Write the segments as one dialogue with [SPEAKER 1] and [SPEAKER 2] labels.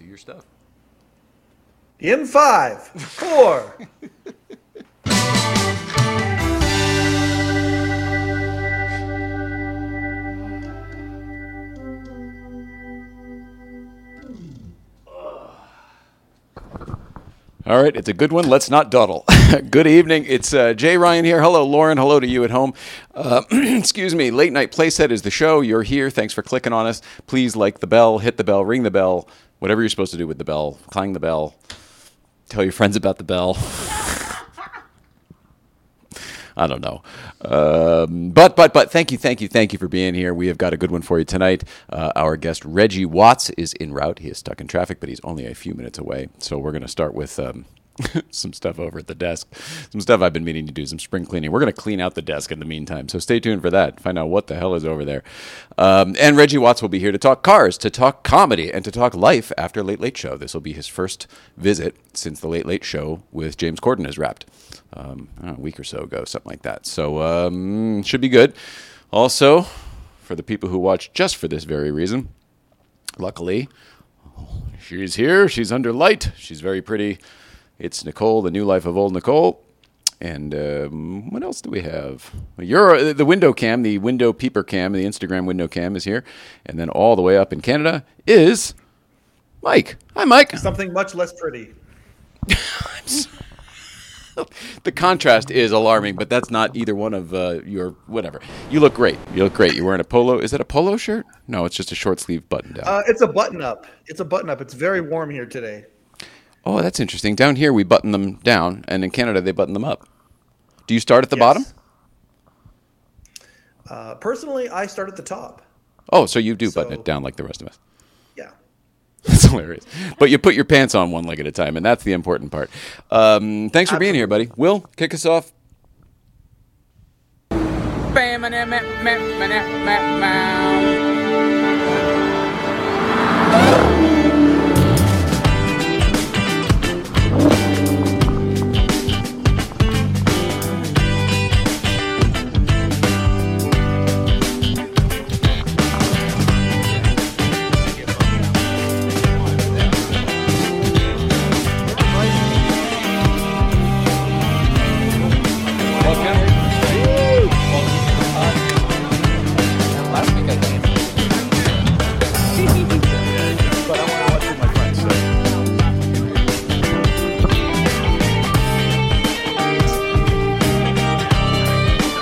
[SPEAKER 1] your stuff.
[SPEAKER 2] In five, four.
[SPEAKER 3] All right, it's a good one. Let's not dawdle. good evening. It's uh, Jay Ryan here. Hello, Lauren. Hello to you at home. Uh, excuse me. Late Night Playset is the show. You're here. Thanks for clicking on us. Please like the bell, hit the bell, ring the bell, whatever you're supposed to do with the bell. Clang the bell. Tell your friends about the bell. I don't know. Um, but, but, but, thank you, thank you, thank you for being here. We have got a good one for you tonight. Uh, our guest, Reggie Watts, is en route. He is stuck in traffic, but he's only a few minutes away. So we're going to start with um, some stuff over at the desk, some stuff I've been meaning to do, some spring cleaning. We're going to clean out the desk in the meantime. So stay tuned for that. Find out what the hell is over there. Um, and Reggie Watts will be here to talk cars, to talk comedy, and to talk life after Late Late Show. This will be his first visit since the Late Late Show with James Corden is wrapped um, I don't know, a week or so ago, something like that. So um, should be good. Also, for the people who watch just for this very reason, luckily, she's here. She's under light. She's very pretty. It's Nicole, the new life of old Nicole. And um, what else do we have? Your the window cam, the window peeper cam, the Instagram window cam is here, and then all the way up in Canada is Mike. Hi, Mike.
[SPEAKER 2] Something much less pretty.
[SPEAKER 3] the contrast is alarming, but that's not either one of uh, your whatever. You look great. You look great. You're wearing a polo. Is that a polo shirt? No, it's just a short sleeve button down.
[SPEAKER 2] Uh, it's a button up. It's a button up. It's very warm here today.
[SPEAKER 3] oh, that's interesting. Down here we button them down, and in Canada they button them up. Do you start at the
[SPEAKER 2] Yes.
[SPEAKER 3] bottom?
[SPEAKER 2] Uh, personally, I start at the top.
[SPEAKER 3] Oh, so you do button
[SPEAKER 2] So-
[SPEAKER 3] it down like the rest of us.
[SPEAKER 2] Yeah.
[SPEAKER 3] That's hilarious. But you put your pants on one leg at a time, and that's the important part. Um, thanks for being here, buddy. Will, kick us off.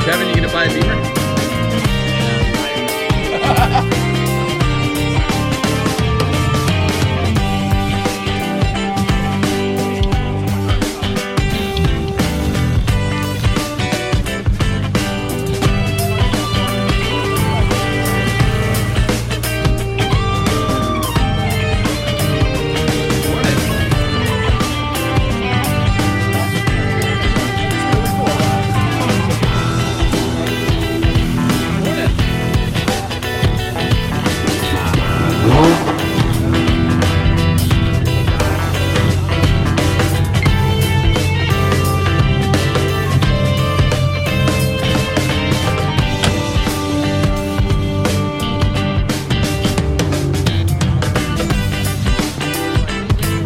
[SPEAKER 1] Kevin, you gonna buy a beaver?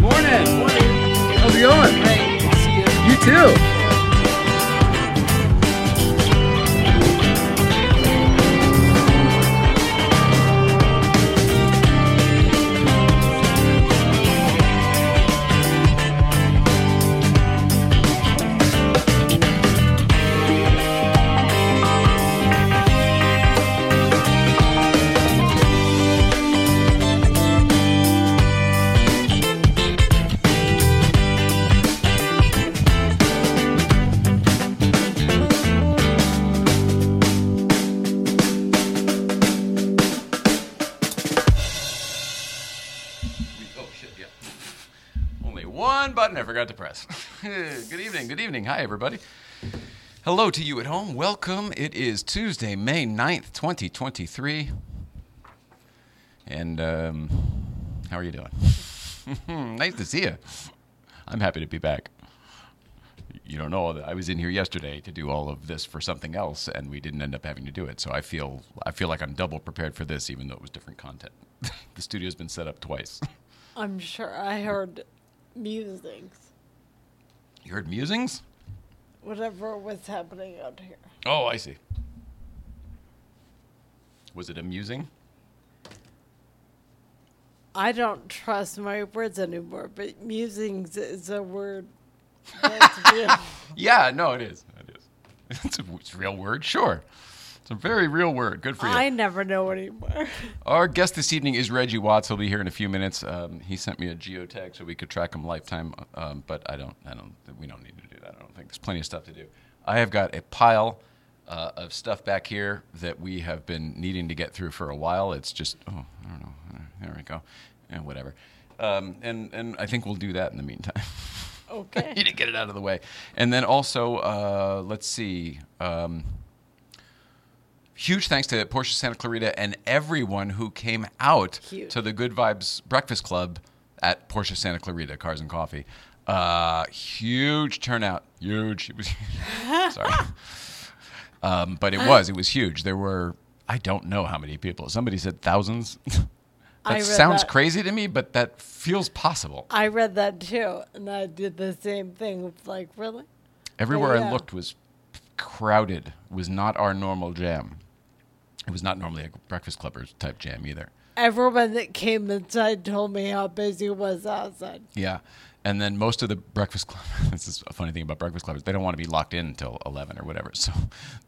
[SPEAKER 1] Morning. Morning. How's it going? Hey, you. too.
[SPEAKER 3] Oh shit! Yeah. Only one button I forgot to press. good evening. Good evening. Hi everybody. Hello to you at home. Welcome. It is Tuesday, May 9th, 2023. And um, how are you doing? nice to see you. I'm happy to be back. You don't know that I was in here yesterday to do all of this for something else, and we didn't end up having to do it. So I feel I feel like I'm double prepared for this, even though it was different content. the studio's been set up twice.
[SPEAKER 4] I'm sure I heard musings,
[SPEAKER 3] You heard musings?
[SPEAKER 4] whatever was happening out here.
[SPEAKER 3] Oh, I see. Was it amusing?
[SPEAKER 4] I don't trust my words anymore, but musings is a word. that's real.
[SPEAKER 3] Yeah, no, it is. It is. It's a, it's a real word, sure. It's a very real word. Good for you.
[SPEAKER 4] I never know anymore.
[SPEAKER 3] Our guest this evening is Reggie Watts. He'll be here in a few minutes. Um, he sent me a geotag so we could track him lifetime, um, but I don't. I don't. We don't need to do that. I don't think there's plenty of stuff to do. I have got a pile uh, of stuff back here that we have been needing to get through for a while. It's just oh, I don't know. There we go. And whatever. Um, and and I think we'll do that in the meantime.
[SPEAKER 4] Okay.
[SPEAKER 3] you didn't get it out of the way. And then also, uh, let's see. Um, Huge thanks to Porsche Santa Clarita and everyone who came out
[SPEAKER 4] Huge.
[SPEAKER 3] to the Good Vibes Breakfast Club at Porsche Santa Clarita Cars and Coffee. Uh, huge turnout. Huge. It was. sorry. Um, but it was. It was huge. There were. I don't know how many people. Somebody said thousands. that
[SPEAKER 4] I read
[SPEAKER 3] sounds
[SPEAKER 4] that.
[SPEAKER 3] crazy to me, but that feels possible.
[SPEAKER 4] I read that too, and I did the same thing. It's Like, really?
[SPEAKER 3] Everywhere I
[SPEAKER 4] yeah.
[SPEAKER 3] looked was crowded. Was not our normal jam. It was not normally a breakfast clubbers type jam either.
[SPEAKER 4] Everyone that came inside told me how busy it was outside.
[SPEAKER 3] Yeah. And then most of the Breakfast Club, this is a funny thing about Breakfast Club, is they don't want to be locked in until 11 or whatever. So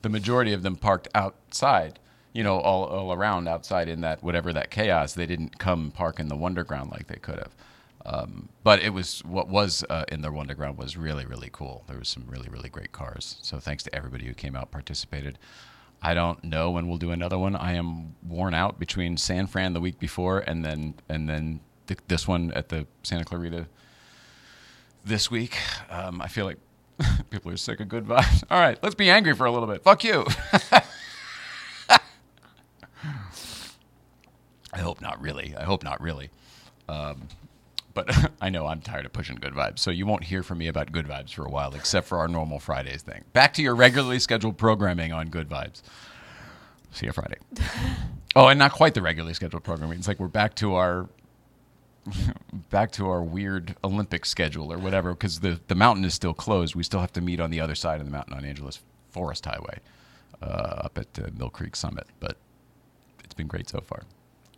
[SPEAKER 3] the majority of them parked outside, you know, all, all around outside in that, whatever that chaos. They didn't come park in the Wonderground like they could have. Um, but it was what was uh, in the Wonderground was really, really cool. There was some really, really great cars. So thanks to everybody who came out, participated. I don't know when we'll do another one. I am worn out between San Fran the week before and then and then th- this one at the Santa Clarita this week. Um, I feel like people are sick of good vibes. All right, let's be angry for a little bit. Fuck you. I hope not really. I hope not really. Um, but I know I'm tired of pushing good vibes, so you won't hear from me about good vibes for a while, except for our normal Fridays thing. Back to your regularly scheduled programming on good vibes. See you Friday. oh, and not quite the regularly scheduled programming. It's like we're back to our back to our weird Olympic schedule or whatever, because the, the mountain is still closed. We still have to meet on the other side of the mountain on Angeles Forest Highway uh, up at uh, Mill Creek Summit. But it's been great so far.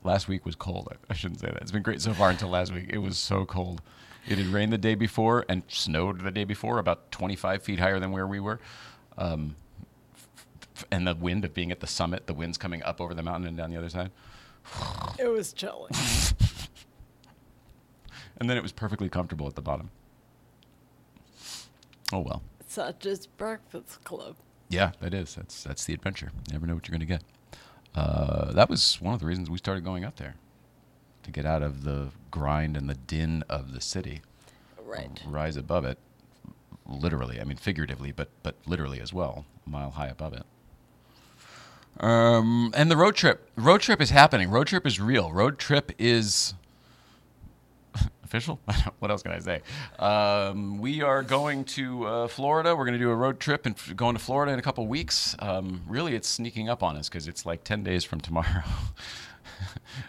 [SPEAKER 3] Last week was cold. I- I shouldn't say that. It's been great so far until last week. It was so cold. It had rained the day before and snowed the day before, about 25 feet higher than where we were. Um, f- f- and the wind of being at the summit, the wind's coming up over the mountain and down the other side.
[SPEAKER 4] It was chilly.
[SPEAKER 3] And then it was perfectly comfortable at the bottom. Oh well.
[SPEAKER 4] Such as Breakfast Club.
[SPEAKER 3] Yeah, that is. That's that's the adventure. You never know what you're going to get. Uh, that was one of the reasons we started going up there to get out of the grind and the din of the city,
[SPEAKER 4] Right.
[SPEAKER 3] rise above it, literally. I mean, figuratively, but but literally as well, a mile high above it. Um, and the road trip. Road trip is happening. Road trip is real. Road trip is official. what else can I say? Um, we are going to uh, Florida. We're going to do a road trip and f- going to Florida in a couple weeks. Um, really, it's sneaking up on us because it's like ten days from tomorrow.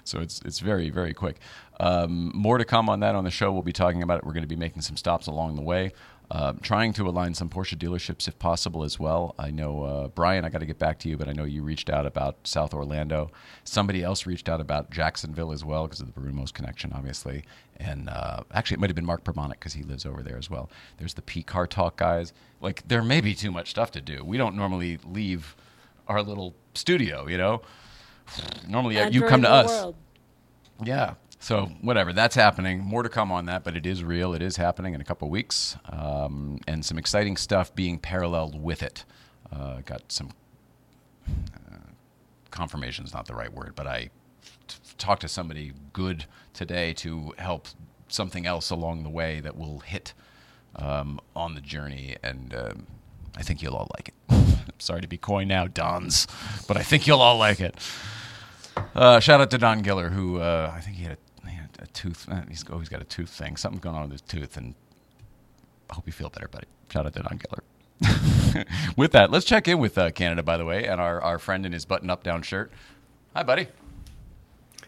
[SPEAKER 3] So it's it's very very quick. Um, more to come on that on the show. We'll be talking about it. We're going to be making some stops along the way, uh, trying to align some Porsche dealerships if possible as well. I know uh, Brian, I got to get back to you, but I know you reached out about South Orlando. Somebody else reached out about Jacksonville as well because of the Barumos connection, obviously. And uh, actually, it might have been Mark Permonic because he lives over there as well. There's the P Car Talk guys. Like there may be too much stuff to do. We don't normally leave our little studio, you know. Normally, uh, you
[SPEAKER 4] Entering
[SPEAKER 3] come to
[SPEAKER 4] the
[SPEAKER 3] us.
[SPEAKER 4] world.
[SPEAKER 3] Yeah. So whatever, that's happening. More to come on that, but it is real. It is happening in a couple weeks, um, and some exciting stuff being paralleled with it. Uh, got some confirmation is not the right word, but I t- talked to somebody good today to help something else along the way that will hit um, on the journey, and um, I think you'll all like it. I'm sorry to be coy now, Dons, but I think you'll all like it. Uh, shout out to Don Giller, who uh, I think he had a, he had a tooth. Uh, he's always got a tooth thing. Something's going on with his tooth, and I hope you feel better, buddy. Shout out to Don Keller. with that, let's check in with uh, Canada, by the way, and our, our friend in his button up down shirt. Hi, buddy.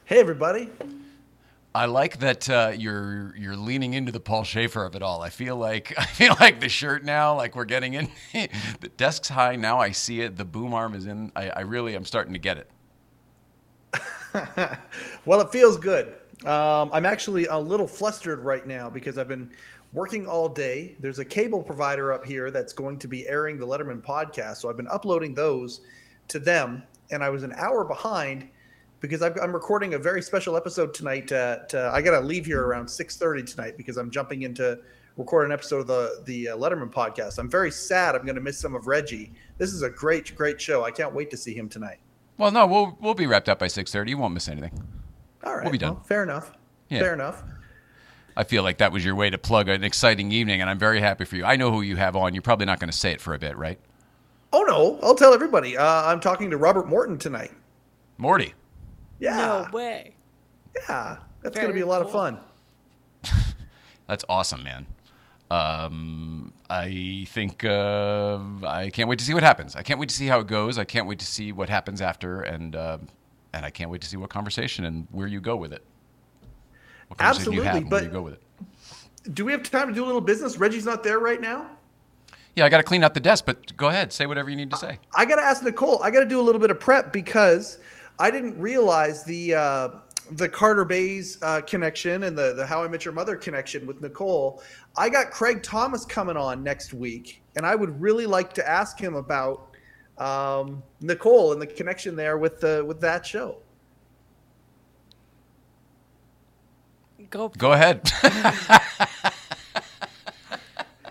[SPEAKER 2] Hey, everybody.
[SPEAKER 3] I like that uh, you're you're leaning into the Paul Schaefer of it all. I feel like I feel like the shirt now, like we're getting in. the desk's high now. I see it. The boom arm is in. I, I really am starting to get it.
[SPEAKER 2] Well, it feels good. Um, I'm actually a little flustered right now because I've been working all day. There's a cable provider up here that's going to be airing the Letterman podcast, so I've been uploading those to them, and I was an hour behind because I've, I'm recording a very special episode tonight. Uh, to, I got to leave here around 6:30 tonight because I'm jumping into record an episode of the the uh, Letterman podcast. I'm very sad. I'm going to miss some of Reggie. This is a great, great show. I can't wait to see him tonight.
[SPEAKER 3] Well, no, we'll we'll be wrapped up by six thirty. You won't miss anything.
[SPEAKER 2] All right,
[SPEAKER 3] be done.
[SPEAKER 2] well, fair enough.
[SPEAKER 3] Yeah.
[SPEAKER 2] Fair enough.
[SPEAKER 3] I feel like that was your way to plug an exciting evening, and I'm very happy for you. I know who you have on. You're probably not going to say it for a bit, right?
[SPEAKER 2] Oh no! I'll tell everybody. Uh, I'm talking to Robert Morton tonight.
[SPEAKER 3] Morty.
[SPEAKER 2] Yeah,
[SPEAKER 4] No way.
[SPEAKER 2] yeah, that's
[SPEAKER 4] Very
[SPEAKER 2] going to be a lot of
[SPEAKER 4] cool.
[SPEAKER 2] fun.
[SPEAKER 3] That's awesome, man. Um, I think uh, I can't wait to see what happens. I can't wait to see how it goes. I can't wait to see what happens after, and uh, and I can't wait to see what conversation and where you go with it. What conversation you have
[SPEAKER 2] Absolutely,
[SPEAKER 3] and where
[SPEAKER 2] but-
[SPEAKER 3] you go with it.
[SPEAKER 2] Do we have time to do a little business? Reggie's not there right now.
[SPEAKER 3] Yeah, I got to clean out the desk, but go ahead, say whatever you need to say.
[SPEAKER 2] I got to ask Nicole. I got to do a little bit of prep because I didn't realize the uh, the Carter Bays uh, connection and the the How I Met Your Mother connection with Nicole. I got Craig Thomas coming on next week, and I would really like to ask him about um, Nicole and the connection there with the with that show.
[SPEAKER 4] Go.
[SPEAKER 3] Go ahead.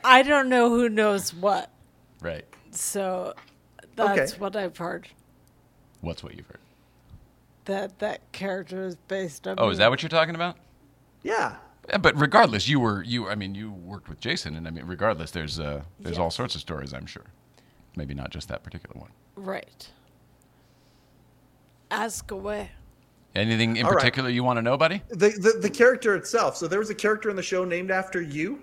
[SPEAKER 4] I don't know who knows what.
[SPEAKER 3] right.
[SPEAKER 4] So that's
[SPEAKER 2] Okay.
[SPEAKER 4] what I've heard.
[SPEAKER 3] What's what you've heard?
[SPEAKER 4] That that character is based on.
[SPEAKER 3] Oh, is
[SPEAKER 4] me.
[SPEAKER 3] that what you're talking about?
[SPEAKER 2] Yeah,
[SPEAKER 3] Yeah, But regardless, you were you. I mean, you worked with Jason, and I mean, regardless, there's uh, there's all sorts of stories. I'm sure, maybe not just that particular one.
[SPEAKER 4] Right. Ask away.
[SPEAKER 3] Anything in
[SPEAKER 2] All right.
[SPEAKER 3] particular you want to know, buddy?
[SPEAKER 2] the, the the character itself. So there was a character in the show named after you.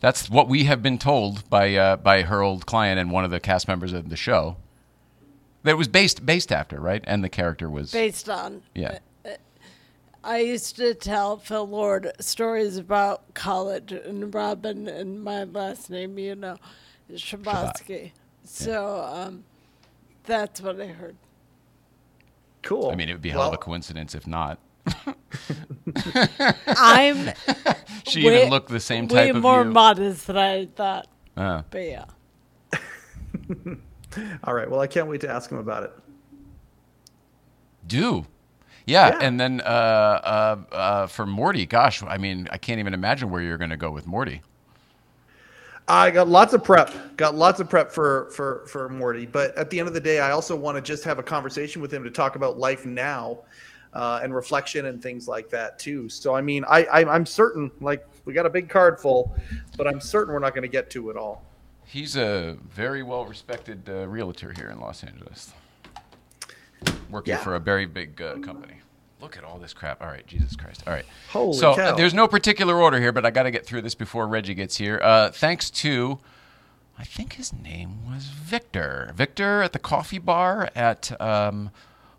[SPEAKER 3] That's what we have been told by uh, by her old client and one of the cast members of the show. That was based based after, right? And the character was
[SPEAKER 4] Based on.
[SPEAKER 3] yeah.
[SPEAKER 4] I used to tell Phil Lord stories about college and Robin and my last name, you know, Shabowski. So um, that's what I heard.
[SPEAKER 2] Cool.
[SPEAKER 3] I mean, it would be a hell
[SPEAKER 2] well,
[SPEAKER 3] of a coincidence if not.
[SPEAKER 4] I'm
[SPEAKER 3] She
[SPEAKER 4] way-
[SPEAKER 3] even looked the same
[SPEAKER 4] way
[SPEAKER 3] type of
[SPEAKER 4] more
[SPEAKER 3] you.
[SPEAKER 4] modest than I thought.
[SPEAKER 3] Uh,
[SPEAKER 4] But yeah.
[SPEAKER 2] All right. Well, I can't wait to ask him about it.
[SPEAKER 3] do. Yeah,
[SPEAKER 2] Yeah.
[SPEAKER 3] and then uh, uh, uh, for Morty, gosh, I mean, I can't even imagine where you're going to go with Morty.
[SPEAKER 2] I got lots of prep. Got lots of prep for for for Morty. But at the end of the day, I also want to just have a conversation with him to talk about life now, uh, and reflection and things like that too. So I mean, I, I I'm certain like we got a big card full, but I'm certain we're not going to get to it all.
[SPEAKER 3] He's a very well respected uh, realtor here in Los Angeles, working
[SPEAKER 2] Yeah.
[SPEAKER 3] for a very big uh, company. Look at all this crap. All right, Jesus Christ. All right.
[SPEAKER 2] Holy
[SPEAKER 3] so uh,
[SPEAKER 2] cow.
[SPEAKER 3] there's no particular order here, but I got to get through this before Reggie gets here. Uh, thanks to, I think his name was Victor. Victor at the coffee bar at um,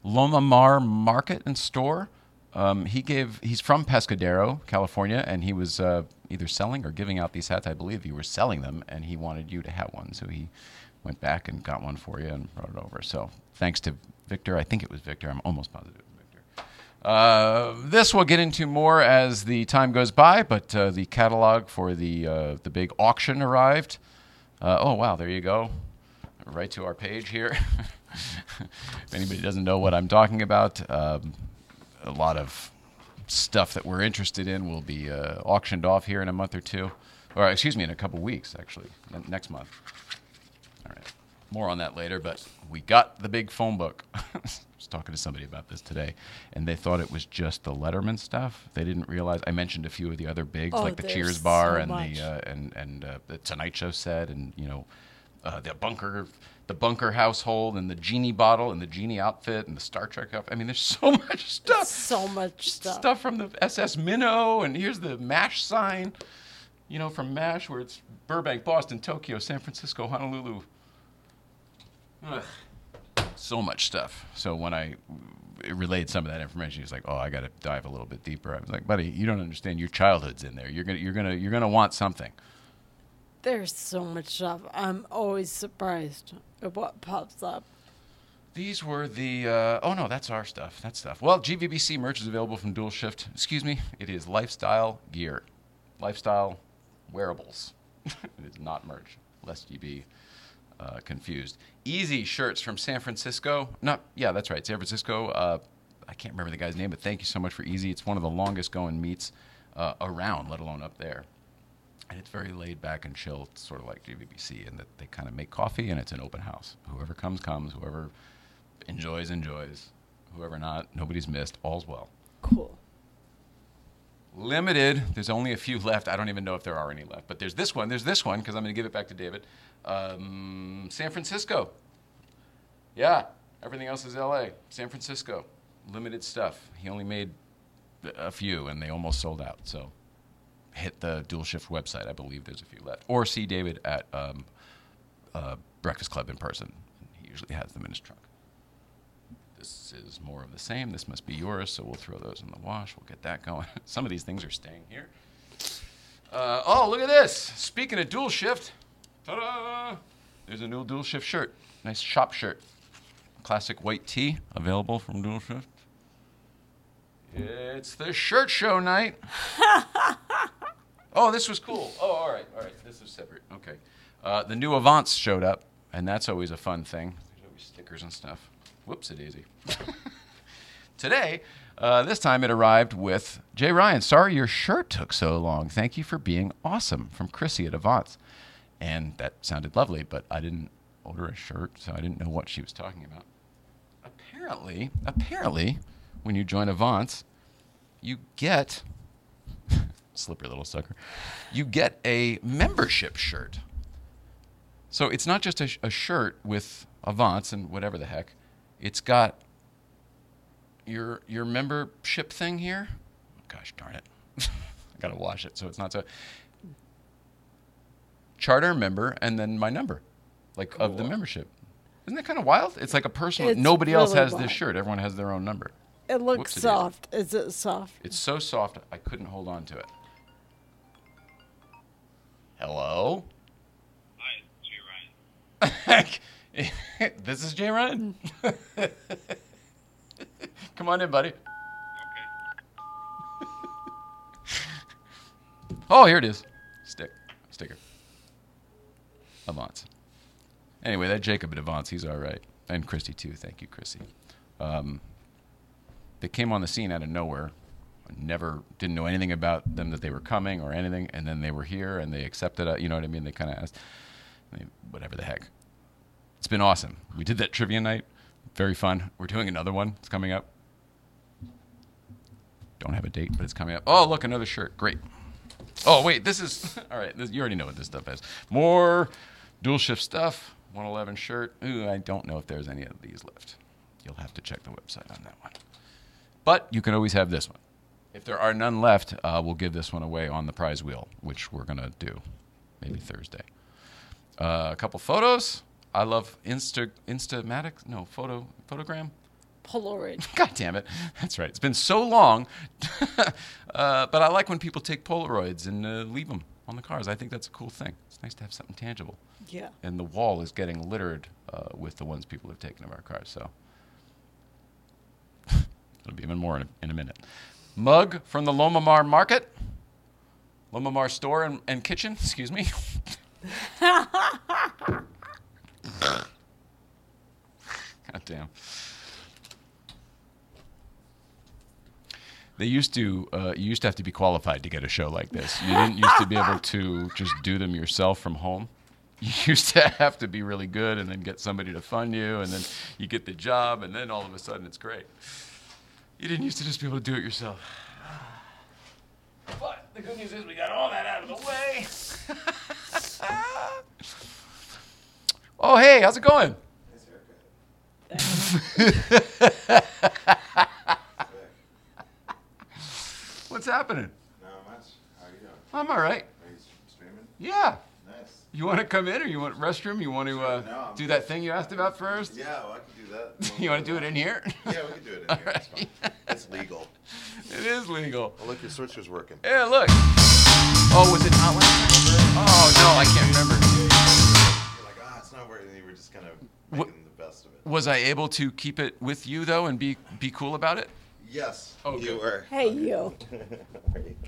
[SPEAKER 3] Loma Mar Market and Store. Um, he gave. He's from Pescadero, California, and he was uh, either selling or giving out these hats. I believe you were selling them, and he wanted you to have one, so he went back and got one for you and brought it over. So thanks to Victor. I think it was Victor. I'm almost positive. it was Victor. Uh, this we'll get into more as the time goes by, but uh, the catalog for the uh, the big auction arrived. Uh, oh wow, there you go, right to our page here. if anybody doesn't know what I'm talking about, um, a lot of stuff that we're interested in will be uh, auctioned off here in a month or two, or excuse me, in a couple weeks actually, n- next month. All right. More on that later, but we got the big phone book. I was talking to somebody about this today, and they thought it was just the Letterman stuff. They didn't realize I mentioned a few of the other bigs,
[SPEAKER 4] Oh,
[SPEAKER 3] like the
[SPEAKER 4] there's
[SPEAKER 3] Cheers bar
[SPEAKER 4] so
[SPEAKER 3] and
[SPEAKER 4] much.
[SPEAKER 3] the uh, and and uh, the Tonight Show set, and you know, uh, the bunker, the bunker household, and the genie bottle, and the genie outfit, and the Star Trek outfit. I mean, there's so much stuff
[SPEAKER 4] So much stuff.
[SPEAKER 3] stuff from the SS Minnow, and here's the MASH sign, you know, from MASH, where it's Burbank, Boston, Tokyo, San Francisco, Honolulu. Ugh. So much stuff. So when I relayed some of that information. He's like, "Oh, I got to dive a little bit deeper." I was like, "Buddy, you don't understand. Your childhood's in there. You're gonna, you're gonna, you're gonna want something."
[SPEAKER 4] There's so much stuff. I'm always surprised at what pops up.
[SPEAKER 3] These were the. Uh, oh no, that's our stuff. That's stuff. Well, GVBC merch is available from Dual Shift. Excuse me. It is lifestyle gear, lifestyle wearables. it is not merch, lest you be uh, confused. Easy shirts from San Francisco. Not yeah, that's right, San Francisco. Uh, I can't remember the guy's name, but thank you so much for Easy. It's one of the longest going meets uh, around, let alone up there. And it's very laid back and chill, sort of like GVBC, in that they kind of make coffee and it's an open house. Whoever comes, comes. Whoever enjoys, enjoys. Whoever not, nobody's missed. All's well.
[SPEAKER 4] Cool.
[SPEAKER 3] Limited. There's only a few left. I don't even know if there are any left, but there's this one. There's this one because I'm going to give it back to David. Um, San Francisco. Yeah, everything else is LA. San Francisco. Limited stuff. He only made a few and they almost sold out. So hit the dual shift website. I believe there's a few left. Or see David at um, uh, Breakfast Club in person. He usually has them in his trunk this is more of the same. This must be yours, so we'll throw those in the wash. We'll get that going. Some of these things are staying here. Uh, oh, look at this. Speaking of dual shift, ta-da! There's a new dual shift shirt. Nice shop shirt. Classic white tee available from dual shift. It's the shirt show night. oh, this was cool. Oh, all right, all right. This is separate. Okay. Uh, the new Avance showed up, and that's always a fun thing. There's always stickers and stuff. Whoops, it easy. Today, uh, this time it arrived with Jay Ryan. Sorry your shirt took so long. Thank you for being awesome from Chrissy at Avance. And that sounded lovely, but I didn't order a shirt, so I didn't know what she was talking about. Apparently, apparently, when you join Avance, you get slippery little sucker. You get a membership shirt. So it's not just a, sh- a shirt with Avance and whatever the heck. It's got your your membership thing here. Gosh darn it! I gotta wash it so it's not so. Charter member and then my number, like of the membership. Isn't that kind of wild? It's like a personal.
[SPEAKER 4] It's
[SPEAKER 3] nobody else
[SPEAKER 4] really
[SPEAKER 3] has
[SPEAKER 4] wild.
[SPEAKER 3] this shirt. Everyone has their own number.
[SPEAKER 4] It looks
[SPEAKER 3] Whoops, it is.
[SPEAKER 4] soft. Is it soft?
[SPEAKER 3] It's so soft, I couldn't hold on to it. Hello?
[SPEAKER 5] Hi, it's Jay Ryan.
[SPEAKER 3] this is Jay Ryan. Come on in, buddy.
[SPEAKER 5] Okay.
[SPEAKER 3] Oh, here it is. Stick. Sticker. Avance. Anyway, that Jacob at Avance, he's all right. And Christy, too. Thank you, Christy. Um, they came on the scene out of nowhere. I Never didn't know anything about them that they were coming or anything, and then they were here and they accepted. it. You know what I mean? They kind of asked, I mean, whatever the heck. It's been awesome. We did that trivia night, very fun. We're doing another one. It's coming up. Don't have a date, but it's coming up. Oh, look, another shirt. Great. Oh wait, this is all right. This, you already know what this stuff is. More dual shift stuff. 111 shirt. Ooh, I don't know if there's any of these left. You'll have to check the website on that one. But you can always have this one. If there are none left, uh, we'll give this one away on the prize wheel, which we're gonna do maybe Thursday. Uh, a couple photos. I love Insta Instamatic. No photo photogram.
[SPEAKER 4] Polaroid.
[SPEAKER 3] God damn it. That's right. It's been so long. uh, but I like when people take Polaroids and uh, leave them on the cars. I think that's a cool thing. It's nice to have something tangible.
[SPEAKER 4] Yeah.
[SPEAKER 3] And the wall is getting littered uh, with the ones people have taken of our cars. So it'll be even more in a, in a minute. Mug from the Lomamar Market, Lomamar Store and, and Kitchen, excuse me. God damn. They used to, uh, you used to have to be qualified to get a show like this. You didn't used to be able to just do them yourself from home. You used to have to be really good and then get somebody to fund you, and then you get the job, and then all of a sudden it's great. You didn't used to just be able to do it yourself. But the good news is we got all that out of the way. oh, hey, how's it going? What's happening?
[SPEAKER 6] Not much. How you doing?
[SPEAKER 3] I'm all right.
[SPEAKER 6] Are you streaming?
[SPEAKER 3] Yeah.
[SPEAKER 6] Nice.
[SPEAKER 3] You want to come in, or you want restroom? You want to
[SPEAKER 6] Sure, no,
[SPEAKER 3] uh,
[SPEAKER 6] I'm
[SPEAKER 3] do
[SPEAKER 6] good.
[SPEAKER 3] that thing you asked about first?
[SPEAKER 6] Yeah, well, I can do that.
[SPEAKER 3] You want to do it in here?
[SPEAKER 6] Yeah, we can do it in here. It's fine. It's legal.
[SPEAKER 3] it is legal.
[SPEAKER 6] Oh, look, your switcher's working.
[SPEAKER 3] Yeah, look. Oh, was it not last time? Oh no, I can't remember.
[SPEAKER 6] You're like, ah, it's not working. You were just kind of
[SPEAKER 3] What-
[SPEAKER 6] making the best of it.
[SPEAKER 3] Was I able to keep it with you though, and be be cool about it?
[SPEAKER 6] Yes,
[SPEAKER 3] Oh,
[SPEAKER 6] you
[SPEAKER 3] good.
[SPEAKER 6] were.
[SPEAKER 4] Hey, you.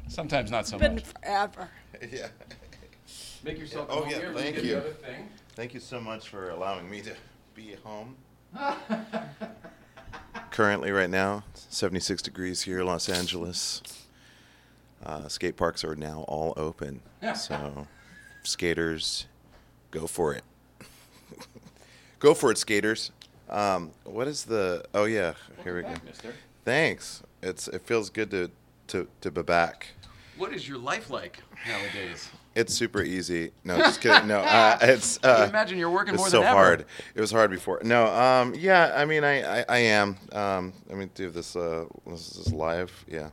[SPEAKER 3] Sometimes not so
[SPEAKER 4] Been
[SPEAKER 3] much.
[SPEAKER 4] forever.
[SPEAKER 6] yeah.
[SPEAKER 3] Make yourself.
[SPEAKER 6] at Oh, home yeah, here. Let's thank get the you. other
[SPEAKER 3] thing.
[SPEAKER 6] Thank you so much for allowing me to be home. Currently, right now, it's 76 degrees here in Los Angeles. Uh, skate parks are now all open. So, skaters, go for it. go for it, skaters. Um, what is the. Oh, yeah. Here we go. Thanks. It's It feels good to, to, to be back.
[SPEAKER 3] What is your life like nowadays?
[SPEAKER 6] It's super easy. No, just kidding. No, uh, it's.
[SPEAKER 3] Can
[SPEAKER 6] Uh,
[SPEAKER 3] you imagine you're working
[SPEAKER 6] it's
[SPEAKER 3] more
[SPEAKER 6] so
[SPEAKER 3] than ever.
[SPEAKER 6] hard. It was hard before. No, um, yeah. I mean, I, I, I am. Um, I mean, do this. Uh, this is live. Yeah,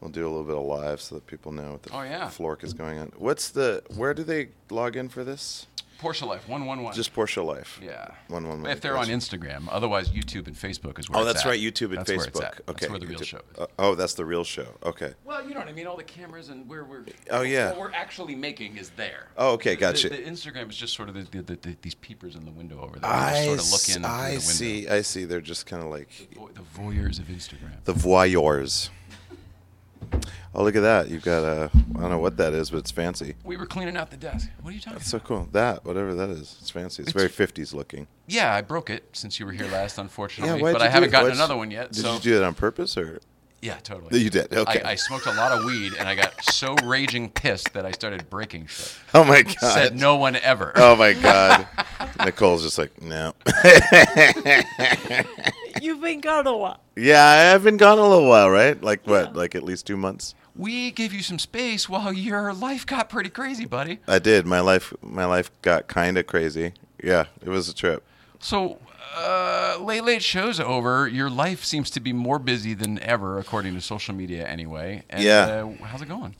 [SPEAKER 6] we'll do a little bit of live so that people know what the
[SPEAKER 3] Oh, yeah.
[SPEAKER 6] flork is going on. What's the? Where do they log in for this?
[SPEAKER 3] Porsche life one one one.
[SPEAKER 6] Just Porsche Life.
[SPEAKER 3] yeah.
[SPEAKER 6] One one.
[SPEAKER 3] If they're on Instagram, otherwise YouTube and Facebook is where.
[SPEAKER 6] Oh,
[SPEAKER 3] it's
[SPEAKER 6] that's
[SPEAKER 3] at.
[SPEAKER 6] right. YouTube and
[SPEAKER 3] That's
[SPEAKER 6] Facebook.
[SPEAKER 3] Where it's at.
[SPEAKER 6] Okay.
[SPEAKER 3] That's where the real
[SPEAKER 6] YouTube-
[SPEAKER 3] show is.
[SPEAKER 6] uh, oh, that's the real show. Okay.
[SPEAKER 3] Well, you know what I mean. All the cameras and where we're.
[SPEAKER 6] Oh, yeah.
[SPEAKER 3] What we're actually making is there.
[SPEAKER 6] Oh, okay.
[SPEAKER 3] The,
[SPEAKER 6] Gotcha.
[SPEAKER 3] the Instagram is just sort of the, the, the, these peepers in the window over there.
[SPEAKER 6] I,
[SPEAKER 3] They just
[SPEAKER 6] s-
[SPEAKER 3] sort of look in through the
[SPEAKER 6] I
[SPEAKER 3] window.
[SPEAKER 6] see. I see. They're just kind of like
[SPEAKER 3] Vo- The voyeurs of Instagram.
[SPEAKER 6] The voyeurs. Oh, look at that. You've got a, I don't know what that is, but it's fancy.
[SPEAKER 3] we were cleaning out the desk. What are you talking
[SPEAKER 6] That's
[SPEAKER 3] about?
[SPEAKER 6] so cool. That, whatever that is, it's fancy. It's very 50s looking.
[SPEAKER 3] Yeah, I broke it since you were here last, unfortunately.
[SPEAKER 6] why'd
[SPEAKER 3] but
[SPEAKER 6] you
[SPEAKER 3] I
[SPEAKER 6] do
[SPEAKER 3] haven't
[SPEAKER 6] it?
[SPEAKER 3] gotten
[SPEAKER 6] Why'd you-
[SPEAKER 3] another one yet.
[SPEAKER 6] Did
[SPEAKER 3] so
[SPEAKER 6] you do that on purpose or?
[SPEAKER 3] yeah, totally.
[SPEAKER 6] You did, okay.
[SPEAKER 3] I, I smoked a lot of weed and I got so raging pissed that I started breaking shit.
[SPEAKER 6] Oh my God.
[SPEAKER 3] Said no one ever.
[SPEAKER 6] Oh my God. Nicole's just like, no.
[SPEAKER 4] You've been gone a while.
[SPEAKER 6] yeah, I have been gone a little while, right? Like what? Like at least two months?
[SPEAKER 3] We gave you some space while your life got pretty crazy, buddy.
[SPEAKER 6] I did. My life, my life got kind of crazy. Yeah, it was a trip.
[SPEAKER 3] So, uh, late late show's over. Your life seems to be more busy than ever, according to social media, anyway. And,
[SPEAKER 6] Yeah.
[SPEAKER 3] Uh, how's it going?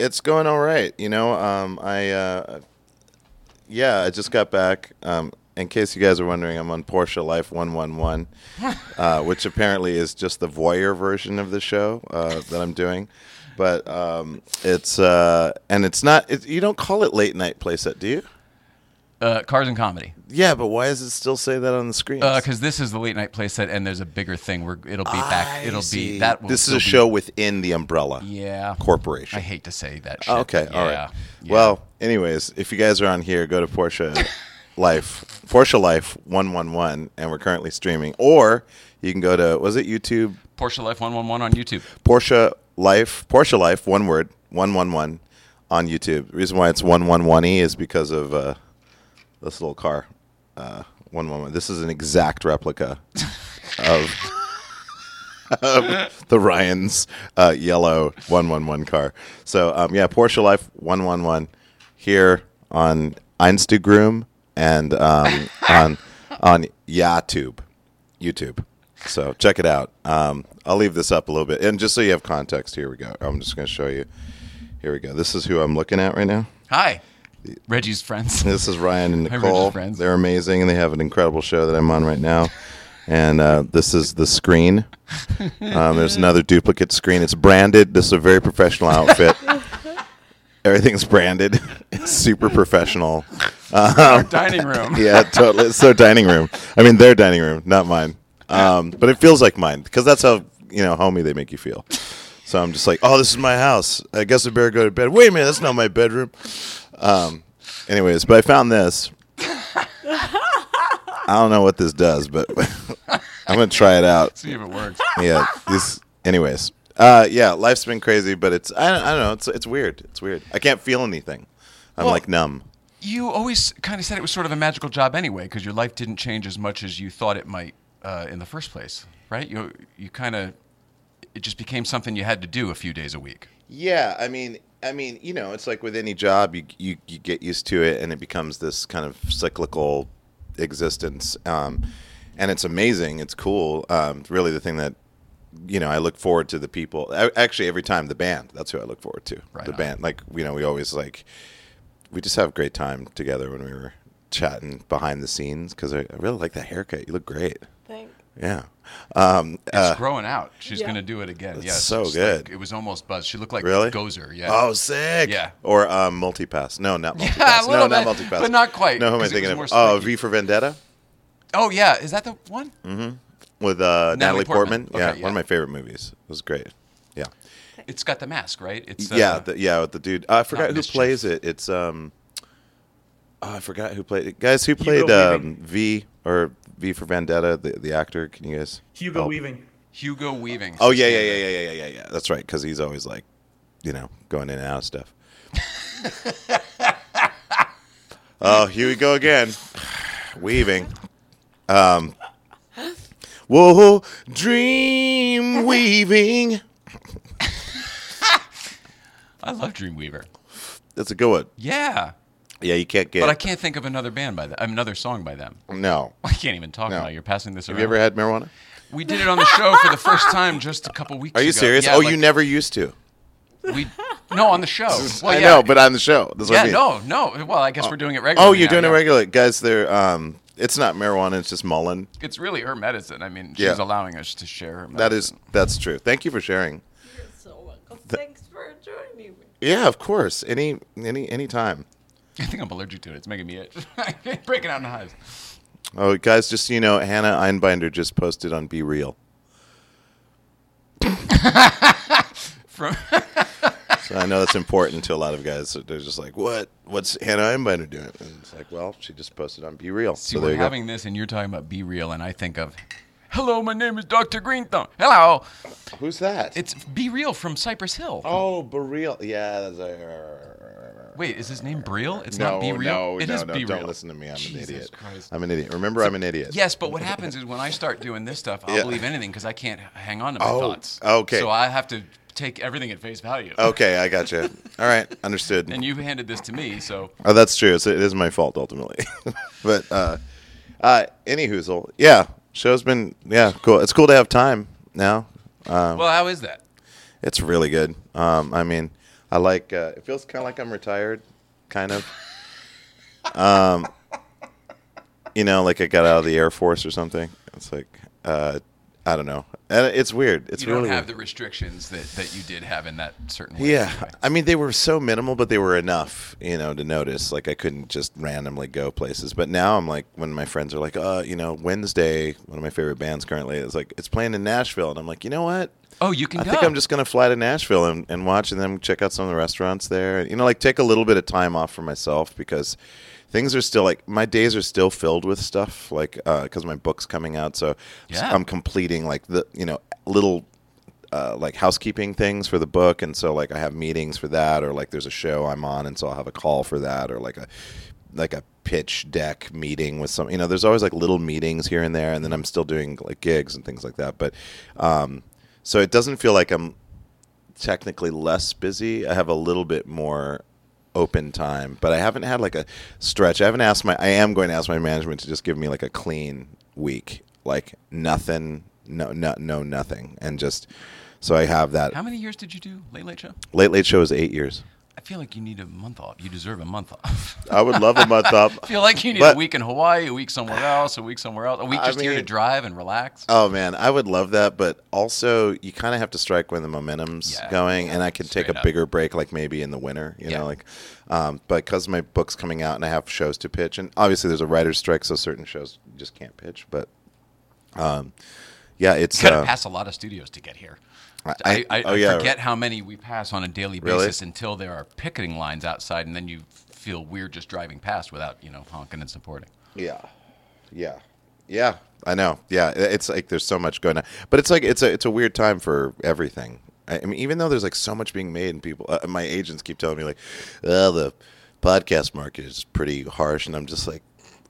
[SPEAKER 6] it's going all right. You know, um, I uh, yeah, I just got back. Um, in case you guys are wondering, I'm on Porsche Life 111, uh, which apparently is just the voyeur version of the show uh, that I'm doing. But um, it's uh, and it's not. It, you don't call it late night playset, do you?
[SPEAKER 3] Uh, cars and comedy.
[SPEAKER 6] Yeah, but why does it still say that on the screen?
[SPEAKER 3] Because this is the late night playset, and there's a bigger thing. Where Uh, it'll be back. It'll be that. Will
[SPEAKER 6] This is
[SPEAKER 3] still
[SPEAKER 6] a
[SPEAKER 3] be-
[SPEAKER 6] show within the umbrella.
[SPEAKER 3] Yeah.
[SPEAKER 6] Corporation.
[SPEAKER 3] I hate to say that. Shit.
[SPEAKER 6] Oh, okay. All right.
[SPEAKER 3] Yeah, yeah.
[SPEAKER 6] Well, anyways, if you guys are on here, go to Porsche Life, Porsche Life one one one, and we're currently streaming. Or you can go to was it YouTube
[SPEAKER 3] Porsche Life One One One on YouTube.
[SPEAKER 6] Porsche Life Porsche Life one word one one one on YouTube. The reason why it's one one one e is because of uh, this little car uh, one one one. This is an exact replica of. of the Ryan's uh, yellow 111 car. So, um, yeah, Porsche Life 111 here on Einstugrum and um, on on YouTube. YouTube. So, check it out. Um, I'll leave this up a little bit. And just so you have context, here we go. I'm just going to show you. Here we go. This is who I'm looking at right now.
[SPEAKER 3] Hi, Reggie's friends.
[SPEAKER 6] This is Ryan and
[SPEAKER 3] Hi, Rich's
[SPEAKER 6] Nicole.
[SPEAKER 3] friends.
[SPEAKER 6] They're amazing, and they have an incredible show that I'm on right now. And uh, this is the screen. Um, there's another duplicate screen. It's branded. This is a very professional outfit. Everything's branded. It's super professional.
[SPEAKER 3] Our dining room.
[SPEAKER 6] Yeah, totally. It's their dining room. I mean, their dining room, not mine. Um, but it feels like mine because that's how you know homey they make you feel. So I'm just like, oh, this is my house. I guess I better go to bed. Wait a minute, that's not my bedroom. Um, anyways, but I found this. I don't know what this does, but I'm gonna try it out
[SPEAKER 3] See if it works.
[SPEAKER 6] yeah. This, anyways, uh, yeah. Life's been crazy, but it's I don't, I don't know. It's it's weird. It's weird. I can't feel anything. I'm
[SPEAKER 3] Well-
[SPEAKER 6] like numb.
[SPEAKER 3] You always kind of said it was sort of a magical job anyway, because your life didn't change as much as you thought it might uh, in the first place, right? You you kind of it just became something you had to do a few days a week.
[SPEAKER 6] Yeah, I mean, I mean, you know, it's like with any job, you you, you get used to it, and it becomes this kind of cyclical existence. Um, and it's amazing. It's cool. Um, really, the thing that you know, I look forward to the people. I, actually, every time the band. That's who I look forward to.
[SPEAKER 3] Right
[SPEAKER 6] the
[SPEAKER 3] on.
[SPEAKER 6] band. Like you know, we always like we just have a great time together when we were chatting behind the scenes because I, I really like that haircut. You look great.
[SPEAKER 4] Thank.
[SPEAKER 6] Yeah. Um, uh,
[SPEAKER 3] It's growing out. She's
[SPEAKER 4] yeah.
[SPEAKER 3] gonna do it again.
[SPEAKER 6] That's
[SPEAKER 3] yes,
[SPEAKER 6] so
[SPEAKER 3] it's
[SPEAKER 6] good.
[SPEAKER 3] like- it was almost buzz. She looked like
[SPEAKER 6] really?
[SPEAKER 3] Gozer. Yeah.
[SPEAKER 6] Oh, sick.
[SPEAKER 3] Yeah.
[SPEAKER 6] Or um, multipass. No, not multipass.
[SPEAKER 3] a
[SPEAKER 6] no,
[SPEAKER 3] little
[SPEAKER 6] not
[SPEAKER 3] bit,
[SPEAKER 6] multipass.
[SPEAKER 3] but not quite,
[SPEAKER 6] No, who am I
[SPEAKER 3] 'cause it
[SPEAKER 6] thinking
[SPEAKER 3] was
[SPEAKER 6] of?
[SPEAKER 3] more
[SPEAKER 6] Oh,
[SPEAKER 3] spiky.
[SPEAKER 6] V for Vendetta
[SPEAKER 3] Oh yeah. Is that the one?
[SPEAKER 6] with uh,
[SPEAKER 3] Natalie
[SPEAKER 6] Natalie,
[SPEAKER 3] Portman.
[SPEAKER 6] Portman.
[SPEAKER 3] Okay,
[SPEAKER 6] Yeah,
[SPEAKER 3] yeah.
[SPEAKER 6] one of my favorite movies. It was great. Yeah.
[SPEAKER 3] It's got the mask, right? It's uh,
[SPEAKER 6] yeah, the, yeah, with the dude. I forgot who
[SPEAKER 3] Mischief.
[SPEAKER 6] plays it. It's um, oh, I forgot who played it. Guys, who played
[SPEAKER 2] Weaving.
[SPEAKER 6] um, V or V for Vendetta? The, the actor. Can you guys?
[SPEAKER 2] Hugo
[SPEAKER 3] Oh.
[SPEAKER 6] help?
[SPEAKER 2] Weaving.
[SPEAKER 3] Hugo Weaving.
[SPEAKER 6] Oh yeah, yeah, yeah, yeah, yeah, yeah, yeah. That's right, because he's always like, you know, going in and out of stuff. oh, here we go again, weaving. Um, whoa, dream weaving.
[SPEAKER 3] I love Dreamweaver.
[SPEAKER 6] That's a good one.
[SPEAKER 3] Yeah.
[SPEAKER 6] Yeah, you can't get.
[SPEAKER 3] But I can't think of another band by them. Another song by them.
[SPEAKER 6] No.
[SPEAKER 3] I can't even talk
[SPEAKER 6] No.
[SPEAKER 3] now. You're passing this
[SPEAKER 6] Have
[SPEAKER 3] around.
[SPEAKER 6] you ever had marijuana?
[SPEAKER 3] we did it on the show for the first time just a couple weeks ago.
[SPEAKER 6] Are you serious?
[SPEAKER 3] Yeah,
[SPEAKER 6] oh,
[SPEAKER 3] like,
[SPEAKER 6] you never used to.
[SPEAKER 3] We, no, on the show. Well,
[SPEAKER 6] I
[SPEAKER 3] yeah.
[SPEAKER 6] know, but on the show. That's what
[SPEAKER 3] yeah,
[SPEAKER 6] I mean.
[SPEAKER 3] no, no. Well, I guess we're doing it regularly.
[SPEAKER 6] Oh, you're
[SPEAKER 3] now,
[SPEAKER 6] doing
[SPEAKER 3] yeah.
[SPEAKER 6] it regularly, guys. They're um, it's not marijuana. It's just mullen.
[SPEAKER 3] It's really her medicine. I mean, she's
[SPEAKER 6] Yeah.
[SPEAKER 3] allowing us to share her medicine.
[SPEAKER 6] That is that's true. Thank you for sharing.
[SPEAKER 4] You're so welcome. Thanks for joining me.
[SPEAKER 6] Yeah, of course. Any any any time.
[SPEAKER 3] I think I'm allergic to it. It's making me itch. Breaking out in hives.
[SPEAKER 6] Oh, guys, just so you know, Hannah Einbinder just posted on Be Real.
[SPEAKER 3] From
[SPEAKER 6] So I know that's important to a lot of guys. So They're just like, "What? What's Hannah Einbinder doing?" And it's like, "Well, she just posted on Be Real."
[SPEAKER 3] See,
[SPEAKER 6] so there
[SPEAKER 3] we're
[SPEAKER 6] you go.
[SPEAKER 3] having this, and you're talking about Be Real, and I think of, hello, my name is Dr. Green Thumb. Hello.
[SPEAKER 6] Who's that?
[SPEAKER 3] It's Be Real from Cypress Hill.
[SPEAKER 6] oh, Be Real. Yeah. That's
[SPEAKER 3] Wait, is his name Briel? It's
[SPEAKER 6] no,
[SPEAKER 3] not Be Real?
[SPEAKER 6] no,
[SPEAKER 3] It
[SPEAKER 6] no,
[SPEAKER 3] is
[SPEAKER 6] no,
[SPEAKER 3] Be
[SPEAKER 6] don't
[SPEAKER 3] Real.
[SPEAKER 6] listen to me. I'm
[SPEAKER 3] Jesus
[SPEAKER 6] an idiot.
[SPEAKER 3] Christ.
[SPEAKER 6] I'm an idiot. Remember, I'm an idiot.
[SPEAKER 3] Yes, but what happens is when I start doing this stuff, I'll
[SPEAKER 6] Yeah.
[SPEAKER 3] believe anything because I can't hang on to my
[SPEAKER 6] Oh,
[SPEAKER 3] thoughts.
[SPEAKER 6] okay. Oh.
[SPEAKER 3] So I have to take everything at face value.
[SPEAKER 6] Okay, I got you. All right, understood.
[SPEAKER 3] And you handed this to me, so
[SPEAKER 6] Oh, that's true. It's, it is my fault ultimately. but uh, uh, any whoozle, yeah. Show's been yeah cool. It's cool to have time now. Um,
[SPEAKER 3] well, how is that?
[SPEAKER 6] it's really good. Um, I mean, I like. Uh, it feels kind of like I'm retired, kind of. um, you know, like I got out of the Air Force or something. It's like uh, I don't know. And it's weird. It's
[SPEAKER 3] You
[SPEAKER 6] really
[SPEAKER 3] don't have
[SPEAKER 6] weird.
[SPEAKER 3] the restrictions that, that you did have in that certain way.
[SPEAKER 6] Yeah, I mean they were so minimal, but they were enough, you know, to notice. Like I couldn't just randomly go places. But now I'm like, when my friends are like, uh, you know, Wednesday, one of my favorite bands currently is like, it's playing in Nashville, and I'm like, you know what?
[SPEAKER 3] Oh, you can
[SPEAKER 6] I
[SPEAKER 3] go.
[SPEAKER 6] think I'm just gonna fly to Nashville and, and watch and then check out some of the restaurants there. You know, like take a little bit of time off for myself because things are still like my days are still filled with stuff, like because my book's coming out, so
[SPEAKER 3] Yeah.
[SPEAKER 6] I'm completing like the you know little uh, like housekeeping things for the book, and so like I have meetings for that, or like there's a show I'm on, and so I'll have a call for that, or like a like a pitch deck meeting with some. You know, there's always like little meetings here and there, and then I'm still doing like gigs and things like that. But um, so it doesn't feel like I'm technically less busy. I have a little bit more open time, but I haven't had like a stretch. I haven't asked my. I am going to ask my management to just give me like a clean week, like nothing, no, no, no, nothing, and just so I have that.
[SPEAKER 3] How many years did you do Late Late Show?
[SPEAKER 6] Late Late Show is eight years.
[SPEAKER 3] I feel like you need a month off. You deserve a month off.
[SPEAKER 6] I would love a month off.
[SPEAKER 3] I feel like you need
[SPEAKER 6] But-
[SPEAKER 3] a week in Hawaii, a week somewhere else, a week somewhere else, a week
[SPEAKER 6] I
[SPEAKER 3] just here to
[SPEAKER 6] mean-
[SPEAKER 3] drive and relax.
[SPEAKER 6] Oh man, I would love that, but also you kind of have to strike when the momentum's
[SPEAKER 3] Yeah,
[SPEAKER 6] going, and I could take
[SPEAKER 3] straight
[SPEAKER 6] a
[SPEAKER 3] up.
[SPEAKER 6] bigger break, like maybe in the winter, you
[SPEAKER 3] Yeah.
[SPEAKER 6] know, like, um, but because my book's coming out and I have shows to pitch, and obviously there's a writer's strike, so certain shows you just can't pitch, but, um, yeah, it's
[SPEAKER 3] Got to
[SPEAKER 6] uh,
[SPEAKER 3] pass a lot of studios to get here.
[SPEAKER 6] I-
[SPEAKER 3] I, I,
[SPEAKER 6] I- oh,
[SPEAKER 3] I
[SPEAKER 6] yeah.
[SPEAKER 3] forget how many we pass on a daily
[SPEAKER 6] Really?
[SPEAKER 3] basis until there are picketing lines outside, and then you feel weird just driving past without you know honking and supporting.
[SPEAKER 6] Yeah. Yeah. Yeah. I know. Yeah. i- It's like there's so much going on. But it's like it's a it's a weird time for everything. I, I mean, even though there's like so much being made and people uh, my agents keep telling me like, well, the podcast market is pretty harsh and I'm just like,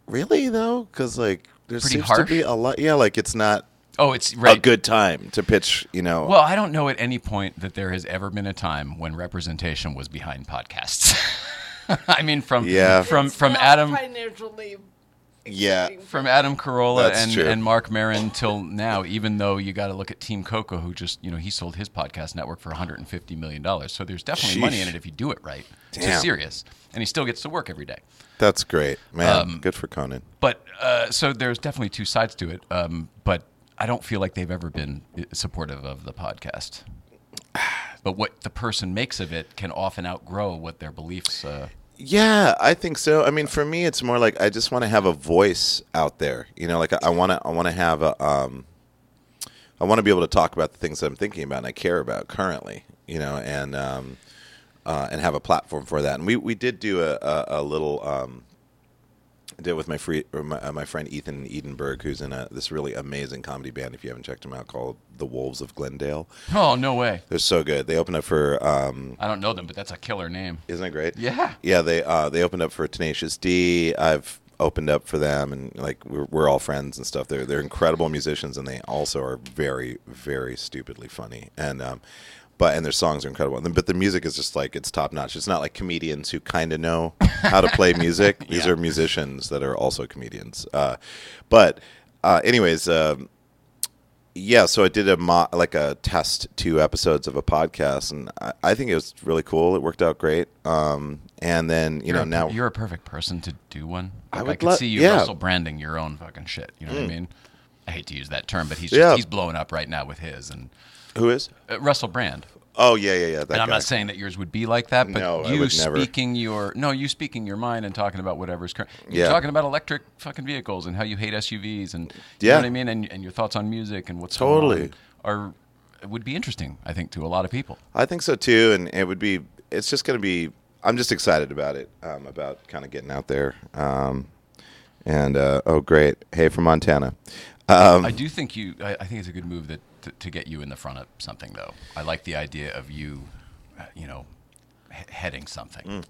[SPEAKER 6] Really though? Because like there
[SPEAKER 3] Pretty
[SPEAKER 6] seems
[SPEAKER 3] harsh?
[SPEAKER 6] to be a lot yeah, like it's not
[SPEAKER 3] Oh, it's right.
[SPEAKER 6] a good time to pitch, you know.
[SPEAKER 3] Well, I don't know at any point that there has ever been a time when representation was behind podcasts. I mean, from
[SPEAKER 6] Yeah.
[SPEAKER 3] from
[SPEAKER 4] It's
[SPEAKER 3] from
[SPEAKER 4] not
[SPEAKER 3] Adam
[SPEAKER 4] Financially
[SPEAKER 6] Yeah.
[SPEAKER 3] From Adam Carolla
[SPEAKER 6] That's
[SPEAKER 3] and,
[SPEAKER 6] true.
[SPEAKER 3] and Mark Marin till now, even though you got to look at Team Coco, who just, you know, he sold his podcast network for $150 million. So there's definitely money
[SPEAKER 6] Sheesh.
[SPEAKER 3] in it if you do it right.
[SPEAKER 6] Damn.
[SPEAKER 3] It's serious. And he still gets to work every day.
[SPEAKER 6] That's great, man.
[SPEAKER 3] Um,
[SPEAKER 6] Good for Conan.
[SPEAKER 3] But uh, so there's definitely two sides to it. Um, but I don't feel like they've ever been uh, supportive of the podcast. But what the person makes of it can often outgrow what their beliefs. Uh,
[SPEAKER 6] Yeah, I think so. I mean, for me, it's more like I just want to have a voice out there. You know, like I want to, I want to have a, um, I want to be able to talk about the things that I'm thinking about and I care about currently. You know, and um, uh, and have a platform for that. And we we did do a a, a little um, I did it with my free or my, uh, my friend Ethan Edenberg, who's in a this really amazing comedy band. If you haven't checked him out, called the Wolves of Glendale.
[SPEAKER 3] oh, no way.
[SPEAKER 6] They're so good. They opened up for um,
[SPEAKER 3] I don't know them, but that's a killer name.
[SPEAKER 6] isn't it great?
[SPEAKER 3] Yeah.
[SPEAKER 6] Yeah, they uh, they opened up for Tenacious D. I've opened up for them, and like we're, we're all friends and stuff. They're they're incredible musicians, and they also are very very stupidly funny. And um, but and their songs are incredible. And then- But the music is just like it's top notch. It's not like comedians who kind of know how to play music. These are musicians that are also comedians. Uh, but uh, anyways. Um, yeah, so I did a mo- like a test two episodes of a podcast, and I, I think it was really cool. It worked out great. Um, and then you
[SPEAKER 3] You're
[SPEAKER 6] know
[SPEAKER 3] a,
[SPEAKER 6] now
[SPEAKER 3] you're a perfect person to do one.
[SPEAKER 6] I
[SPEAKER 3] Like, I,
[SPEAKER 6] would
[SPEAKER 3] could
[SPEAKER 6] lo-
[SPEAKER 3] see you
[SPEAKER 6] yeah. Hmm.
[SPEAKER 3] Russell branding your own fucking shit. You know what I mean? I hate to use that term, but he's just,
[SPEAKER 6] Yeah.
[SPEAKER 3] he's blowing up right now with his and
[SPEAKER 6] who is?
[SPEAKER 3] uh, Russell Brand.
[SPEAKER 6] Oh yeah, yeah, yeah. That
[SPEAKER 3] And I'm
[SPEAKER 6] guy.
[SPEAKER 3] not saying that yours would be like that, but
[SPEAKER 6] No, I
[SPEAKER 3] you
[SPEAKER 6] would never.
[SPEAKER 3] speaking your no, you speaking your mind and talking about whatever's current. You're
[SPEAKER 6] Yeah.
[SPEAKER 3] talking about electric fucking vehicles and how you hate SUVs and you
[SPEAKER 6] Yeah.
[SPEAKER 3] know what I mean, and and your thoughts on music and what's
[SPEAKER 6] Totally.
[SPEAKER 3] going on are would be interesting, I think, to a lot of people.
[SPEAKER 6] I think so too, and it would be. It's just going to be. I'm just excited about it. Um, about kind of getting out there. Um, and uh, oh great, hey from Montana. Um,
[SPEAKER 3] I do think you. I, I think it's a good move that to, to get you in the front of something, though. I like the idea of you, uh, you know, he- heading something.
[SPEAKER 6] Mm,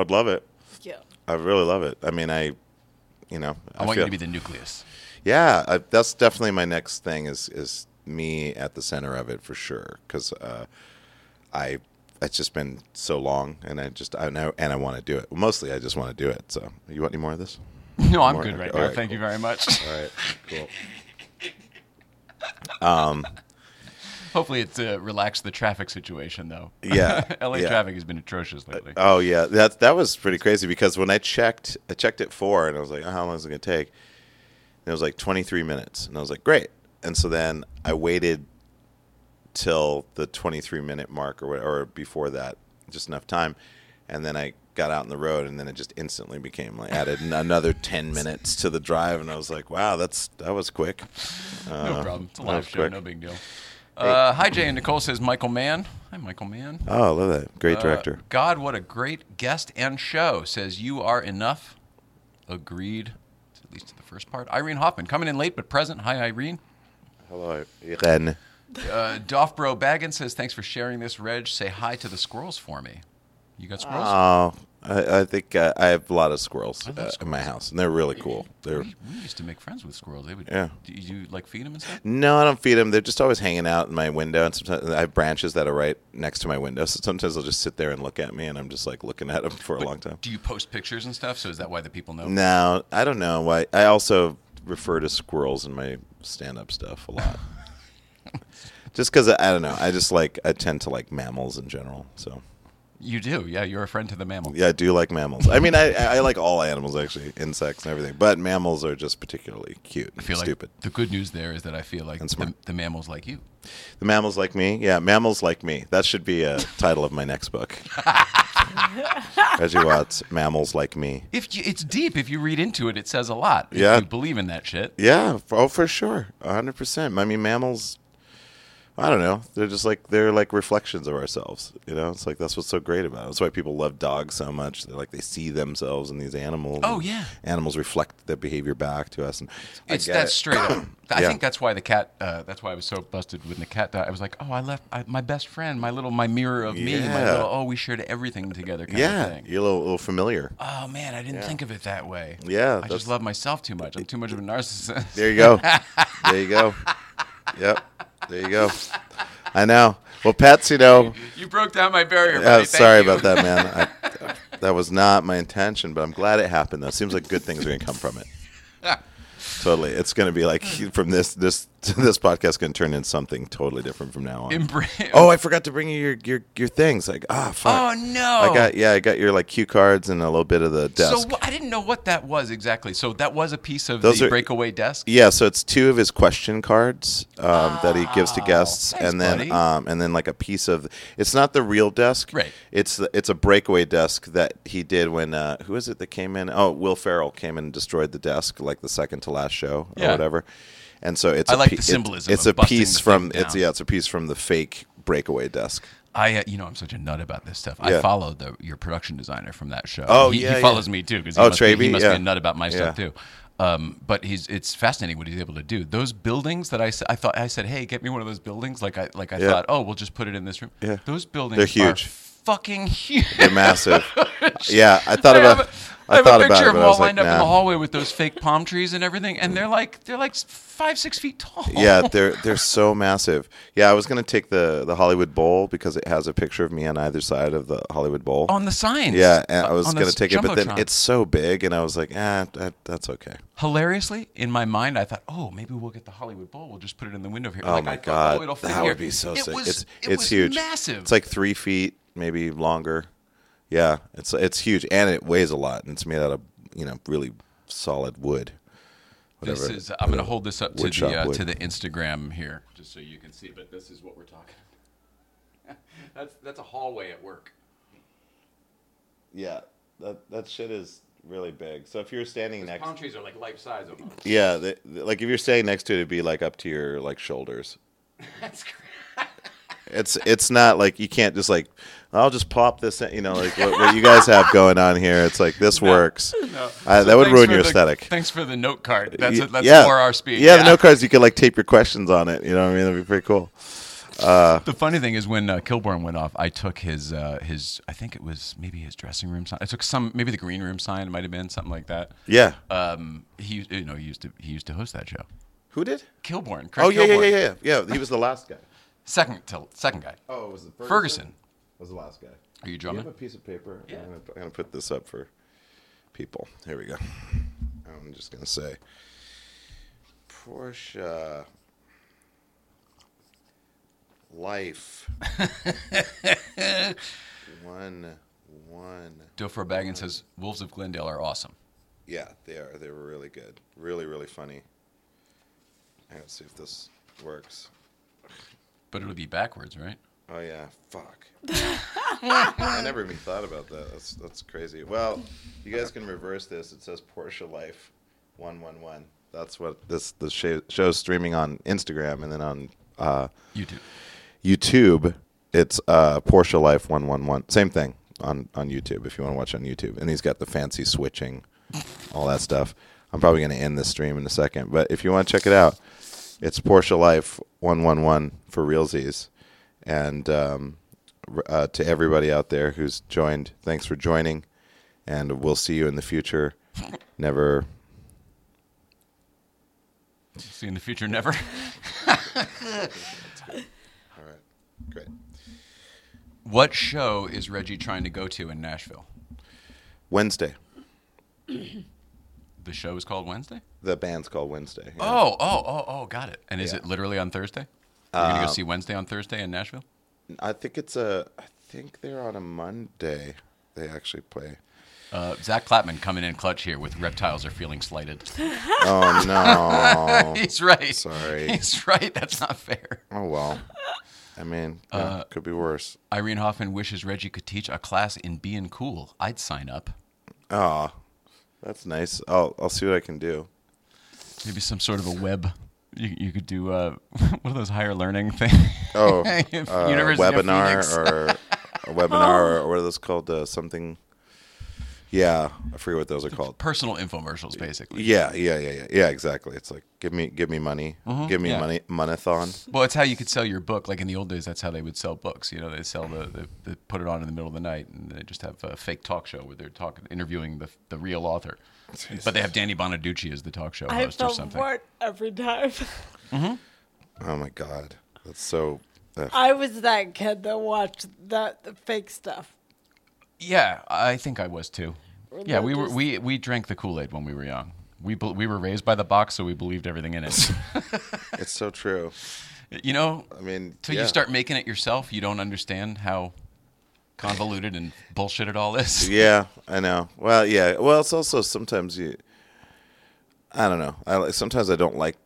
[SPEAKER 6] I'd love it.
[SPEAKER 4] Yeah.
[SPEAKER 6] I really love it. I mean, I, you know,
[SPEAKER 3] I, want
[SPEAKER 6] feel-
[SPEAKER 3] you to be the nucleus.
[SPEAKER 6] Yeah, I, that's definitely my next thing is is me at the center of it for sure because uh, I it's just been so long and I just I know and I want to do it. Mostly, I just want to do it. So, you want any more of this?
[SPEAKER 3] No, I'm
[SPEAKER 6] More-
[SPEAKER 3] good right
[SPEAKER 6] all
[SPEAKER 3] now.
[SPEAKER 6] right,
[SPEAKER 3] Thank you very much.
[SPEAKER 6] All right, cool.
[SPEAKER 3] Hopefully, it's uh, relaxed the traffic situation, though.
[SPEAKER 6] Yeah,
[SPEAKER 3] LA
[SPEAKER 6] yeah.
[SPEAKER 3] traffic has been atrocious lately.
[SPEAKER 6] Oh yeah, that that was pretty crazy because when I checked, I checked at four, and I was like, oh, "How long is it gonna take?" And it was like twenty three minutes, and I was like, "Great." And so then I waited till the twenty three minute mark, or what- or before that, just enough time, and then I got out on the road, and then it just instantly became like added n- another ten minutes to the drive, and I was like, "Wow, that's that was quick."
[SPEAKER 3] no problem. It's a
[SPEAKER 6] that
[SPEAKER 3] live
[SPEAKER 6] was
[SPEAKER 3] show.
[SPEAKER 6] uh, quick.
[SPEAKER 3] No big deal. Uh, hi, Jay and Nicole says Michael Mann. Hi, Michael Mann.
[SPEAKER 6] Oh, I love that great
[SPEAKER 3] Uh,
[SPEAKER 6] director.
[SPEAKER 3] God, what a great guest and show. Says you are enough. Agreed. At least to the first part. Irene Hoffman coming in late but present. Hi, Irene.
[SPEAKER 6] Hello, Irene.
[SPEAKER 3] Uh, Doffbro Baggin says, "Thanks for sharing this, Reg. Say hi to the squirrels for me. You got squirrels?
[SPEAKER 6] Oh, I, I think uh, I have a lot of squirrels,
[SPEAKER 3] love
[SPEAKER 6] uh, in my house, and they're really cool. They're
[SPEAKER 3] we, we used to make friends with squirrels. They would.
[SPEAKER 6] Yeah.
[SPEAKER 3] Do you like feed them and stuff?
[SPEAKER 6] no, I don't feed them. They're just always hanging out in my window, and sometimes I have branches that are right next to my window. So sometimes they'll just sit there and look at me, and I'm just like looking at them for a long time.
[SPEAKER 3] Do you post pictures and stuff? So is that why the people know?
[SPEAKER 6] No, I don't know why. I also refer to squirrels in my stand-up stuff a lot. just because I, I don't know. I just like I tend to like mammals in general. So
[SPEAKER 3] You do. Yeah, you're a friend to the mammal.
[SPEAKER 6] yeah, I do like mammals. I mean, I I I like all animals actually, insects and everything, but mammals are just particularly cute. And
[SPEAKER 3] I feel like
[SPEAKER 6] stupid.
[SPEAKER 3] the good news there is that I feel like
[SPEAKER 6] And
[SPEAKER 3] the,
[SPEAKER 6] smart.
[SPEAKER 3] the mammals like you.
[SPEAKER 6] The mammals like me. Yeah, mammals like me. That should be a title of my next book. Reggie Watts, mammals like me.
[SPEAKER 3] If you, it's deep, if you read into it, it says a lot. If
[SPEAKER 6] Yeah.
[SPEAKER 3] you believe in that shit.
[SPEAKER 6] Yeah, f- oh for sure, A hundred percent. I mean, mammals. I don't know. They're just like they're like reflections of ourselves. You know, it's like that's what's so great about it. That's why people love dogs so much. They're like they see themselves in these animals.
[SPEAKER 3] Oh,
[SPEAKER 6] and
[SPEAKER 3] yeah.
[SPEAKER 6] animals reflect their behavior back to us. And I
[SPEAKER 3] It's
[SPEAKER 6] get
[SPEAKER 3] that's
[SPEAKER 6] it.
[SPEAKER 3] straight up. I
[SPEAKER 6] Yeah.
[SPEAKER 3] think that's why the cat. Uh, that's why I was so busted when the cat died. I was like, oh, I left I, my best friend, my little, my mirror of me, my
[SPEAKER 6] Yeah.
[SPEAKER 3] little. Oh, we shared everything together. Kind Of
[SPEAKER 6] Yeah,
[SPEAKER 3] thing.
[SPEAKER 6] you're a little, little familiar.
[SPEAKER 3] Oh man, I didn't think of it that way.
[SPEAKER 6] Yeah,
[SPEAKER 3] I
[SPEAKER 6] that's-
[SPEAKER 3] just love myself too much. I'm too much of a narcissist.
[SPEAKER 6] There you go. there you go. Yep. There you go. I know. Well, Pats, you know.
[SPEAKER 3] you broke down my barrier.
[SPEAKER 6] Oh,
[SPEAKER 3] buddy. Thank
[SPEAKER 6] sorry
[SPEAKER 3] you.
[SPEAKER 6] about that, man. I, that was not my intention, but I'm glad it happened. Though, seems like good things are gonna come from it. totally. It's going to be like from this this this podcast going to turn into something totally different from now on.
[SPEAKER 3] Embra-
[SPEAKER 6] oh, I forgot to bring you your your, your things. Like ah, fuck.
[SPEAKER 3] Oh, no.
[SPEAKER 6] I got yeah, I got your like cue cards and a little bit of the desk.
[SPEAKER 3] So wh- I didn't know what that was exactly. So that was a piece of
[SPEAKER 6] Those
[SPEAKER 3] the
[SPEAKER 6] are- e-
[SPEAKER 3] breakaway desk.
[SPEAKER 6] Yeah, so it's two of his question cards um, that he gives to guests,
[SPEAKER 3] thanks,
[SPEAKER 6] and then
[SPEAKER 3] buddy.
[SPEAKER 6] um, and then like a piece of it's not the real desk,
[SPEAKER 3] Right.
[SPEAKER 6] It's the, it's a breakaway desk that he did when uh, who is it that came in? Oh, Will Farrell came in and destroyed the desk like the second to last show or
[SPEAKER 3] Yeah.
[SPEAKER 6] whatever. And so it's
[SPEAKER 3] I
[SPEAKER 6] a
[SPEAKER 3] like
[SPEAKER 6] pi-
[SPEAKER 3] the
[SPEAKER 6] it-
[SPEAKER 3] symbolism
[SPEAKER 6] it's
[SPEAKER 3] of
[SPEAKER 6] a
[SPEAKER 3] busting
[SPEAKER 6] piece
[SPEAKER 3] the
[SPEAKER 6] from
[SPEAKER 3] thing
[SPEAKER 6] it's
[SPEAKER 3] down.
[SPEAKER 6] yeah, it's a piece from the fake breakaway desk.
[SPEAKER 3] I, uh, you know, I'm such a nut about this stuff.
[SPEAKER 6] Yeah.
[SPEAKER 3] I follow the, your production designer from that show.
[SPEAKER 6] Oh,
[SPEAKER 3] he,
[SPEAKER 6] yeah, yeah.
[SPEAKER 3] he follows me too because he,
[SPEAKER 6] Oh,
[SPEAKER 3] must, be, he
[SPEAKER 6] Traby?
[SPEAKER 3] must
[SPEAKER 6] Yeah.
[SPEAKER 3] be a nut about my stuff
[SPEAKER 6] Yeah.
[SPEAKER 3] too. Um, but he's it's fascinating what he's able to do. Those buildings that I, s- I thought I said, hey, get me one of those buildings. Like I like I
[SPEAKER 6] Yeah.
[SPEAKER 3] thought, oh, we'll just put it in this room.
[SPEAKER 6] Yeah.
[SPEAKER 3] Those buildings
[SPEAKER 6] They're
[SPEAKER 3] are
[SPEAKER 6] huge.
[SPEAKER 3] fucking huge.
[SPEAKER 6] They're massive. yeah, I thought
[SPEAKER 3] I
[SPEAKER 6] about.
[SPEAKER 3] have a-
[SPEAKER 6] I
[SPEAKER 3] I have
[SPEAKER 6] thought
[SPEAKER 3] a
[SPEAKER 6] about
[SPEAKER 3] picture
[SPEAKER 6] it,
[SPEAKER 3] of
[SPEAKER 6] but
[SPEAKER 3] them
[SPEAKER 6] I was
[SPEAKER 3] all
[SPEAKER 6] like,
[SPEAKER 3] lined up in the
[SPEAKER 6] nah.
[SPEAKER 3] hallway with those fake palm trees and everything, and they're like they're like five six feet tall.
[SPEAKER 6] Yeah, they're they're so massive. Yeah, I was gonna take the the Hollywood Bowl because it has a picture of me on either side of the Hollywood Bowl.
[SPEAKER 3] on the signs.
[SPEAKER 6] yeah, and I
[SPEAKER 3] uh,
[SPEAKER 6] was
[SPEAKER 3] on the
[SPEAKER 6] gonna take it, but then
[SPEAKER 3] Jumbotron.
[SPEAKER 6] it's so big, and I was like, ah, that, that's okay.
[SPEAKER 3] hilariously in my mind. I thought, oh, maybe we'll get the Hollywood Bowl. We'll just put it in the window here.
[SPEAKER 6] Oh
[SPEAKER 3] Like,
[SPEAKER 6] my
[SPEAKER 3] I thought,
[SPEAKER 6] god,
[SPEAKER 3] oh, it'll fit
[SPEAKER 6] that
[SPEAKER 3] here.
[SPEAKER 6] would be so
[SPEAKER 3] it
[SPEAKER 6] sick.
[SPEAKER 3] Was,
[SPEAKER 6] it's
[SPEAKER 3] it
[SPEAKER 6] it's
[SPEAKER 3] was
[SPEAKER 6] huge.
[SPEAKER 3] Massive.
[SPEAKER 6] It's like three feet, maybe longer. Yeah, it's it's huge, and it weighs a lot, and it's made out of you know really solid wood.
[SPEAKER 3] this
[SPEAKER 6] whatever-
[SPEAKER 3] is. I'm going to hold this up to
[SPEAKER 6] wood shop
[SPEAKER 3] the uh,
[SPEAKER 6] wood.
[SPEAKER 3] to the Instagram here, just so you can see. But this is what we're talking. that's that's a hallway at work.
[SPEAKER 6] Yeah, that that shit is really big. So if you're standing next,
[SPEAKER 3] Palm trees are like life size almost.
[SPEAKER 6] yeah, the, the- like if you're standing next to it, it'd be like up to your like shoulders.
[SPEAKER 3] That's crazy.
[SPEAKER 6] It's it's not like you can't just like I'll just pop this in, you know like what, what you guys have going on here. It's like this works. Uh,
[SPEAKER 3] So
[SPEAKER 6] that would
[SPEAKER 3] thanks
[SPEAKER 6] ruin
[SPEAKER 3] for
[SPEAKER 6] your
[SPEAKER 3] the-
[SPEAKER 6] aesthetic.
[SPEAKER 3] Thanks for the note card. That's
[SPEAKER 6] Y-
[SPEAKER 3] a, that's
[SPEAKER 6] yeah.
[SPEAKER 3] for our speed.
[SPEAKER 6] Yeah, the note cards you could like tape your questions on it. You know what I mean? That'd be pretty cool.
[SPEAKER 3] The funny thing is, when uh, Kilborn went off, I took his uh, his I think it was maybe his dressing room sign. I took some maybe the green room sign. It might have been something like that.
[SPEAKER 6] Yeah.
[SPEAKER 3] Um, he you know he used to he used to host that show.
[SPEAKER 6] Who did?
[SPEAKER 3] Kilborn. Craig
[SPEAKER 6] Oh yeah, yeah,
[SPEAKER 3] Kilborn.
[SPEAKER 6] yeah, yeah, yeah. He was the last guy.
[SPEAKER 3] Second to second guy.
[SPEAKER 6] Oh, it was the Ferguson.
[SPEAKER 3] Ferguson.
[SPEAKER 6] Was the last guy.
[SPEAKER 3] Are you
[SPEAKER 6] Do you
[SPEAKER 3] drumming?
[SPEAKER 6] have a piece of paper?
[SPEAKER 3] Yeah.
[SPEAKER 6] I'm, gonna, I'm gonna put this up for people. Here we go. I'm just gonna say, Portia, life, one, one.
[SPEAKER 3] Dilfro Baggins says Wolves of Glendale are awesome.
[SPEAKER 6] Yeah, they are. They were really good. Really, really funny. I gotta see if this works.
[SPEAKER 3] But it'll be backwards, right?
[SPEAKER 6] Oh yeah, fuck. I never even thought about that. That's that's crazy. Well, you guys can reverse this. It says Porsche Life, one one one. That's what this the show, show's streaming on Instagram and then on uh,
[SPEAKER 3] YouTube.
[SPEAKER 6] YouTube. It's uh, Porsche Life one one one. Same thing on on YouTube if you want to watch on YouTube. And he's got the fancy switching, all that stuff. I'm probably going to end this stream in a second, but if you want to check it out, it's Porsche Life one one one for realsies. And um, r- uh, to everybody out there who's joined, thanks for joining, and we'll see you in the future. Never.
[SPEAKER 3] See you in the future, never.
[SPEAKER 6] All right, great.
[SPEAKER 3] what show is Reggie trying to go to in Nashville?
[SPEAKER 6] Wednesday.
[SPEAKER 3] The show is called Wednesday.
[SPEAKER 6] The band's called Wednesday. yeah.
[SPEAKER 3] Oh, oh, oh, oh, got it. And is
[SPEAKER 6] Yeah. Uh,
[SPEAKER 3] it literally on Thursday? You're gonna go see Wednesday on Thursday in Nashville?
[SPEAKER 6] I think it's a. I think they're on a Monday. They actually play.
[SPEAKER 3] Uh, Zach Clapman coming in clutch here with reptiles are feeling slighted.
[SPEAKER 6] Oh no!
[SPEAKER 3] He's right.
[SPEAKER 6] Oh, sorry.
[SPEAKER 3] He's right. That's not fair.
[SPEAKER 6] oh well. I mean, yeah,
[SPEAKER 3] Uh,
[SPEAKER 6] could be worse.
[SPEAKER 3] Irene Hoffman wishes Reggie could teach a class in being cool. I'd sign up.
[SPEAKER 6] Oh, that's nice. I'll I'll see what I can do.
[SPEAKER 3] Maybe some sort of a web. You, you could do uh, one of those higher learning things.
[SPEAKER 6] Oh,
[SPEAKER 3] If
[SPEAKER 6] uh,
[SPEAKER 3] University of Phoenix. Oh.
[SPEAKER 6] webinar or a webinar or what are those called? Uh, something. Yeah, I forget what those are called.
[SPEAKER 3] Personal infomercials, basically.
[SPEAKER 6] Yeah, yeah, yeah, yeah, yeah. Exactly. It's like give me give me money, give
[SPEAKER 3] Mm-hmm.
[SPEAKER 6] me
[SPEAKER 3] yeah.
[SPEAKER 6] money, monathon.
[SPEAKER 3] Well, it's how you could sell your book. Like in the old days, that's how they would sell books. You know, they sell the, the, they put it on in the middle of the night, and they just have a fake talk show where they're talking, interviewing the the real author. But they have Danny Bonaducci as the talk show
[SPEAKER 4] I
[SPEAKER 3] host or
[SPEAKER 4] felt
[SPEAKER 3] Oh, something.
[SPEAKER 4] bored every time.
[SPEAKER 6] Oh my god, that's so. Uh,
[SPEAKER 4] I was that kid that watched that the fake stuff.
[SPEAKER 3] Yeah, I think I was too.
[SPEAKER 4] Or
[SPEAKER 3] Yeah,
[SPEAKER 4] not
[SPEAKER 3] we were
[SPEAKER 4] just-
[SPEAKER 3] we we drank the Kool Aid when we were young. We bel we were raised by the box, so we believed everything in it.
[SPEAKER 6] It's so true.
[SPEAKER 3] you know,
[SPEAKER 6] I mean,
[SPEAKER 3] till
[SPEAKER 6] yeah.
[SPEAKER 3] you start making it yourself, you don't understand how convoluted and bullshit it all is.
[SPEAKER 6] Yeah, I know. Well, yeah. Well, it's also sometimes you. I don't know. I like- sometimes I don't like.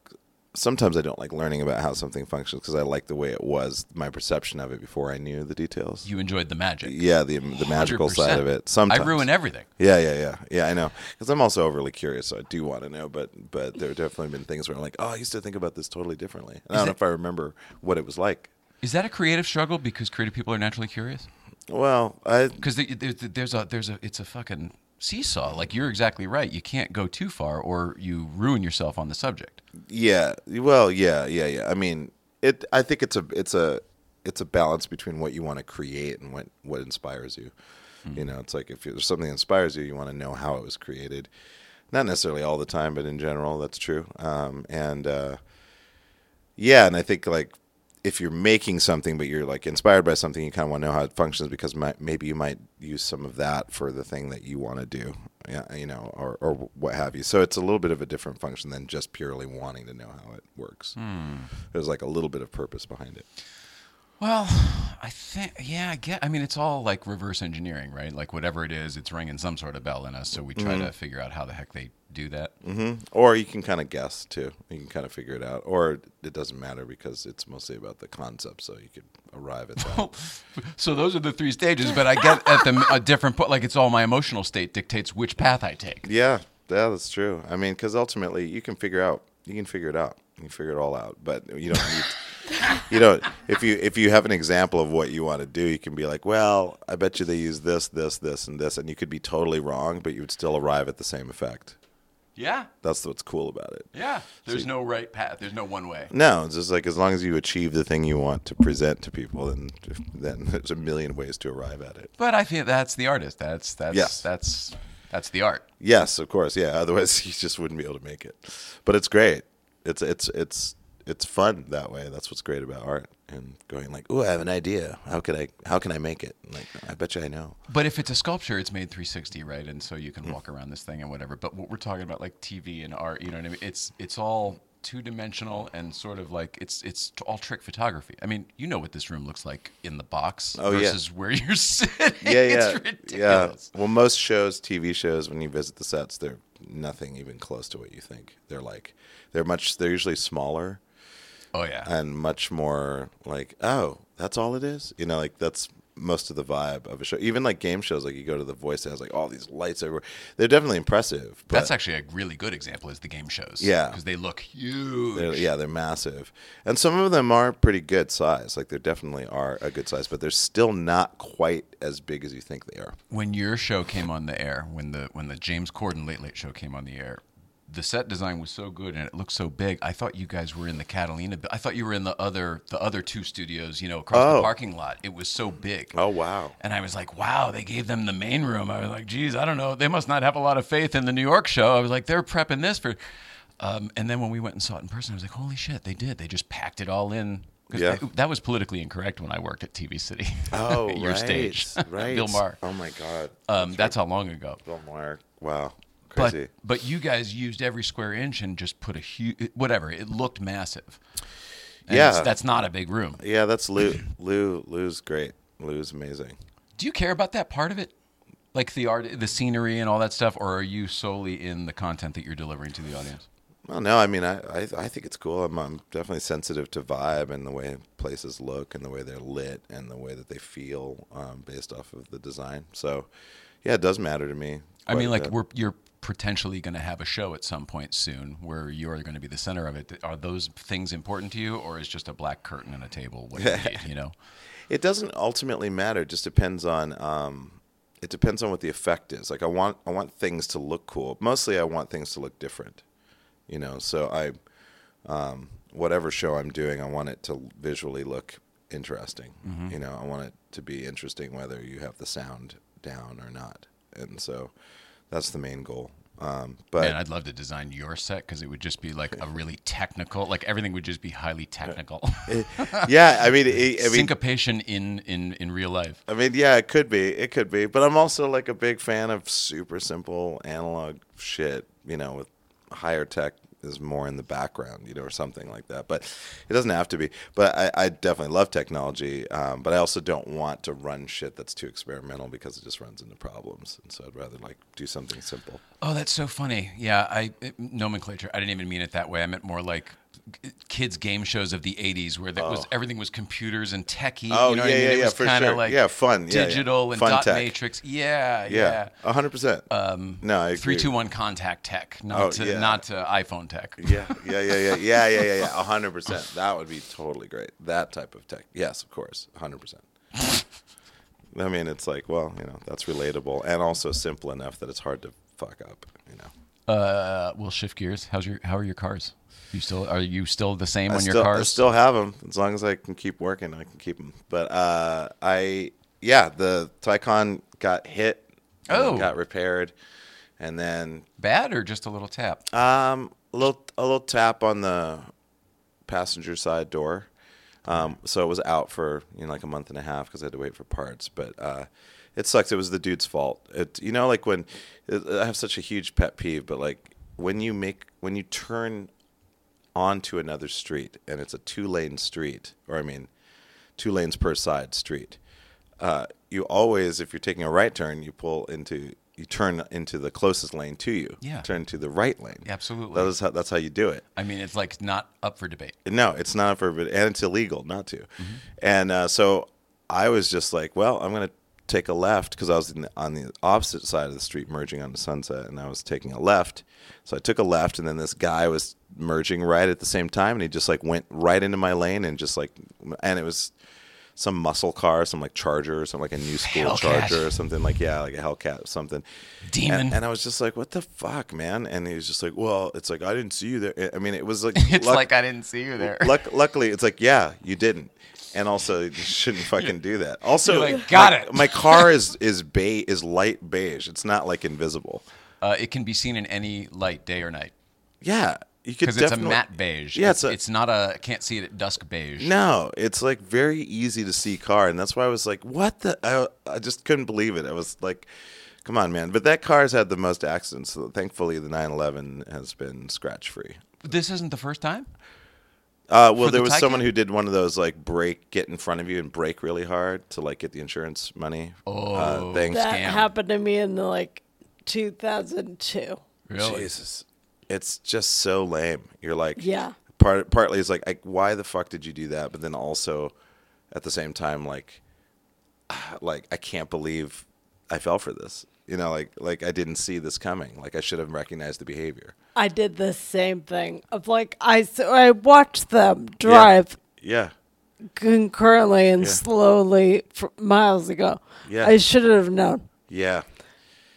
[SPEAKER 6] Sometimes I don't like learning about how something functions because I like the way it was, my perception of it before I knew the details.
[SPEAKER 3] You enjoyed the magic.
[SPEAKER 6] yeah, the the magical side
[SPEAKER 3] 100%.
[SPEAKER 6] of it. Sometimes
[SPEAKER 3] I ruin everything.
[SPEAKER 6] Yeah, yeah, yeah, yeah. I know because I'm also overly curious, so I do want to know. But but there have definitely been things where I'm like, oh, I used to think about this totally differently. And I don't know if I remember what it was like.
[SPEAKER 3] Is that a creative struggle because creative people are naturally curious?
[SPEAKER 6] Well, I
[SPEAKER 3] Because there's a there's a it's a fucking seesaw. Like you're exactly right. You can't go too far, or you ruin yourself on the subject.
[SPEAKER 6] Yeah. Well, yeah, yeah, yeah. I mean, it. I think it's a it's a it's a balance between what you want to create and what what inspires you. You know, it's like if there's something that inspires you, you want to know how it was created. Not necessarily all the time, but in general, that's true. Um, and uh, yeah, and I think like if you're making something, but you're like inspired by something, you kind of want to know how it functions because mi- maybe you might use some of that for the thing that you want to do, yeah, you know, or or what have you. So it's a little bit of a different function than just purely wanting to know how it works. There's like a little bit of purpose behind it.
[SPEAKER 3] Well, I think yeah, I get. I mean, it's all like reverse engineering, right? Like whatever it is, it's ringing some sort of bell in us. So we try to figure out how the heck they do that.
[SPEAKER 6] Or you can kind of guess too. You can kind of figure it out, or it doesn't matter because it's mostly about the concept, so you could arrive at that.
[SPEAKER 3] So those are the three stages. But I get at the a different point. Like it's all my emotional state dictates which path I take.
[SPEAKER 6] Yeah, yeah, that's true. I mean, because ultimately, you can figure out, you can figure it out, you can figure it all out. But you don't need, you don't. If you if you have an example of what you want to do, you can be like, well, I bet you they use this, this, this, and this, and you could be totally wrong, but you would still arrive at the same effect.
[SPEAKER 3] Yeah,
[SPEAKER 6] That's what's cool about it.
[SPEAKER 3] yeah. There's no right path. There's no one way.
[SPEAKER 6] No, it's just like as long as you achieve the thing you want to present to people, then then there's a million ways to arrive at it.
[SPEAKER 3] But I think that's the artist. That's that's
[SPEAKER 6] Yes.
[SPEAKER 3] that's that's the art.
[SPEAKER 6] Yes, of course. Yeah. Otherwise, you just wouldn't be able to make it. But it's great. It's it's it's it's fun that way. That's what's great about art and going like, "Ooh, I have an idea. How could I? How can I make it?" Like, I bet you I know.
[SPEAKER 3] But if it's a sculpture, it's made 360, right? And so you can
[SPEAKER 6] Hmm.
[SPEAKER 3] walk around this thing and whatever. But what we're talking about, like TV and art, you know what I mean? It's it's all two dimensional and sort of like it's it's t- all trick photography. I mean, you know what this room looks like in the box
[SPEAKER 6] Oh, yeah.
[SPEAKER 3] versus where you're sitting.
[SPEAKER 6] Yeah, yeah,
[SPEAKER 3] it's ridiculous.
[SPEAKER 6] yeah. Well, most shows, TV shows, when you visit the sets, they're nothing even close to what you think. They're like, they're much. They're usually smaller.
[SPEAKER 3] Oh yeah.
[SPEAKER 6] and much more like, oh, that's all it is. You know, like that's most of the vibe of a show. Even like game shows, like you go to the voice and has like all these lights everywhere. They're definitely impressive. But
[SPEAKER 3] that's actually a really good example is the game shows.
[SPEAKER 6] Yeah.
[SPEAKER 3] Because they look huge.
[SPEAKER 6] they're, yeah, they're massive, and some of them are pretty good size. Like they definitely are a good size, but they're still not quite as big as you think they are.
[SPEAKER 3] when your show came on the air, when the when the James Corden Late Late Show came on the air, the set design was so good and it looked so big. I thought you guys were in the Catalina. I thought you were in the other the other two studios, you know, across
[SPEAKER 6] Oh.
[SPEAKER 3] the parking lot. It was so big.
[SPEAKER 6] Oh wow!
[SPEAKER 3] And I was like, wow, they gave them the main room. I was like, geez, I don't know. They must not have a lot of faith in the New York show. I was like, they're prepping this for. Um, and then when we went and saw it in person, I was like, holy shit, they did. They just packed it all in. 'Cause
[SPEAKER 6] Yeah.
[SPEAKER 3] they- that was politically incorrect when I worked at TV City.
[SPEAKER 6] Oh,
[SPEAKER 3] your
[SPEAKER 6] right,
[SPEAKER 3] stage,
[SPEAKER 6] right?
[SPEAKER 3] Bill Maher.
[SPEAKER 6] Oh my God,
[SPEAKER 3] Um, that's how long ago.
[SPEAKER 6] Bill Maher. Wow,
[SPEAKER 3] But
[SPEAKER 6] crazy.
[SPEAKER 3] but you guys used every square inch and just put a huge whatever. It looked massive. And
[SPEAKER 6] Yeah.
[SPEAKER 3] it's- that's not a big room.
[SPEAKER 6] yeah, that's Lou. Lou. Lou's great. Lou's amazing.
[SPEAKER 3] Do you care about that part of it, like the art, the scenery, and all that stuff, or are you solely in the content that you're delivering to the audience?
[SPEAKER 6] Well, no, I mean, I, I, I think it's cool. I'm, I'm definitely sensitive to vibe and the way places look and the way they're lit and the way that they feel um, based off of the design. So, yeah, it does matter to me.
[SPEAKER 3] I mean,
[SPEAKER 6] quite a
[SPEAKER 3] like
[SPEAKER 6] bit.
[SPEAKER 3] we're you're potentially going to have a show at some point soon where you're going to be the center of it. Are those things important to you, or is just a black curtain and a table what you need? You know,
[SPEAKER 6] It doesn't ultimately matter. It just depends on um, it depends on what the effect is. Like I want I want things to look cool. Mostly I want things to look different. You know, so I um, whatever show I'm doing, I want it to visually look interesting. You know, I want it to be interesting whether you have the sound down or not. And so that's the main goal. Um, but
[SPEAKER 3] and I'd love to design your set because it would just be like a really technical, like everything would just be highly technical.
[SPEAKER 6] yeah, I mean, it, I mean,
[SPEAKER 3] syncopation in in in real life.
[SPEAKER 6] I mean, yeah, it could be. It could be. But I'm also like a big fan of super simple analog shit, you know, with higher tech is more in the background, you know, or something like that. But it doesn't have to be. But I, I definitely love technology, um, but I also don't want to run shit that's too experimental because it just runs into problems. And so I'd rather like do something simple.
[SPEAKER 3] Oh, that's so funny. Yeah, I it, nomenclature. I didn't even mean it that way. I meant more like k- kids game shows of the 80s where that was everything was computers and techie
[SPEAKER 6] Oh,
[SPEAKER 3] you know what
[SPEAKER 6] yeah,
[SPEAKER 3] I mean?
[SPEAKER 6] yeah,
[SPEAKER 3] it
[SPEAKER 6] yeah,
[SPEAKER 3] was
[SPEAKER 6] for
[SPEAKER 3] kinda
[SPEAKER 6] sure.
[SPEAKER 3] like
[SPEAKER 6] Yeah, fun. Yeah, yeah.
[SPEAKER 3] digital and
[SPEAKER 6] Fun
[SPEAKER 3] dot
[SPEAKER 6] tech.
[SPEAKER 3] matrix yeah
[SPEAKER 6] Yeah,
[SPEAKER 3] yeah,
[SPEAKER 6] a hundred percent. No, I agree.
[SPEAKER 3] 321 contact tech not
[SPEAKER 6] Oh,
[SPEAKER 3] to,
[SPEAKER 6] yeah.
[SPEAKER 3] not to iphone tech
[SPEAKER 6] Yeah, yeah, yeah, yeah, yeah, yeah, yeah, yeah. A hundred percent. That would be totally great. That type of tech. Yes, of course. A hundred percent. I mean, it's like, well, you know, that's relatable and also simple enough that it's hard to fuck up. You know,
[SPEAKER 3] uh we'll shift gears how's your how are your cars you still are you still the same
[SPEAKER 6] I
[SPEAKER 3] on
[SPEAKER 6] still,
[SPEAKER 3] your
[SPEAKER 6] I
[SPEAKER 3] cars
[SPEAKER 6] still have them as long as I can keep working. I can keep them. But uh, I, yeah, the Tycon got hit. and
[SPEAKER 3] Oh.
[SPEAKER 6] got repaired, and then
[SPEAKER 3] bad or just a little tap
[SPEAKER 6] Um, a little a little tap on the passenger side door. Um, so it was out for you know like a month and a half because I had to wait for parts. But uh, it sucks. It was the dude's fault. It you know like when it, I have such a huge pet peeve, but like when you make when you turn onto another street and it's a two lane street, or I mean, two lanes per side street. Uh, you always, if you're taking a right turn, you pull into you turn into the closest lane to you.
[SPEAKER 3] Yeah.
[SPEAKER 6] Turn to the right lane.
[SPEAKER 3] Absolutely.
[SPEAKER 6] That is how that's how you do it.
[SPEAKER 3] i mean it's like not up for debate
[SPEAKER 6] No, it's not forbidden, and it's illegal not to.
[SPEAKER 3] Mm-hmm.
[SPEAKER 6] And uh, so I was just like, well, I'm gonna take a left because I was in the, on the opposite side of the street, merging onto Sunset, and I was taking a left. So I took a left, and then this guy was merging right at the same time, and he just like went right into my lane, and just like, and it was some muscle car, some like Charger, some like a new school
[SPEAKER 3] Hellcat.
[SPEAKER 6] Charger or something like yeah, like a Hellcat or something.
[SPEAKER 3] Demon.
[SPEAKER 6] And, and I was just like, what the fuck, man? And he was just like, well, it's like I didn't see you there. I mean, it was like
[SPEAKER 3] it's
[SPEAKER 6] luck-
[SPEAKER 3] like i didn't see you there
[SPEAKER 6] Luck, luckily, it's like, yeah, you didn't. And also, you shouldn't fucking do that. Also,
[SPEAKER 3] You're like, "Got
[SPEAKER 6] my,
[SPEAKER 3] it."
[SPEAKER 6] My car is is beige, is light beige. It's not like invisible.
[SPEAKER 3] uh, it can be seen in any light day or night
[SPEAKER 6] Yeah, you could
[SPEAKER 3] because it's a
[SPEAKER 6] definitely-
[SPEAKER 3] matte beige.
[SPEAKER 6] Yeah,
[SPEAKER 3] it's,
[SPEAKER 6] it's a-
[SPEAKER 3] it's not a I can't see it at dusk beige.
[SPEAKER 6] No, it's like very easy to see car, and that's why I was like, "What the?" I, I just couldn't believe it. I was like, "Come on, man!" But that car's had the most accidents. So thankfully, the 911 has been scratch free.
[SPEAKER 3] This isn't the first time.
[SPEAKER 6] Uh, well,
[SPEAKER 3] For
[SPEAKER 6] there
[SPEAKER 3] the
[SPEAKER 6] was
[SPEAKER 3] Taycan?
[SPEAKER 6] someone who did one of those like break, get in front of you and break really hard to like get the insurance money
[SPEAKER 3] Oh.
[SPEAKER 6] uh, thing.
[SPEAKER 4] That
[SPEAKER 3] Scam.
[SPEAKER 4] happened to me in like 2002.
[SPEAKER 3] Really?
[SPEAKER 6] Jesus, it's just so lame. You're like,
[SPEAKER 4] Yeah.
[SPEAKER 6] Part partly is like, I, why the fuck did you do that? But then also, at the same time, like, ah, like I can't believe I fell for this. You know, like like I didn't see this coming. Like I should have recognized the behavior.
[SPEAKER 4] I did the same thing of like I so I watched them drive
[SPEAKER 6] Yeah.
[SPEAKER 4] concurrently and slowly for miles ago.
[SPEAKER 6] Yeah.
[SPEAKER 4] I should have known.
[SPEAKER 6] Yeah.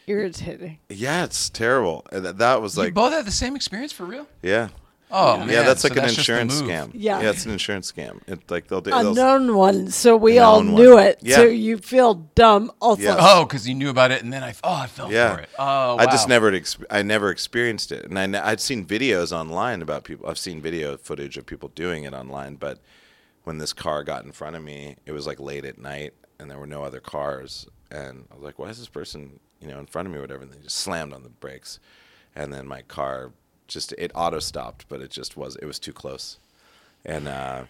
[SPEAKER 4] Irritating.
[SPEAKER 6] Yeah, it's terrible. And that, that was
[SPEAKER 3] you
[SPEAKER 6] like,
[SPEAKER 3] both had the same experience for real?
[SPEAKER 6] yeah.
[SPEAKER 3] Oh man.
[SPEAKER 6] Yeah, that's
[SPEAKER 3] So
[SPEAKER 6] like an
[SPEAKER 3] just the
[SPEAKER 6] insurance
[SPEAKER 3] move.
[SPEAKER 6] scam.
[SPEAKER 4] Yeah. Oh,
[SPEAKER 6] yeah, it's an insurance scam. It's like they'll do.
[SPEAKER 4] A
[SPEAKER 6] They'll,
[SPEAKER 4] known one, so we all
[SPEAKER 6] known one.
[SPEAKER 4] knew it.
[SPEAKER 6] Yeah.
[SPEAKER 4] So you feel dumb also.
[SPEAKER 6] Yeah.
[SPEAKER 3] Oh, because you knew about it, and then I oh I fell
[SPEAKER 6] yeah,
[SPEAKER 3] for it. Oh,
[SPEAKER 6] I just
[SPEAKER 3] wow.
[SPEAKER 6] never, ex- I never experienced it, and I, ne- I'd seen videos online about people. I've seen video footage of people doing it online, but when this car got in front of me, it was like late at night, and there were no other cars, and I was like, "Why is this person, you know, in front of me, or whatever?" And they just slammed on the brakes, and then my car just it auto stopped, but it just was it was too close. and uh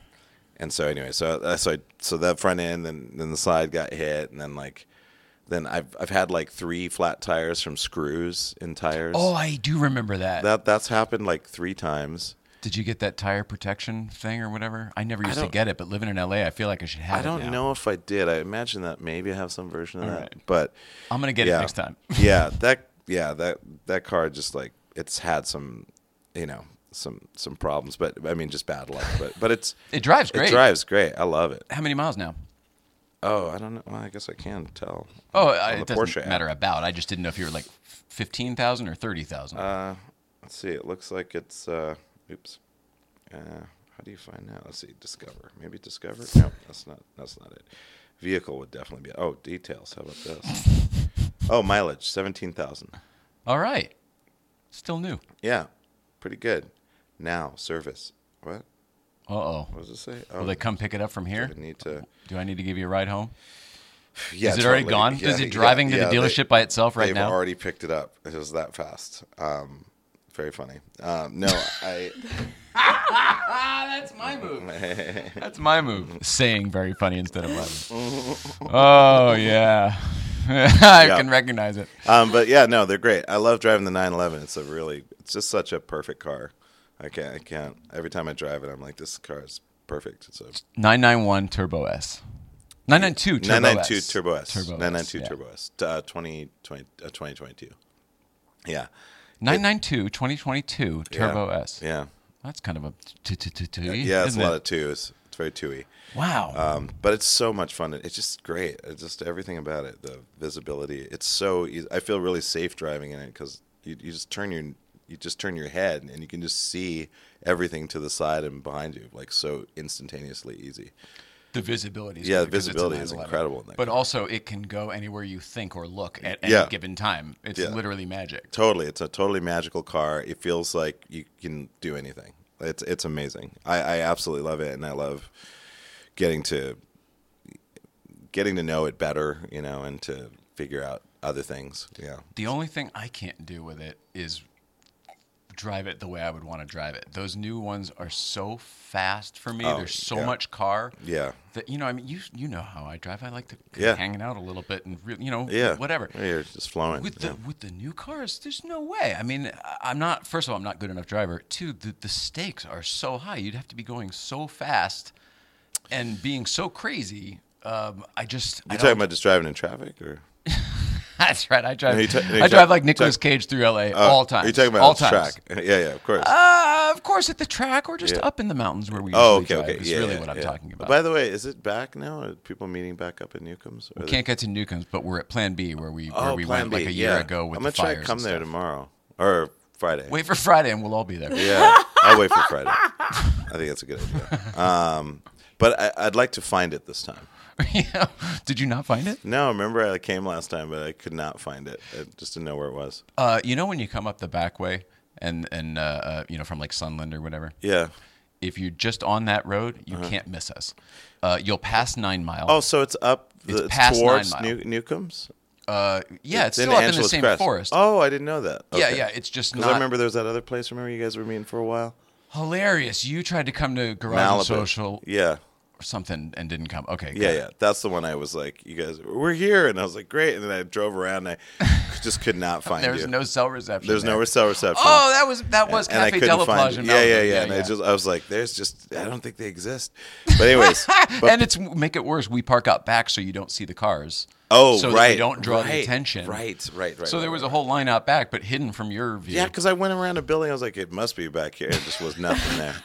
[SPEAKER 6] and so anyway so uh, so I, so that front end then then the side got hit and then like then I've I've had like three flat tires from screws in tires.
[SPEAKER 3] Oh, I do remember that.
[SPEAKER 6] that that's happened like three times.
[SPEAKER 3] Did you get that tire protection thing or whatever? I never used to
[SPEAKER 6] don't-
[SPEAKER 3] get it, but living in LA, I feel like I should have
[SPEAKER 6] I
[SPEAKER 3] it
[SPEAKER 6] don't
[SPEAKER 3] now.
[SPEAKER 6] know if I did. I imagine that maybe I have some version of that,
[SPEAKER 3] right.
[SPEAKER 6] but
[SPEAKER 3] I'm gonna get
[SPEAKER 6] yeah,
[SPEAKER 3] it next time.
[SPEAKER 6] yeah, that yeah that that car just like it's had some you know some some problems, but I mean just bad luck. But but it's
[SPEAKER 3] It drives great.
[SPEAKER 6] it drives great. I love it.
[SPEAKER 3] How many miles now?
[SPEAKER 6] Oh, I don't know. Well, I guess I can tell.
[SPEAKER 3] Oh,
[SPEAKER 6] On
[SPEAKER 3] I-
[SPEAKER 6] the
[SPEAKER 3] it doesn't
[SPEAKER 6] Porsche app.
[SPEAKER 3] matter about. I just didn't know if you were like fifteen thousand or thirty thousand.
[SPEAKER 6] Uh, Let's see. It looks like it's. Uh, oops. Uh, how do you find out? Let's see. Discover. Maybe discover. No, that's not. That's not it. Vehicle would definitely be. Oh, details. How about this? oh, mileage seventeen thousand.
[SPEAKER 3] All right, still new.
[SPEAKER 6] Yeah, pretty good. Now service. What?
[SPEAKER 3] Uh oh.
[SPEAKER 6] What does it say? Oh,
[SPEAKER 3] Will they come pick it up from here?
[SPEAKER 6] I need to.
[SPEAKER 3] Do I need to give you a ride home?
[SPEAKER 6] Yeah,
[SPEAKER 3] Is it already
[SPEAKER 6] totally.
[SPEAKER 3] gone?
[SPEAKER 6] Yeah,
[SPEAKER 3] Is
[SPEAKER 6] yeah,
[SPEAKER 3] it driving to
[SPEAKER 6] yeah,
[SPEAKER 3] the
[SPEAKER 6] they-
[SPEAKER 3] dealership by itself right
[SPEAKER 6] they've
[SPEAKER 3] now?
[SPEAKER 6] already picked it up. It was that fast. Um, Very funny. Um, no, I.
[SPEAKER 3] Ah, that's my move. That's my move. Saying very funny instead of laughing. Oh yeah, I
[SPEAKER 6] Yeah.
[SPEAKER 3] can recognize it.
[SPEAKER 6] Um, but yeah, no, they're great. I love driving the 911. It's a really, it's just such a perfect car. I can't, I can't. Every time I drive it, I'm like, this car is perfect. It's a
[SPEAKER 3] Nine nine one Turbo S. Nine nine two Turbo
[SPEAKER 6] 992
[SPEAKER 3] S.
[SPEAKER 6] Turbo S.
[SPEAKER 3] Turbo S,
[SPEAKER 6] 992
[SPEAKER 3] yeah.
[SPEAKER 6] Turbo S. Uh, 2020, uh, 2022. Yeah.
[SPEAKER 3] 992 2022 Turbo
[SPEAKER 6] yeah.
[SPEAKER 3] S.
[SPEAKER 6] Yeah.
[SPEAKER 3] That's kind of a t- t- t- t-
[SPEAKER 6] Yeah, it's
[SPEAKER 3] isn't
[SPEAKER 6] a lot
[SPEAKER 3] it?
[SPEAKER 6] of twos. It's very two-y.
[SPEAKER 3] Wow.
[SPEAKER 6] Um, but it's so much fun. It's just great. It's just everything about it. The visibility. It's so. Easy. I feel really safe driving in it because you, you just turn your you just turn your head and you can just see everything to the side and behind you like so instantaneously easy.
[SPEAKER 3] the visibility. is
[SPEAKER 6] Yeah,
[SPEAKER 3] good
[SPEAKER 6] the
[SPEAKER 3] because it's a
[SPEAKER 6] visibility is
[SPEAKER 3] 911.
[SPEAKER 6] incredible in that
[SPEAKER 3] But
[SPEAKER 6] car.
[SPEAKER 3] also, it can go anywhere you think or look at any
[SPEAKER 6] Yeah.
[SPEAKER 3] given time. It's
[SPEAKER 6] Yeah.
[SPEAKER 3] literally magic.
[SPEAKER 6] Totally, it's a totally magical car. It feels like you can do anything. It's it's amazing. I, I absolutely love it, and I love getting to getting to know it better, you know, and to figure out other things. Yeah.
[SPEAKER 3] The only thing I can't do with it is drive it the way I would want to drive it. Those new ones are so fast for me. There's so
[SPEAKER 6] Oh, yeah.
[SPEAKER 3] much car.
[SPEAKER 6] Yeah.
[SPEAKER 3] That you know, I mean, you you know how I drive. I like to
[SPEAKER 6] Yeah.
[SPEAKER 3] hanging out a little bit and really, you know,
[SPEAKER 6] Yeah.
[SPEAKER 3] whatever.
[SPEAKER 6] Yeah, You're just flowing.
[SPEAKER 3] With the
[SPEAKER 6] yeah.
[SPEAKER 3] with the new cars, there's no way. I mean, I- I'm not. First of all, I'm not good enough driver. Two, the, the stakes are so high. You'd have to be going so fast, and being so crazy. Um, I just. I
[SPEAKER 6] You're talking
[SPEAKER 3] don't-
[SPEAKER 6] about just driving in traffic, or
[SPEAKER 3] That's right. I drive.
[SPEAKER 6] Are you ta- are you
[SPEAKER 3] I
[SPEAKER 6] ta-
[SPEAKER 3] drive like
[SPEAKER 6] ta-
[SPEAKER 3] Nicolas Cage through L.A.
[SPEAKER 6] Oh,
[SPEAKER 3] all time.
[SPEAKER 6] Are you talking about
[SPEAKER 3] all
[SPEAKER 6] the
[SPEAKER 3] times.
[SPEAKER 6] track? Yeah, yeah, of course.
[SPEAKER 3] Uh, of course, at the track or just
[SPEAKER 6] Yeah.
[SPEAKER 3] up in the mountains where we.
[SPEAKER 6] oh, okay,
[SPEAKER 3] usually drive
[SPEAKER 6] okay.
[SPEAKER 3] Is
[SPEAKER 6] yeah,
[SPEAKER 3] really
[SPEAKER 6] yeah,
[SPEAKER 3] what I'm
[SPEAKER 6] yeah.
[SPEAKER 3] talking about.
[SPEAKER 6] By the way, is it back now? Are people meeting back up in Newcombs? Or
[SPEAKER 3] we
[SPEAKER 6] they-
[SPEAKER 3] can't get to Newcombs, but we're at Plan B where we where
[SPEAKER 6] Oh,
[SPEAKER 3] we
[SPEAKER 6] Plan
[SPEAKER 3] went like
[SPEAKER 6] B,
[SPEAKER 3] a year
[SPEAKER 6] yeah.
[SPEAKER 3] ago with
[SPEAKER 6] I'm
[SPEAKER 3] the
[SPEAKER 6] gonna try
[SPEAKER 3] fires.
[SPEAKER 6] to come
[SPEAKER 3] and
[SPEAKER 6] there
[SPEAKER 3] stuff.
[SPEAKER 6] tomorrow or Friday.
[SPEAKER 3] Wait for Friday, and we'll all be there.
[SPEAKER 6] Yeah, I'll wait for Friday. I think that's a good idea. Um, but I, I'd like to find it this time.
[SPEAKER 3] Yeah. Did you not find it?
[SPEAKER 6] No, remember I came last time, but I could not find it. I just didn't know where it was.
[SPEAKER 3] Uh, you know when you come up the back way and and uh, uh, you know from like Sunland or whatever.
[SPEAKER 6] Yeah.
[SPEAKER 3] If you're just on that road, you can't miss us. Uh, you'll pass Nine Mile.
[SPEAKER 6] Uh-huh. Oh, so it's up. The,
[SPEAKER 3] It's
[SPEAKER 6] it's,
[SPEAKER 3] past
[SPEAKER 6] towards
[SPEAKER 3] Nine Mile.
[SPEAKER 6] New, Newcombs.
[SPEAKER 3] uh, yeah, it's,
[SPEAKER 6] in
[SPEAKER 3] still up in the
[SPEAKER 6] Angeles
[SPEAKER 3] same
[SPEAKER 6] Crest.
[SPEAKER 3] forest.
[SPEAKER 6] Oh, I didn't know that.
[SPEAKER 3] Yeah,
[SPEAKER 6] Okay.
[SPEAKER 3] yeah, it's just
[SPEAKER 6] 'Cause
[SPEAKER 3] not-
[SPEAKER 6] I remember there was that other place. Remember you guys were meeting for a while.
[SPEAKER 3] Hilarious! You tried to come to Garage and
[SPEAKER 6] Malibu.
[SPEAKER 3] Social
[SPEAKER 6] Yeah.
[SPEAKER 3] or something and didn't come. Okay, got
[SPEAKER 6] Yeah,
[SPEAKER 3] it.
[SPEAKER 6] yeah, that's the one I was like, "You guys, we're here," and I was like, "Great!" And then I drove around, and I just could not find
[SPEAKER 3] There
[SPEAKER 6] you.
[SPEAKER 3] was no cell reception.
[SPEAKER 6] There's no
[SPEAKER 3] there.
[SPEAKER 6] re- cell reception.
[SPEAKER 3] Oh, that was that was Cafe Oh, Delaplage in
[SPEAKER 6] yeah, yeah,
[SPEAKER 3] Malibu.
[SPEAKER 6] yeah, And I just I was like, there's just I don't think they exist. But anyways, but,
[SPEAKER 3] and it's make it worse. We park out back so you don't see the cars.
[SPEAKER 6] oh
[SPEAKER 3] so that
[SPEAKER 6] right,
[SPEAKER 3] you don't draw the
[SPEAKER 6] right,
[SPEAKER 3] attention.
[SPEAKER 6] Right, right, right.
[SPEAKER 3] So
[SPEAKER 6] right,
[SPEAKER 3] there was
[SPEAKER 6] right,
[SPEAKER 3] a whole line out back, but hidden from your view.
[SPEAKER 6] right. yeah, because I went around a building. I was like, it must be back here. It just was nothing there.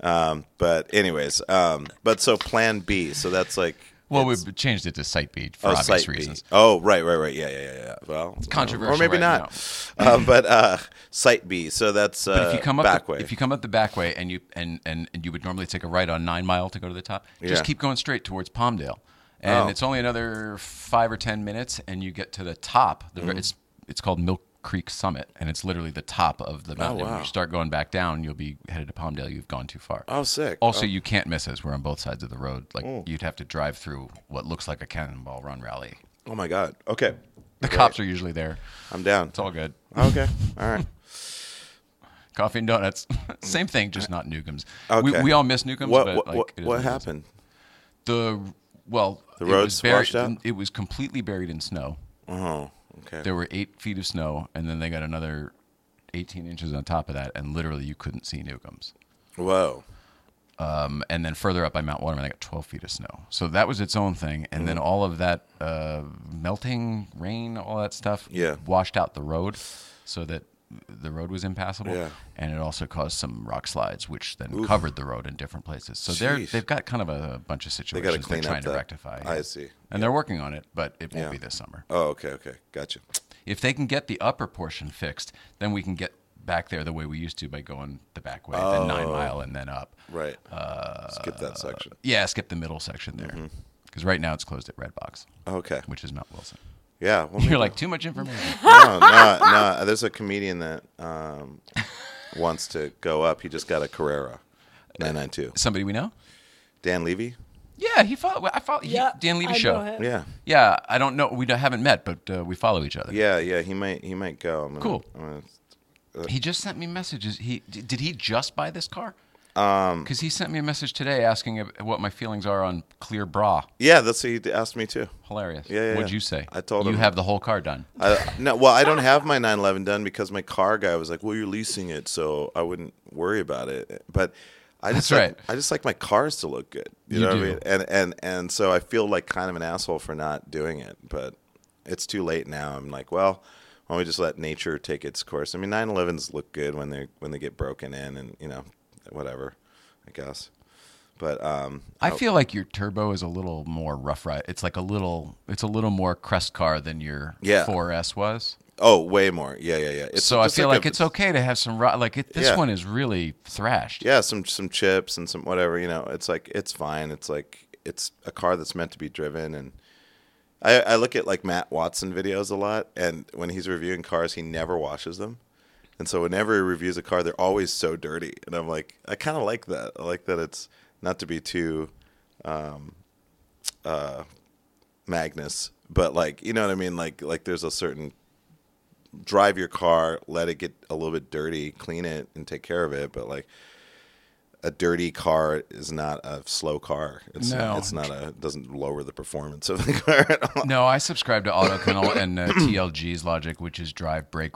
[SPEAKER 6] um, but anyways, um, but so Plan B. So that's like
[SPEAKER 3] well, we
[SPEAKER 6] it's-
[SPEAKER 3] changed it to Site B for
[SPEAKER 6] oh,
[SPEAKER 3] obvious
[SPEAKER 6] site
[SPEAKER 3] reasons.
[SPEAKER 6] B. Oh, right, right, right. Yeah, yeah, yeah, yeah. Well, it's
[SPEAKER 3] controversial
[SPEAKER 6] or maybe
[SPEAKER 3] right
[SPEAKER 6] not. uh, but uh, site B. So that's uh,
[SPEAKER 3] But if you come up
[SPEAKER 6] back
[SPEAKER 3] the,
[SPEAKER 6] way.
[SPEAKER 3] if you come up the back way and you and, and, and you would normally take a right on nine mile to go to the top, just
[SPEAKER 6] Yeah.
[SPEAKER 3] keep going straight towards Palmdale, and
[SPEAKER 6] Oh.
[SPEAKER 3] it's only another five or ten minutes, and you get to the top. The, ver-
[SPEAKER 6] Mm.
[SPEAKER 3] It's it's called Milk Creek Summit, and it's literally the top of the mountain. When
[SPEAKER 6] Oh, wow.
[SPEAKER 3] you start going back down, you'll be headed to Palmdale. You've gone too far.
[SPEAKER 6] oh, Mm. sick.
[SPEAKER 3] Also, you can't miss us. We're on both sides of the road. Like you'd have to drive through what looks like a cannonball run rally.
[SPEAKER 6] oh my God. Okay,
[SPEAKER 3] The cops are usually there.
[SPEAKER 6] I'm down.
[SPEAKER 3] It's all good.
[SPEAKER 6] Okay. All right.
[SPEAKER 3] Coffee and donuts, same thing, just not Newcombs. We,
[SPEAKER 6] Okay.
[SPEAKER 3] we all miss Newcombs.
[SPEAKER 6] What
[SPEAKER 3] but,
[SPEAKER 6] what
[SPEAKER 3] like,
[SPEAKER 6] what,
[SPEAKER 3] it is
[SPEAKER 6] what
[SPEAKER 3] it is.
[SPEAKER 6] happened?
[SPEAKER 3] The well, the
[SPEAKER 6] roads
[SPEAKER 3] was buried,
[SPEAKER 6] washed out?
[SPEAKER 3] It was completely buried in snow.
[SPEAKER 6] Oh, okay.
[SPEAKER 3] There were eight feet of snow, and then they got another eighteen inches on top of that, and literally you couldn't see Newcombs.
[SPEAKER 6] Whoa.
[SPEAKER 3] Um, and then further up by Mount Waterman, they got 12 feet of snow. So that was its own thing. And
[SPEAKER 6] Mm-hmm.
[SPEAKER 3] then all of that uh, melting rain, all that stuff,
[SPEAKER 6] Yeah.
[SPEAKER 3] washed out the road, so that the road was impassable.
[SPEAKER 6] Yeah.
[SPEAKER 3] And it also caused some rock slides, which then covered the road in different places. So they're
[SPEAKER 6] Jeez.
[SPEAKER 3] they've got kind of a bunch of situations
[SPEAKER 6] gotta
[SPEAKER 3] are
[SPEAKER 6] clean up
[SPEAKER 3] trying to
[SPEAKER 6] that.
[SPEAKER 3] rectify.
[SPEAKER 6] I see.
[SPEAKER 3] And they're working on it, but it won't
[SPEAKER 6] Yeah.
[SPEAKER 3] be this summer.
[SPEAKER 6] Oh, okay, okay. Gotcha.
[SPEAKER 3] If they can get the upper portion fixed, then we can get back there the way we used to by going the back way,
[SPEAKER 6] Oh.
[SPEAKER 3] then nine mile, and then up.
[SPEAKER 6] Right.
[SPEAKER 3] Uh,
[SPEAKER 6] Skip that section.
[SPEAKER 3] Yeah, skip the middle section there.
[SPEAKER 6] Mm-hmm.
[SPEAKER 3] Because right now it's closed at Redbox,
[SPEAKER 6] Okay.
[SPEAKER 3] which is Mount Wilson.
[SPEAKER 6] Yeah. Well,
[SPEAKER 3] You're like, too much information.
[SPEAKER 6] no, no, no. There's a comedian that um, wants to go up. He just got a Carrera 992.
[SPEAKER 3] Somebody we know?
[SPEAKER 6] Dan Levy?
[SPEAKER 3] Yeah, he follow. I follow. Yeah,
[SPEAKER 4] Yeah,
[SPEAKER 3] Dan Levy
[SPEAKER 4] I
[SPEAKER 3] show.
[SPEAKER 4] Know him.
[SPEAKER 6] Yeah.
[SPEAKER 3] Yeah, I don't know. We don't- haven't met, but uh, we follow each other.
[SPEAKER 6] Yeah, yeah. He might he might go. I'm gonna,
[SPEAKER 3] Cool.
[SPEAKER 6] I'm gonna
[SPEAKER 3] He just sent me messages. He d- did he just buy this car?
[SPEAKER 6] Um.
[SPEAKER 3] Because he sent me a message today asking ab- what my feelings are on clear bra.
[SPEAKER 6] Yeah, that's what he asked me too.
[SPEAKER 3] Hilarious.
[SPEAKER 6] Yeah, yeah,
[SPEAKER 3] What'd
[SPEAKER 6] yeah.
[SPEAKER 3] you say?
[SPEAKER 6] I told
[SPEAKER 3] you
[SPEAKER 6] him-
[SPEAKER 3] have the whole car done.
[SPEAKER 6] I, no, well, I don't have my 911 done because my car guy was like, "Well, you're leasing it, so I wouldn't worry about it." But I just
[SPEAKER 3] That's
[SPEAKER 6] like,
[SPEAKER 3] right.
[SPEAKER 6] I just like my cars to look good. You,
[SPEAKER 3] You
[SPEAKER 6] know what I
[SPEAKER 3] do.
[SPEAKER 6] mean? And and and so I feel like kind of an asshole for not doing it, but it's too late now. I'm like, well, why don't we just let nature take its course? I mean, 911s look good when they when they get broken in, and you know, whatever, I guess. But um,
[SPEAKER 3] I feel like your turbo is a little more rough ride. It's like a little, it's a little more crest car than your
[SPEAKER 6] Yeah.
[SPEAKER 3] 4S was.
[SPEAKER 6] oh, way more. Yeah, yeah, yeah. It's
[SPEAKER 3] so I
[SPEAKER 6] just
[SPEAKER 3] feel like,
[SPEAKER 6] a-
[SPEAKER 3] it's okay to have some ro- like it, this
[SPEAKER 6] Yeah.
[SPEAKER 3] one is really thrashed.
[SPEAKER 6] yeah some some chips and some whatever you know it's like it's fine it's like it's a car that's meant to be driven and I, I look at like Matt Watson videos a lot and when he's reviewing cars he never washes them and so whenever he reviews a car they're always so dirty and I'm like I kind of like that I like that it's not to be too um, uh, Magnus but like you know what I mean like like there's a certain drive your car let it get a little bit dirty clean it and take care of it but like a dirty car is not a slow car. It's
[SPEAKER 3] No.
[SPEAKER 6] it's not a doesn't lower the performance of the car at all.
[SPEAKER 3] No, I subscribe to AutoCanal and uh, TLG's logic, which is drive, brake,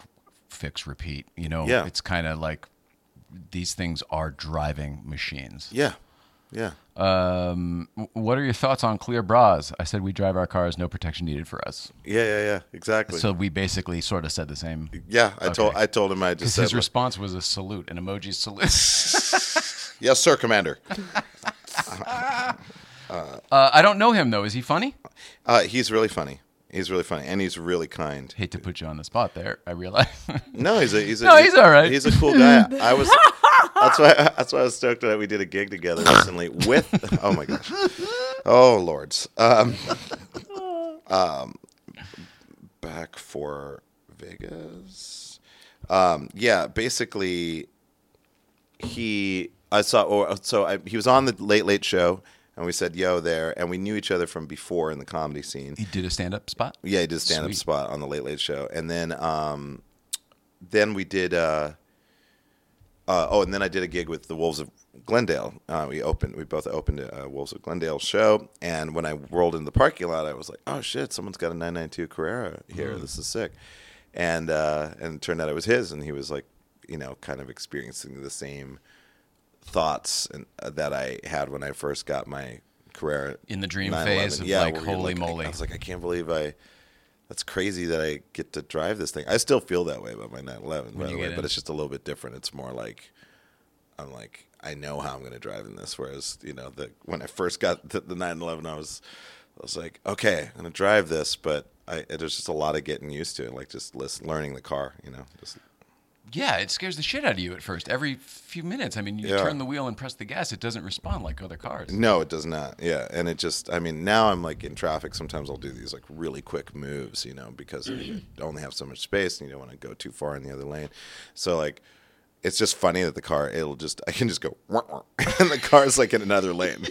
[SPEAKER 3] fix, repeat. You know,
[SPEAKER 6] Yeah.
[SPEAKER 3] it's kind of like these things are driving machines.
[SPEAKER 6] Yeah. Yeah.
[SPEAKER 3] Um, w- what are your thoughts on clear bras? I said we drive our cars, no protection needed for us.
[SPEAKER 6] Yeah, yeah, yeah. Exactly.
[SPEAKER 3] So we basically sort of said the same.
[SPEAKER 6] yeah, I told I told him I just
[SPEAKER 3] Because
[SPEAKER 6] said
[SPEAKER 3] his response was a salute, an emoji salute.
[SPEAKER 6] like, Yes, sir, Commander.
[SPEAKER 3] uh, I don't know him though. Is he funny?
[SPEAKER 6] Uh, he's really funny. He's really funny and he's really kind.
[SPEAKER 3] Hate to put you on the spot there. I realize.
[SPEAKER 6] No, he's a he's a
[SPEAKER 3] No, he's all right.
[SPEAKER 6] He's a cool guy. I was that's why that's why I was stoked that we did a gig together recently with oh my gosh. Oh lords. Um, um, back for Vegas. Um, yeah, basically he I saw or so I, he was on the Late Late Show and we said yo there and we knew each other from before in the comedy scene.
[SPEAKER 3] he did a stand-up spot.
[SPEAKER 6] Yeah, he did stand up
[SPEAKER 3] Sweet.
[SPEAKER 6] spot on the Late Late Show, and then um, then we did. Uh, uh, oh, and then I did a gig with the Wolves of Glendale. Uh, we opened, we both opened a uh, Wolves of Glendale show, and when I rolled into the parking lot, I was like, "Oh shit, someone's got a 992 Carrera here.
[SPEAKER 3] Mm.
[SPEAKER 6] This is sick," and uh, and it turned out it was his, and he was like, you know, kind of experiencing the same thoughts and, uh, that I had when I first got my Carrera
[SPEAKER 3] In the dream
[SPEAKER 6] 911.
[SPEAKER 3] phase of, like,
[SPEAKER 6] where you're
[SPEAKER 3] holy
[SPEAKER 6] looking-
[SPEAKER 3] moly.
[SPEAKER 6] I was like, I can't believe I. That's crazy that I get to drive this thing. I still feel that way about my 911, by
[SPEAKER 3] you
[SPEAKER 6] the way,
[SPEAKER 3] get
[SPEAKER 6] but
[SPEAKER 3] in.
[SPEAKER 6] it's just a little bit different. It's more like I'm like I know how I'm going to drive in this. Whereas you know the when I first got the, the 911, I was I was like, okay, I'm going to drive this, but I, there's just a lot of getting used to it, like just list, learning the car. You know, just
[SPEAKER 3] Yeah, it scares the shit out of you at first. Every few minutes, I mean, you
[SPEAKER 6] Yeah.
[SPEAKER 3] turn the wheel and press the gas, it doesn't respond like other cars.
[SPEAKER 6] No, it does not. Yeah, and it just I mean now I'm like in traffic. Sometimes I'll do these like really quick moves, you know, because you
[SPEAKER 3] Mm-hmm.
[SPEAKER 6] only have so much space and you don't want to go too far in the other lane. So like. It's just funny that the car it'll just I can just go "Wah, wah," and the car's like in another lane,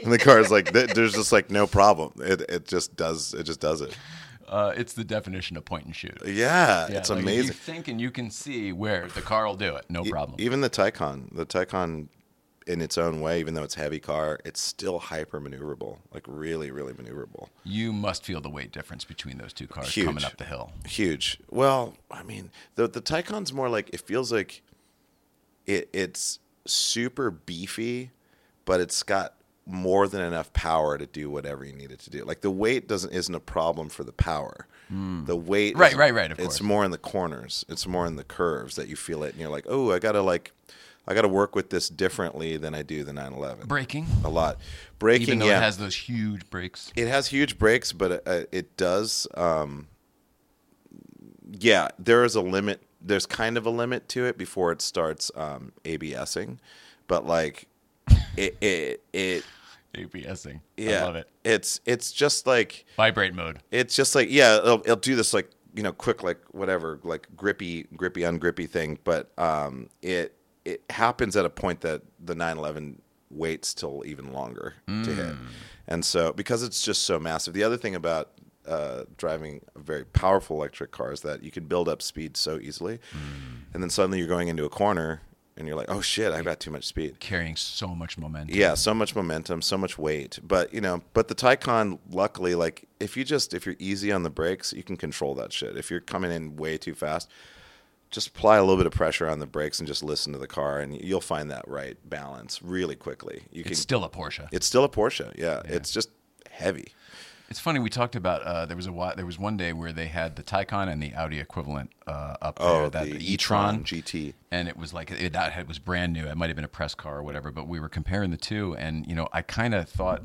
[SPEAKER 6] and the car's like th- there's just like no problem. It it just does it just does it.
[SPEAKER 3] Uh, it's the definition of point and shoot.
[SPEAKER 6] Yeah,
[SPEAKER 3] Yeah,
[SPEAKER 6] it's
[SPEAKER 3] like, if
[SPEAKER 6] amazing.
[SPEAKER 3] You think and you can see where the car will do it. No
[SPEAKER 6] E-
[SPEAKER 3] problem.
[SPEAKER 6] Even the Taycan, the Taycan, in its own way, even though it's a heavy car, it's still hyper maneuverable. Like really, really maneuverable.
[SPEAKER 3] you must feel the weight difference between those two cars
[SPEAKER 6] Huge.
[SPEAKER 3] coming up the hill.
[SPEAKER 6] Huge. Well, I mean, the the Taycan's more like it feels like it it's super beefy, but it's got more than enough power to do whatever you need it to do. Like the weight doesn't isn't a problem for the power. The weight
[SPEAKER 3] Hmm. Right,
[SPEAKER 6] is-
[SPEAKER 3] right, right, of
[SPEAKER 6] it's
[SPEAKER 3] course.
[SPEAKER 6] more in the corners. It's more in the curves that you feel it and you're like, "Oh, I got to like I got to work with this differently than I do the 911."
[SPEAKER 3] Braking,
[SPEAKER 6] a lot. Braking
[SPEAKER 3] even though
[SPEAKER 6] yeah
[SPEAKER 3] it has those huge brakes.
[SPEAKER 6] it has huge brakes, but uh, it does. Um, yeah, there is a limit. There's kind of a limit to it before it starts um, ABSing, but like it, it, it,
[SPEAKER 3] ABSing. I
[SPEAKER 6] yeah,
[SPEAKER 3] love it.
[SPEAKER 6] it's it's just like
[SPEAKER 3] Vibrate mode.
[SPEAKER 6] it's just like yeah, it'll, it'll do this like you know quick like whatever like grippy grippy ungrippy thing, but um, it it happens at a point that the 911 waits till even longer to hit, and so because it's just so massive. The other thing about uh, driving a very powerful electric car is that you can build up speed so easily, and then suddenly you're going into a corner and you're like, oh shit, I've got too much speed.
[SPEAKER 3] carrying so much momentum.
[SPEAKER 6] Yeah, so much momentum, so much weight. But you know, but the Taycan, luckily, like if you just if you're easy on the brakes, you can control that shit. If you're coming in way too fast, just apply a little bit of pressure on the brakes and just listen to the car, and you'll find that right balance really quickly. You can.
[SPEAKER 3] It's still a Porsche.
[SPEAKER 6] it's still a Porsche. Yeah, it's just heavy.
[SPEAKER 3] It's funny we talked about uh, there was a wa- there was one day where they had the Taycan and the Audi equivalent uh, up there,
[SPEAKER 6] Oh,
[SPEAKER 3] that
[SPEAKER 6] the
[SPEAKER 3] e-tron,
[SPEAKER 6] e-tron GT.
[SPEAKER 3] and it was like it, that had, was brand new. It might have been a press car or whatever, but we were comparing the two, and you know I kind of thought.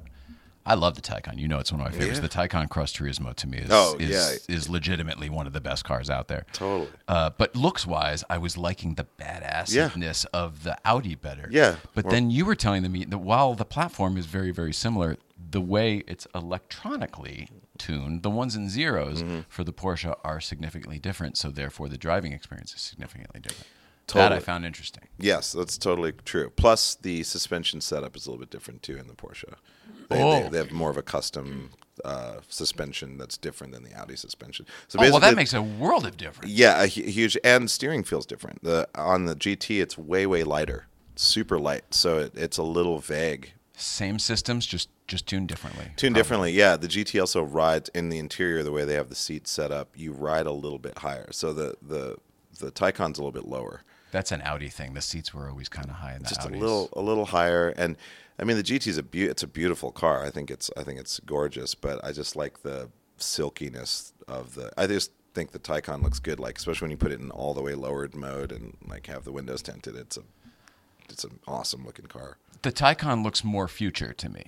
[SPEAKER 3] I love the Taycan. You know, it's one of my favorites. The Taycan Cross Turismo to me is
[SPEAKER 6] Oh,
[SPEAKER 3] is,
[SPEAKER 6] yeah.
[SPEAKER 3] is legitimately one of the best cars out there.
[SPEAKER 6] Totally.
[SPEAKER 3] Uh, but looks wise, I was liking the badassness of the Audi better.
[SPEAKER 6] Yeah.
[SPEAKER 3] But
[SPEAKER 6] Or-
[SPEAKER 3] then you were telling me that while the platform is very, very similar, the way it's electronically tuned, the ones and zeros
[SPEAKER 6] Mm-hmm.
[SPEAKER 3] for the Porsche are significantly different. So therefore, the driving experience is significantly different. That I
[SPEAKER 6] Totally.
[SPEAKER 3] found interesting.
[SPEAKER 6] Yes, that's totally true. Plus, the suspension setup is a little bit different too in the Porsche. They,
[SPEAKER 3] Oh.
[SPEAKER 6] they, they have more of a custom uh, suspension that's different than the Audi suspension. So
[SPEAKER 3] Oh, well, that
[SPEAKER 6] basically-
[SPEAKER 3] makes a world of difference.
[SPEAKER 6] yeah, a hu- huge and steering feels different. The on the GT, it's way way lighter, super light. So it, it's a little vague,
[SPEAKER 3] Same systems, just just tuned differently.
[SPEAKER 6] tuned differently. Yeah, the GT also rides in the interior the way they have the seats set up. You ride a little bit higher, so the the the Taycan's a little bit lower.
[SPEAKER 3] That's an Audi thing. The seats were always kind of high in the
[SPEAKER 6] just
[SPEAKER 3] Audis.
[SPEAKER 6] a little a little higher and i mean the gt is a beau- it's a beautiful car i think it's i think it's gorgeous but i just like the silkiness of the i just think the Taycan looks good like especially when you put it in all the way lowered mode and like have the windows tinted it's a it's an awesome looking car
[SPEAKER 3] The Taycan looks more future to me.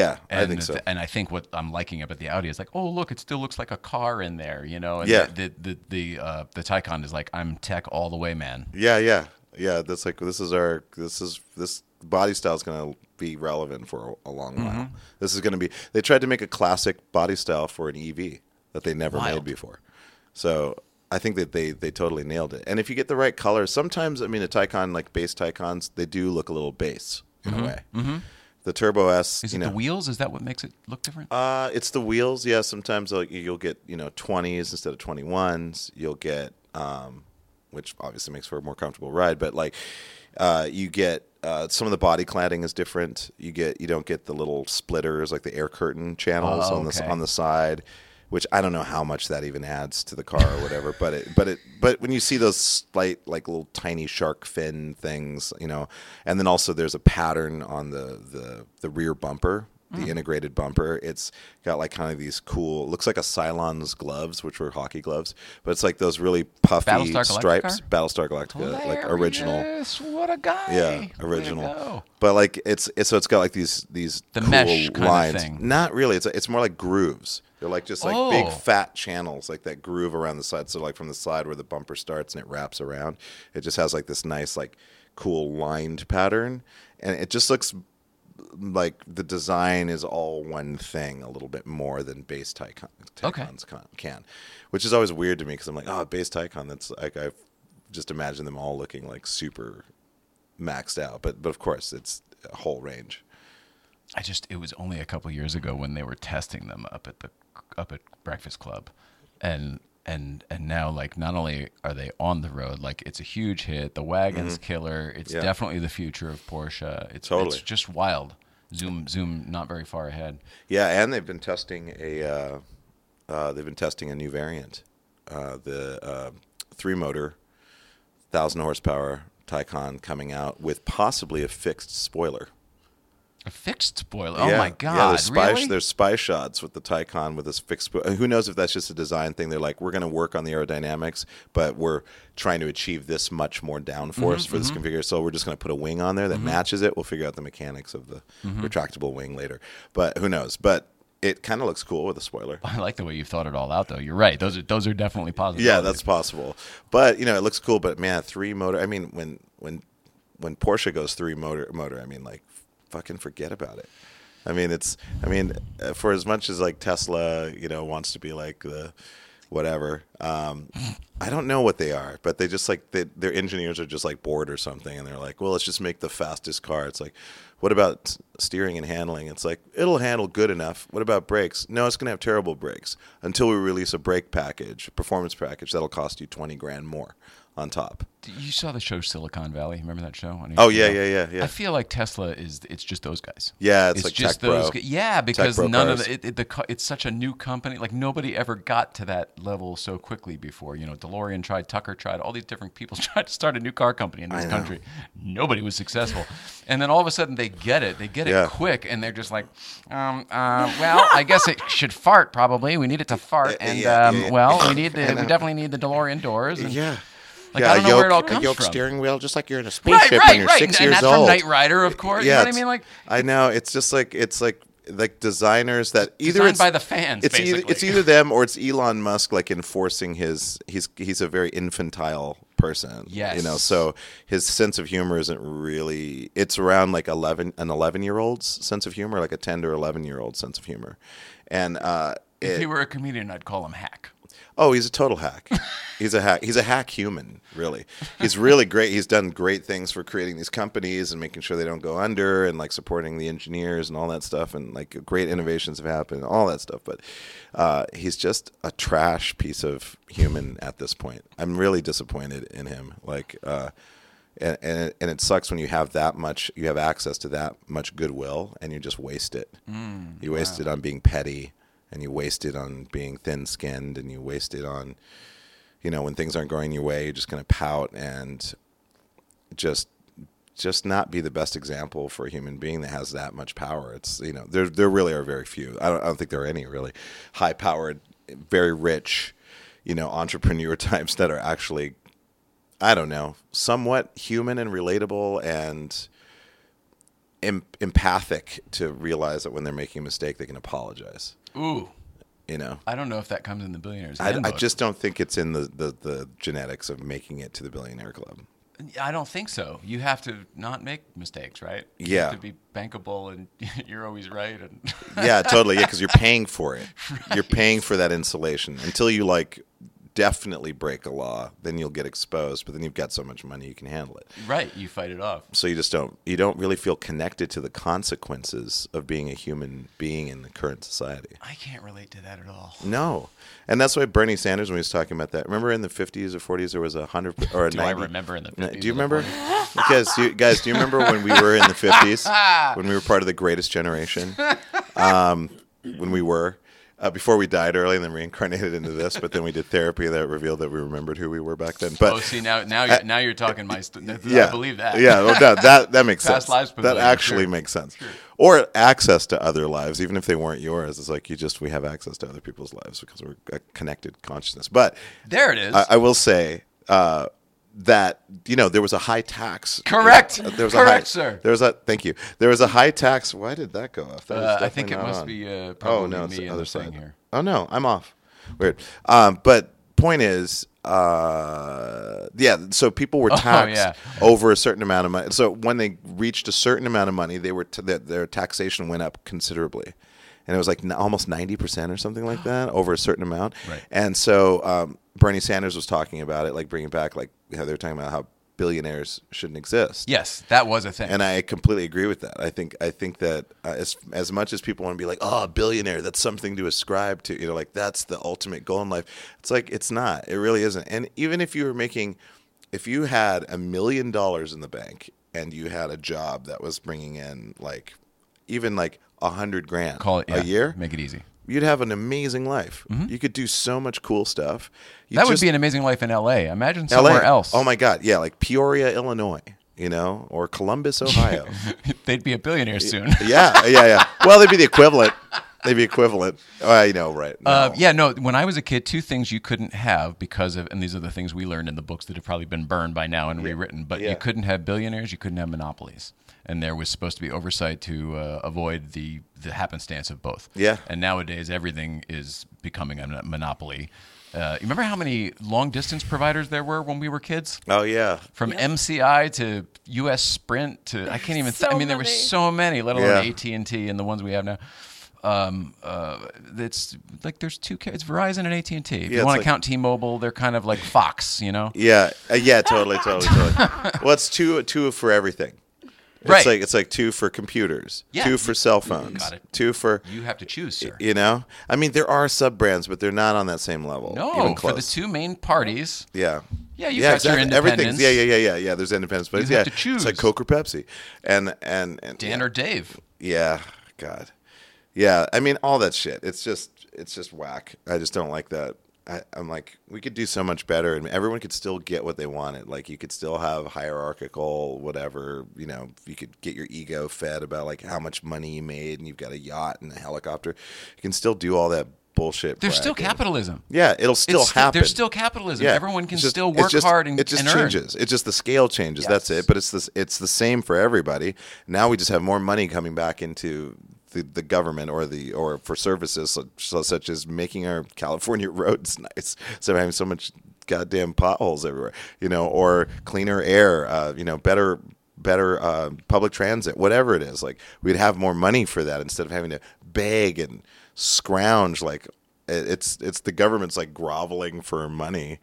[SPEAKER 6] yeah
[SPEAKER 3] And
[SPEAKER 6] i think so
[SPEAKER 3] th- and I think what I'm liking about the Audi is like, oh look, it still looks like a car in there, you know. And
[SPEAKER 6] Yeah.
[SPEAKER 3] The the the, the, uh, the Taycan is like, I'm tech all the way, man.
[SPEAKER 6] yeah yeah yeah that's like this is our this is this body style is going to be relevant for a, a long
[SPEAKER 3] Mm-hmm.
[SPEAKER 6] while this is going to be they tried to make a classic body style for an ev that they never
[SPEAKER 3] Wild.
[SPEAKER 6] made before so i think that they they totally nailed it and if you get the right colors sometimes i mean a Taycan like base Taycans they do look a little base in a way the turbo s
[SPEAKER 3] Mm-hmm. Is
[SPEAKER 6] you
[SPEAKER 3] it
[SPEAKER 6] know
[SPEAKER 3] the wheels? Is that what makes it look different?
[SPEAKER 6] uh, it's the wheels. Yeah, sometimes like you'll get you know twenties instead of twenty ones. You'll get um, which obviously makes for a more comfortable ride. But like uh, you get uh, some of the body cladding is different. You get you don't get the little splitters like the air curtain channels
[SPEAKER 3] Oh,
[SPEAKER 6] on the s-
[SPEAKER 3] okay.
[SPEAKER 6] on the side. Which I don't know how much that even adds to the car or whatever, but it, but it, but when you see those slight like little tiny shark fin things, you know, and then also there's a pattern on the the the rear bumper,
[SPEAKER 3] Mm-hmm.
[SPEAKER 6] the integrated bumper. It's got like kind of these cool, looks like a Cylon's gloves, which were hockey gloves, but it's like those really puffy
[SPEAKER 3] Battlestar Galactica
[SPEAKER 6] stripes, Battlestar Galactica, like original.
[SPEAKER 3] Hilarious. What a guy.
[SPEAKER 6] Yeah,
[SPEAKER 3] Way to
[SPEAKER 6] original.
[SPEAKER 3] go.
[SPEAKER 6] But like it's, it's so it's got like these these
[SPEAKER 3] The
[SPEAKER 6] cool
[SPEAKER 3] mesh kind of
[SPEAKER 6] lines.
[SPEAKER 3] thing.
[SPEAKER 6] Not really. It's it's more like grooves. They're like just like
[SPEAKER 3] Oh.
[SPEAKER 6] big fat channels, like that groove around the side. So like from the side where the bumper starts and it wraps around, it just has like this nice like cool lined pattern, and it just looks like the design is all one thing a little bit more than base Tycon
[SPEAKER 3] Okay.
[SPEAKER 6] Tycons con- can, which is always weird to me because I'm like, oh, base Tycon. That's like I've just imagined them all looking like super maxed out, but but of course it's a whole range.
[SPEAKER 3] I just it was only a couple years ago when they were testing them up at the up at Breakfast Club, and and and now like not only are they on the road, like it's a huge hit. The wagon's killer. It's
[SPEAKER 6] Mm-hmm. Yeah.
[SPEAKER 3] definitely the future of Porsche. It's
[SPEAKER 6] Totally.
[SPEAKER 3] it's just wild. Zoom zoom not very far ahead.
[SPEAKER 6] Yeah, and they've been testing a uh, uh, they've been testing a new variant, uh, the uh, three motor, thousand horsepower Taycan coming out with possibly a fixed spoiler.
[SPEAKER 3] A fixed spoiler. Oh
[SPEAKER 6] Yeah.
[SPEAKER 3] my god!
[SPEAKER 6] Yeah, there's spy,
[SPEAKER 3] really?
[SPEAKER 6] there's spy shots with the Taycan with this fixed. spo- Who knows if that's just a design thing? They're like, we're going to work on the aerodynamics, but we're trying to achieve this much more downforce
[SPEAKER 3] Mm-hmm,
[SPEAKER 6] for this configuration. So we're just going to put a wing on there that matches it. We'll figure out the mechanics of the
[SPEAKER 3] Mm-hmm.
[SPEAKER 6] retractable wing later, but who knows? But it kind of looks cool with a spoiler.
[SPEAKER 3] I like the way you've thought it all out, though. You're right. Those are those are definitely positive.
[SPEAKER 6] Yeah, that's possible. But you know, it looks cool. But man, three motor. I mean, when when when Porsche goes three motor motor, I mean, like fucking forget about it. I mean, it's. I mean, uh, for as much as like Tesla, you know, wants to be like the whatever. Um, I don't know what they are, but they just like they, their engineers are just like bored or something, and they're like, well, let's just make the fastest car. It's like, what about s- steering and handling? It's like it'll handle good enough. What about brakes? No, it's gonna have terrible brakes until we release a brake package, performance package that'll cost you twenty grand more. on top.
[SPEAKER 3] You saw the show Silicon Valley. Remember that show? on
[SPEAKER 6] Oh,
[SPEAKER 3] HBO?
[SPEAKER 6] yeah, yeah, yeah, yeah.
[SPEAKER 3] I feel like Tesla is. It's just those guys.
[SPEAKER 6] Yeah, it's like tech bro.
[SPEAKER 3] gu- Yeah, because
[SPEAKER 6] bro
[SPEAKER 3] none of
[SPEAKER 6] cars.
[SPEAKER 3] the, it, it, the co- it's such a new company. Like nobody ever got to that level so quickly before. You know, DeLorean tried, Tucker tried, all these different people tried to start a new car company in this country. Nobody was successful, and then all of a sudden they get it. They get
[SPEAKER 6] Yeah.
[SPEAKER 3] it quick, and they're just like, um, uh, well, I guess it should fart. Probably we need it to fart, and
[SPEAKER 6] yeah,
[SPEAKER 3] um,
[SPEAKER 6] yeah.
[SPEAKER 3] well, we need the, we definitely need the DeLorean doors. And,
[SPEAKER 6] Yeah.
[SPEAKER 3] Like,
[SPEAKER 6] yeah,
[SPEAKER 3] I don't
[SPEAKER 6] a
[SPEAKER 3] know
[SPEAKER 6] yoke,
[SPEAKER 3] where it all
[SPEAKER 6] a
[SPEAKER 3] comes
[SPEAKER 6] yoke
[SPEAKER 3] from.
[SPEAKER 6] steering wheel, just like you're in a
[SPEAKER 3] Right,
[SPEAKER 6] spaceship
[SPEAKER 3] right,
[SPEAKER 6] when you're
[SPEAKER 3] right.
[SPEAKER 6] six
[SPEAKER 3] and
[SPEAKER 6] years
[SPEAKER 3] that's
[SPEAKER 6] old.
[SPEAKER 3] from Knight Rider, of course. you know what I
[SPEAKER 6] it's-
[SPEAKER 3] mean? Like
[SPEAKER 6] I know it's just like it's like like designers that either
[SPEAKER 3] designed
[SPEAKER 6] it's
[SPEAKER 3] by the fans,
[SPEAKER 6] It's either,
[SPEAKER 3] basically.
[SPEAKER 6] it's either them or it's Elon Musk like enforcing his he's he's a very infantile person. You know,
[SPEAKER 3] Yes.
[SPEAKER 6] so his sense of humor isn't really it's around like 11 an 11 year old's sense of humor, like a 10 to 11 year old sense of humor. And uh
[SPEAKER 3] if
[SPEAKER 6] it-
[SPEAKER 3] he were a comedian, I'd call him hack.
[SPEAKER 6] Oh, he's a total hack. He's a hack. He's a hack human, really. He's really great. He's done great things for creating these companies and making sure they don't go under and like supporting the engineers and all that stuff. And like great innovations have happened and all that stuff. But uh, he's just a trash piece of human at this point. I'm really disappointed in him. Like, uh, and, and, it, and it sucks when you have that much, you have access to that much goodwill and you just waste it. you waste it on being petty and you waste it on being thin skinned and you waste it on, you know, when things aren't going your way, you're just going to pout and just just not be the best example for a human being that has that much power. It's you know there there really are very few. I don't, I don't think there are any really high powered, very rich, you know, entrepreneur types that are actually, I don't know, somewhat human and relatable and em- empathic to realize that when they're making a mistake they can apologize.
[SPEAKER 3] Ooh,
[SPEAKER 6] You know,
[SPEAKER 3] I don't know if that comes in the billionaires.
[SPEAKER 6] I, I
[SPEAKER 3] handbook.
[SPEAKER 6] just don't think it's in the, the the genetics of making it to the billionaire club.
[SPEAKER 3] I don't think so. You have to not make mistakes, right? You
[SPEAKER 6] Yeah.
[SPEAKER 3] have to be bankable, and you're always right. And
[SPEAKER 6] yeah, totally. Yeah, because you're paying for it. You're paying for that insulation until you like definitely break a law. Then you'll get exposed, but then you've got so much money you can handle it.
[SPEAKER 3] right, you fight it off.
[SPEAKER 6] So you just don't you don't really feel connected to the consequences of being a human being in the current society.
[SPEAKER 3] I can't relate to that at all.
[SPEAKER 6] No, and that's why Bernie Sanders when he was talking about that. Remember in the fifties or forties there was a hundred per- or a
[SPEAKER 3] Do I
[SPEAKER 6] ninety.
[SPEAKER 3] remember in the
[SPEAKER 6] No,
[SPEAKER 3] 50s or
[SPEAKER 6] Do
[SPEAKER 3] the
[SPEAKER 6] you remember? Because you, guys, do you remember when we were in the fifties when we were part of the Greatest Generation? Um, when we were uh, before we died early and then reincarnated into this but then we did therapy that revealed that we remembered who we were back then but
[SPEAKER 3] oh, see now, now, you're, now you're talking my. St-
[SPEAKER 6] yeah
[SPEAKER 3] I believe that.
[SPEAKER 6] yeah well, that, that, that makes
[SPEAKER 3] Past
[SPEAKER 6] sense
[SPEAKER 3] lives
[SPEAKER 6] that
[SPEAKER 3] pavilion,
[SPEAKER 6] actually
[SPEAKER 3] sure.
[SPEAKER 6] makes sense or access to other lives even if they weren't yours it's like you just we have access to other people's lives because we're a connected consciousness but
[SPEAKER 3] There it is.
[SPEAKER 6] I, I will say uh, that you know there was a high tax.
[SPEAKER 3] Correct.
[SPEAKER 6] Uh, There was a high,
[SPEAKER 3] Correct, sir.
[SPEAKER 6] There was a thank you. There was a high tax. Why did that go off? That was
[SPEAKER 3] Uh, I
[SPEAKER 6] definitely
[SPEAKER 3] think it
[SPEAKER 6] not
[SPEAKER 3] must
[SPEAKER 6] on.
[SPEAKER 3] be, uh,
[SPEAKER 6] oh
[SPEAKER 3] probably
[SPEAKER 6] no, it's
[SPEAKER 3] me
[SPEAKER 6] the
[SPEAKER 3] and
[SPEAKER 6] other
[SPEAKER 3] the thing
[SPEAKER 6] side.
[SPEAKER 3] here.
[SPEAKER 6] Oh no, I'm off. Weird. Um, but point is, uh, yeah. So people were taxed
[SPEAKER 3] Oh, yeah.
[SPEAKER 6] over a certain amount of money. So when they reached a certain amount of money, they were t- their, their taxation went up considerably. And it was like n- almost ninety percent or something like that over a certain amount.
[SPEAKER 3] Right.
[SPEAKER 6] And so um, Bernie Sanders was talking about it, like bringing back, like how they were talking about how billionaires shouldn't exist.
[SPEAKER 3] yes, that was a thing.
[SPEAKER 6] And I completely agree with that. I think I think that uh, as as much as people want to be like, oh, billionaire, that's something to ascribe to. You know, like that's the ultimate goal in life. It's like it's not. It really isn't. And even if you were making, if you had a million dollars in the bank and you had a job that was bringing in like, even like a hundred grand
[SPEAKER 3] Call it yeah,
[SPEAKER 6] a year,
[SPEAKER 3] Make it easy.
[SPEAKER 6] you'd have an amazing life. You could do so much cool stuff. You
[SPEAKER 3] that would
[SPEAKER 6] just-
[SPEAKER 3] be an amazing life in L.A. Imagine
[SPEAKER 6] LA.
[SPEAKER 3] somewhere else.
[SPEAKER 6] Oh my God, yeah, like Peoria, Illinois. You know, or Columbus, Ohio.
[SPEAKER 3] They'd be a billionaire soon.
[SPEAKER 6] Yeah, yeah, yeah. Well, they'd be the equivalent. They'd be equivalent. Uh, you know, right? No.
[SPEAKER 3] Uh, yeah, no. When I was a kid, two things you couldn't have because of, and these are the things we learned in the books that have probably been burned by now and rewritten. But
[SPEAKER 6] Yeah.
[SPEAKER 3] you couldn't have billionaires, you couldn't have monopolies, and there was supposed to be oversight to uh, avoid the the happenstance of both.
[SPEAKER 6] Yeah.
[SPEAKER 3] And nowadays, everything is becoming a mon- monopoly. Uh, you remember how many long distance providers there were when we were kids?
[SPEAKER 6] Oh yeah.
[SPEAKER 3] From MCI to US Sprint to I can't even. Th- I
[SPEAKER 4] So
[SPEAKER 3] mean, there were
[SPEAKER 4] many.
[SPEAKER 3] so many, let alone
[SPEAKER 6] Yeah.
[SPEAKER 3] AT and T and the ones we have now. Um, uh, it's like there's two. ca- It's Verizon and AT and T. If
[SPEAKER 6] Yeah,
[SPEAKER 3] you
[SPEAKER 6] it's
[SPEAKER 3] want to
[SPEAKER 6] like-
[SPEAKER 3] count T-Mobile, they're kind of like Fox, you know.
[SPEAKER 6] Yeah. Uh, yeah. Totally. Totally. Totally. well, it's two two for everything. It's
[SPEAKER 3] Right.
[SPEAKER 6] like it's like two for computers,
[SPEAKER 3] Yeah.
[SPEAKER 6] two for cell phones,
[SPEAKER 3] got it.
[SPEAKER 6] two for
[SPEAKER 3] You have to choose, sir.
[SPEAKER 6] you know. I mean, there are sub brands, but they're not on that same level.
[SPEAKER 3] no,
[SPEAKER 6] even
[SPEAKER 3] for
[SPEAKER 6] close.
[SPEAKER 3] the two main parties,
[SPEAKER 6] Yeah.
[SPEAKER 3] Yeah, you
[SPEAKER 6] yeah,
[SPEAKER 3] got
[SPEAKER 6] exactly.
[SPEAKER 3] your independence.
[SPEAKER 6] Everything's yeah, yeah, yeah, yeah, yeah. There's independence, but it's,
[SPEAKER 3] You
[SPEAKER 6] yeah,
[SPEAKER 3] have to
[SPEAKER 6] it's like
[SPEAKER 3] choose.
[SPEAKER 6] Coke or Pepsi, and and and
[SPEAKER 3] Dan
[SPEAKER 6] yeah.
[SPEAKER 3] or Dave.
[SPEAKER 6] Yeah, God. Yeah, I mean all that shit. It's just it's just whack. I just don't like that. I, I'm like, we could do so much better, and everyone could still get what they wanted. Like, you could still have hierarchical, whatever. You know, you could get your ego fed about like how much money you made, and you've got a yacht and a helicopter. You can still do all that bullshit.
[SPEAKER 3] There's still
[SPEAKER 6] bragging.
[SPEAKER 3] capitalism.
[SPEAKER 6] Yeah, it'll still
[SPEAKER 3] It's sti-
[SPEAKER 6] happen.
[SPEAKER 3] There's still capitalism. Everyone can
[SPEAKER 6] It's just-
[SPEAKER 3] still
[SPEAKER 6] it's
[SPEAKER 3] work
[SPEAKER 6] just-
[SPEAKER 3] hard and,
[SPEAKER 6] it just
[SPEAKER 3] and earn.
[SPEAKER 6] changes. It's just the scale changes. That's
[SPEAKER 3] Yes.
[SPEAKER 6] it. But it's this. It's the same for everybody. Now we just have more money coming back into the, the government or the or for services such, such as making our California roads nice. So having so much goddamn potholes everywhere, you know, or cleaner air, uh, you know, better better uh, public transit, whatever it is. Like we'd have more money for that instead of having to beg and scrounge like it- it's it's the government's like groveling for money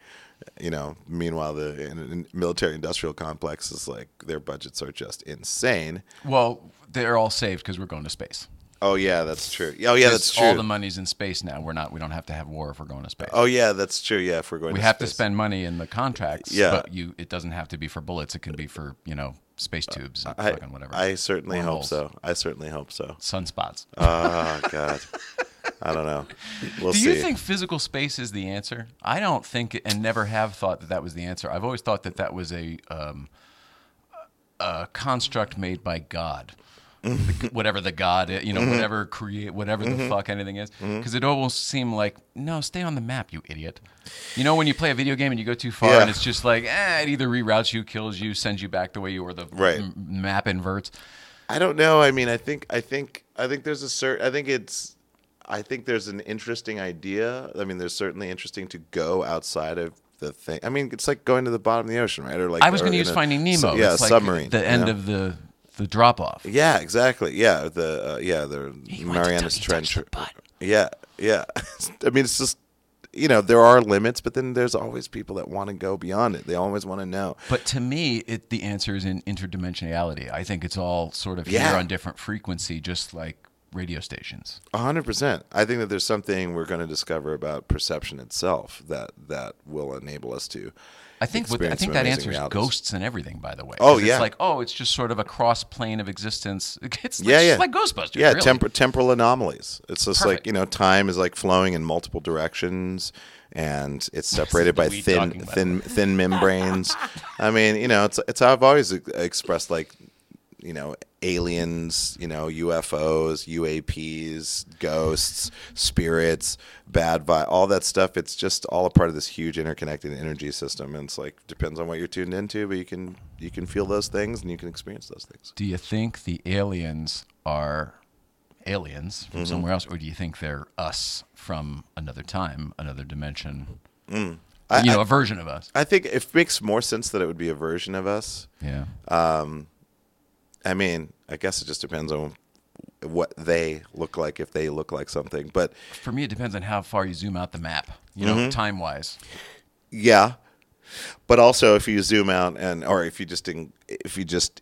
[SPEAKER 6] you know meanwhile the in, in military industrial complex is like their budgets are just insane
[SPEAKER 3] Well, they're all saved because we're going to space.
[SPEAKER 6] oh yeah that's true oh yeah
[SPEAKER 3] 'Cause
[SPEAKER 6] that's true
[SPEAKER 3] All the money's in space now. We're not. We don't have to have war if we're going to space.
[SPEAKER 6] oh yeah that's true yeah if we're going
[SPEAKER 3] we
[SPEAKER 6] to
[SPEAKER 3] have to
[SPEAKER 6] space.
[SPEAKER 3] spend money in the contracts.
[SPEAKER 6] Yeah.
[SPEAKER 3] but you. It doesn't have to be for bullets. It can be for you know space tubes and
[SPEAKER 6] I,
[SPEAKER 3] fucking whatever.
[SPEAKER 6] I certainly hope
[SPEAKER 3] Wormholes.
[SPEAKER 6] so i certainly hope so
[SPEAKER 3] Sunspots.
[SPEAKER 6] oh god i don't know we'll
[SPEAKER 3] Do
[SPEAKER 6] see
[SPEAKER 3] you think physical space is the answer? I don't think, and never have thought that that was the answer. I've always thought that that was a um, a construct made by God, The- whatever the God, i- you
[SPEAKER 6] Mm-hmm.
[SPEAKER 3] know, whatever create, whatever the fuck anything is, because it almost seemed like no, stay on the map, you idiot. You know, when you play a video game and you go too far,
[SPEAKER 6] Yeah.
[SPEAKER 3] and it's just like eh, it either reroutes you, kills you, sends you back the way you were, the
[SPEAKER 6] Right.
[SPEAKER 3] m- map inverts.
[SPEAKER 6] I don't know. I mean, I think, I think, I think there's a certain. I think it's, I think there's an interesting idea. I mean, there's certainly interesting to go outside of the thing. I mean, it's like going to the bottom of the ocean, right? Or like
[SPEAKER 3] I was
[SPEAKER 6] or
[SPEAKER 3] going to
[SPEAKER 6] in
[SPEAKER 3] use
[SPEAKER 6] a-
[SPEAKER 3] Finding Nemo.
[SPEAKER 6] so- yeah,
[SPEAKER 3] it's
[SPEAKER 6] a
[SPEAKER 3] like
[SPEAKER 6] submarine.
[SPEAKER 3] The
[SPEAKER 6] you
[SPEAKER 3] end
[SPEAKER 6] know?
[SPEAKER 3] of the the drop off.
[SPEAKER 6] Yeah, exactly. Yeah, the uh, yeah the
[SPEAKER 3] went to
[SPEAKER 6] Marianas
[SPEAKER 3] Tony
[SPEAKER 6] Trench.
[SPEAKER 3] Touch the Butt.
[SPEAKER 6] Yeah, yeah. I mean, it's just you know there are limits, but then there's always people that want to go beyond it. They always want to know.
[SPEAKER 3] But to me, it, the answer is in interdimensionality. I think it's all sort of
[SPEAKER 6] Yeah.
[SPEAKER 3] here on different frequency, just like radio stations.
[SPEAKER 6] A hundred percent. I think that there's something we're going to discover about perception itself that that will enable us to.
[SPEAKER 3] I think what, I
[SPEAKER 6] experience
[SPEAKER 3] think
[SPEAKER 6] some
[SPEAKER 3] that
[SPEAKER 6] amazing
[SPEAKER 3] answers
[SPEAKER 6] realities.
[SPEAKER 3] ghosts and everything. By the way,
[SPEAKER 6] Oh,
[SPEAKER 3] 'Cause
[SPEAKER 6] yeah.
[SPEAKER 3] it's like oh, it's just sort of a cross plane of existence. It's like,
[SPEAKER 6] Yeah, yeah.
[SPEAKER 3] just like Ghostbusters.
[SPEAKER 6] Yeah,
[SPEAKER 3] really.
[SPEAKER 6] temp- temporal anomalies. It's just like
[SPEAKER 3] Perfect.
[SPEAKER 6] you know, time is like flowing in multiple directions, and it's separated by
[SPEAKER 3] weed
[SPEAKER 6] thin,
[SPEAKER 3] talking, by the
[SPEAKER 6] thin, thin membranes. I mean, you know, it's it's how I've always e- expressed like, you know, aliens, you know, UFOs, UAPs, ghosts, spirits, bad vibe, all that stuff. It's just all a part of this huge interconnected energy system, and it's like depends on what you're tuned into, but you can you can feel those things and you can experience those things.
[SPEAKER 3] Do you think the aliens are aliens from
[SPEAKER 6] Mm-hmm.
[SPEAKER 3] somewhere else, or do you think they're us from another time, another dimension?
[SPEAKER 6] Mm. I-
[SPEAKER 3] you know, a version of us.
[SPEAKER 6] I think it makes more sense that it would be a version of us.
[SPEAKER 3] yeah.
[SPEAKER 6] I mean, I guess it just depends on what they look like if they look like something. But
[SPEAKER 3] For me, it depends on how far you zoom out the map. You know,
[SPEAKER 6] Mm-hmm.
[SPEAKER 3] time wise.
[SPEAKER 6] yeah, but also if you zoom out and or if you just in, if you just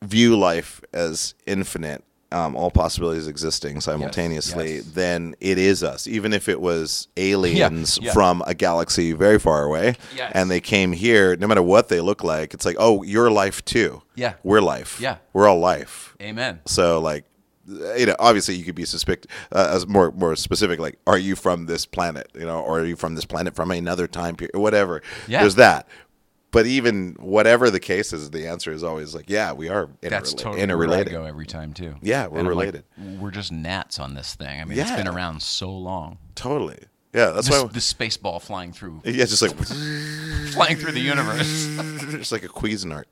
[SPEAKER 6] view life as infinite, um, all possibilities existing simultaneously,
[SPEAKER 3] yes.
[SPEAKER 6] then it is us. Even if it was aliens
[SPEAKER 3] yeah.
[SPEAKER 6] from a galaxy very far away,
[SPEAKER 3] Yes.
[SPEAKER 6] and they came here, no matter what they look like, it's like, oh, you're life too.
[SPEAKER 3] Yeah.
[SPEAKER 6] we're life.
[SPEAKER 3] Yeah.
[SPEAKER 6] we're all life.
[SPEAKER 3] Amen.
[SPEAKER 6] So like, you know, obviously you could be suspect uh, as more more specific. Like, are you from this planet? You know, or are you from this planet from another time period? Whatever.
[SPEAKER 3] Yeah.
[SPEAKER 6] There's that. But even whatever the case is, the answer is always like, yeah, we are interrela-
[SPEAKER 3] That's totally where I
[SPEAKER 6] interrelated.
[SPEAKER 3] go every time too.
[SPEAKER 6] Yeah, we're
[SPEAKER 3] And I'm like,
[SPEAKER 6] related.
[SPEAKER 3] we're just gnats on this thing. I mean, it's
[SPEAKER 6] Yeah.
[SPEAKER 3] been around so long.
[SPEAKER 6] Totally. Yeah, that's
[SPEAKER 3] This,
[SPEAKER 6] why.
[SPEAKER 3] this space ball flying through,
[SPEAKER 6] yeah, it's just like
[SPEAKER 3] flying through the universe.
[SPEAKER 6] just like a Cuisinart.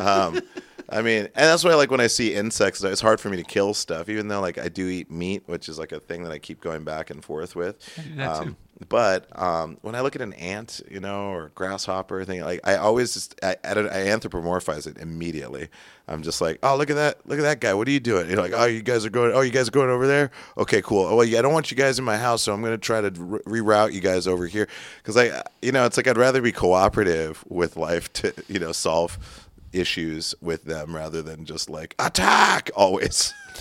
[SPEAKER 6] Um, I mean, and that's why, like, when I see insects, it's hard for me to kill stuff, even though, like, I do eat meat, which is like a thing that I keep going back and forth with.
[SPEAKER 3] that,
[SPEAKER 6] um,
[SPEAKER 3] too.
[SPEAKER 6] But um, when I look at an ant, you know, or grasshopper, or thing like, I always just I, I, don't, I anthropomorphize it immediately. I'm just like, oh, look at that, look at that guy. What are you doing? You're like, oh, you guys are going, oh, you guys are going over there. Okay, cool. Oh, well, yeah, I don't want you guys in my house, so I'm going to try to re- reroute you guys over here because I, you know, it's like I'd rather be cooperative with life to, you know, solve issues with them rather than just like attack always.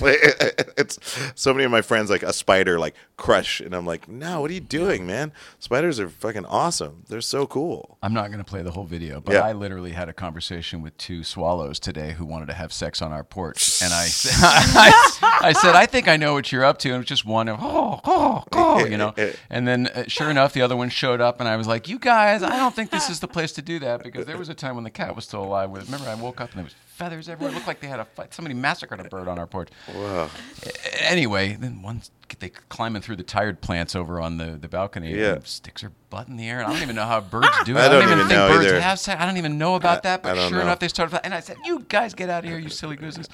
[SPEAKER 6] it's so many of my friends like a spider like crush, and I'm like, no, what are you doing, man? Spiders are fucking awesome. They're so cool.
[SPEAKER 3] I'm not going to play the whole video, but
[SPEAKER 6] Yeah.
[SPEAKER 3] I literally had a conversation with two swallows today who wanted to have sex on our porch, and I, s- I, I said, I think I know what you're up to, and it was just one of oh, oh, oh, you know, and then uh, sure enough, the other one showed up, and I was like, you guys, I don't think this is the place to do that because there was a time when the cat was still alive. With remember, I woke up and there was feathers everywhere. It looked like they had a fight. Somebody massacred a bird on our porch. Anyway, then one they climbing through the tired plants over on the, the balcony.
[SPEAKER 6] Yeah.
[SPEAKER 3] And sticks her butt in the air, and I don't even know how birds do it.
[SPEAKER 6] I
[SPEAKER 3] I don't,
[SPEAKER 6] don't
[SPEAKER 3] even,
[SPEAKER 6] even
[SPEAKER 3] think
[SPEAKER 6] know
[SPEAKER 3] birds
[SPEAKER 6] either.
[SPEAKER 3] have sex. I don't even know about that.
[SPEAKER 6] I
[SPEAKER 3] But
[SPEAKER 6] don't
[SPEAKER 3] sure
[SPEAKER 6] know.
[SPEAKER 3] enough, they started. And I said, "You guys get out of here, you silly gooses."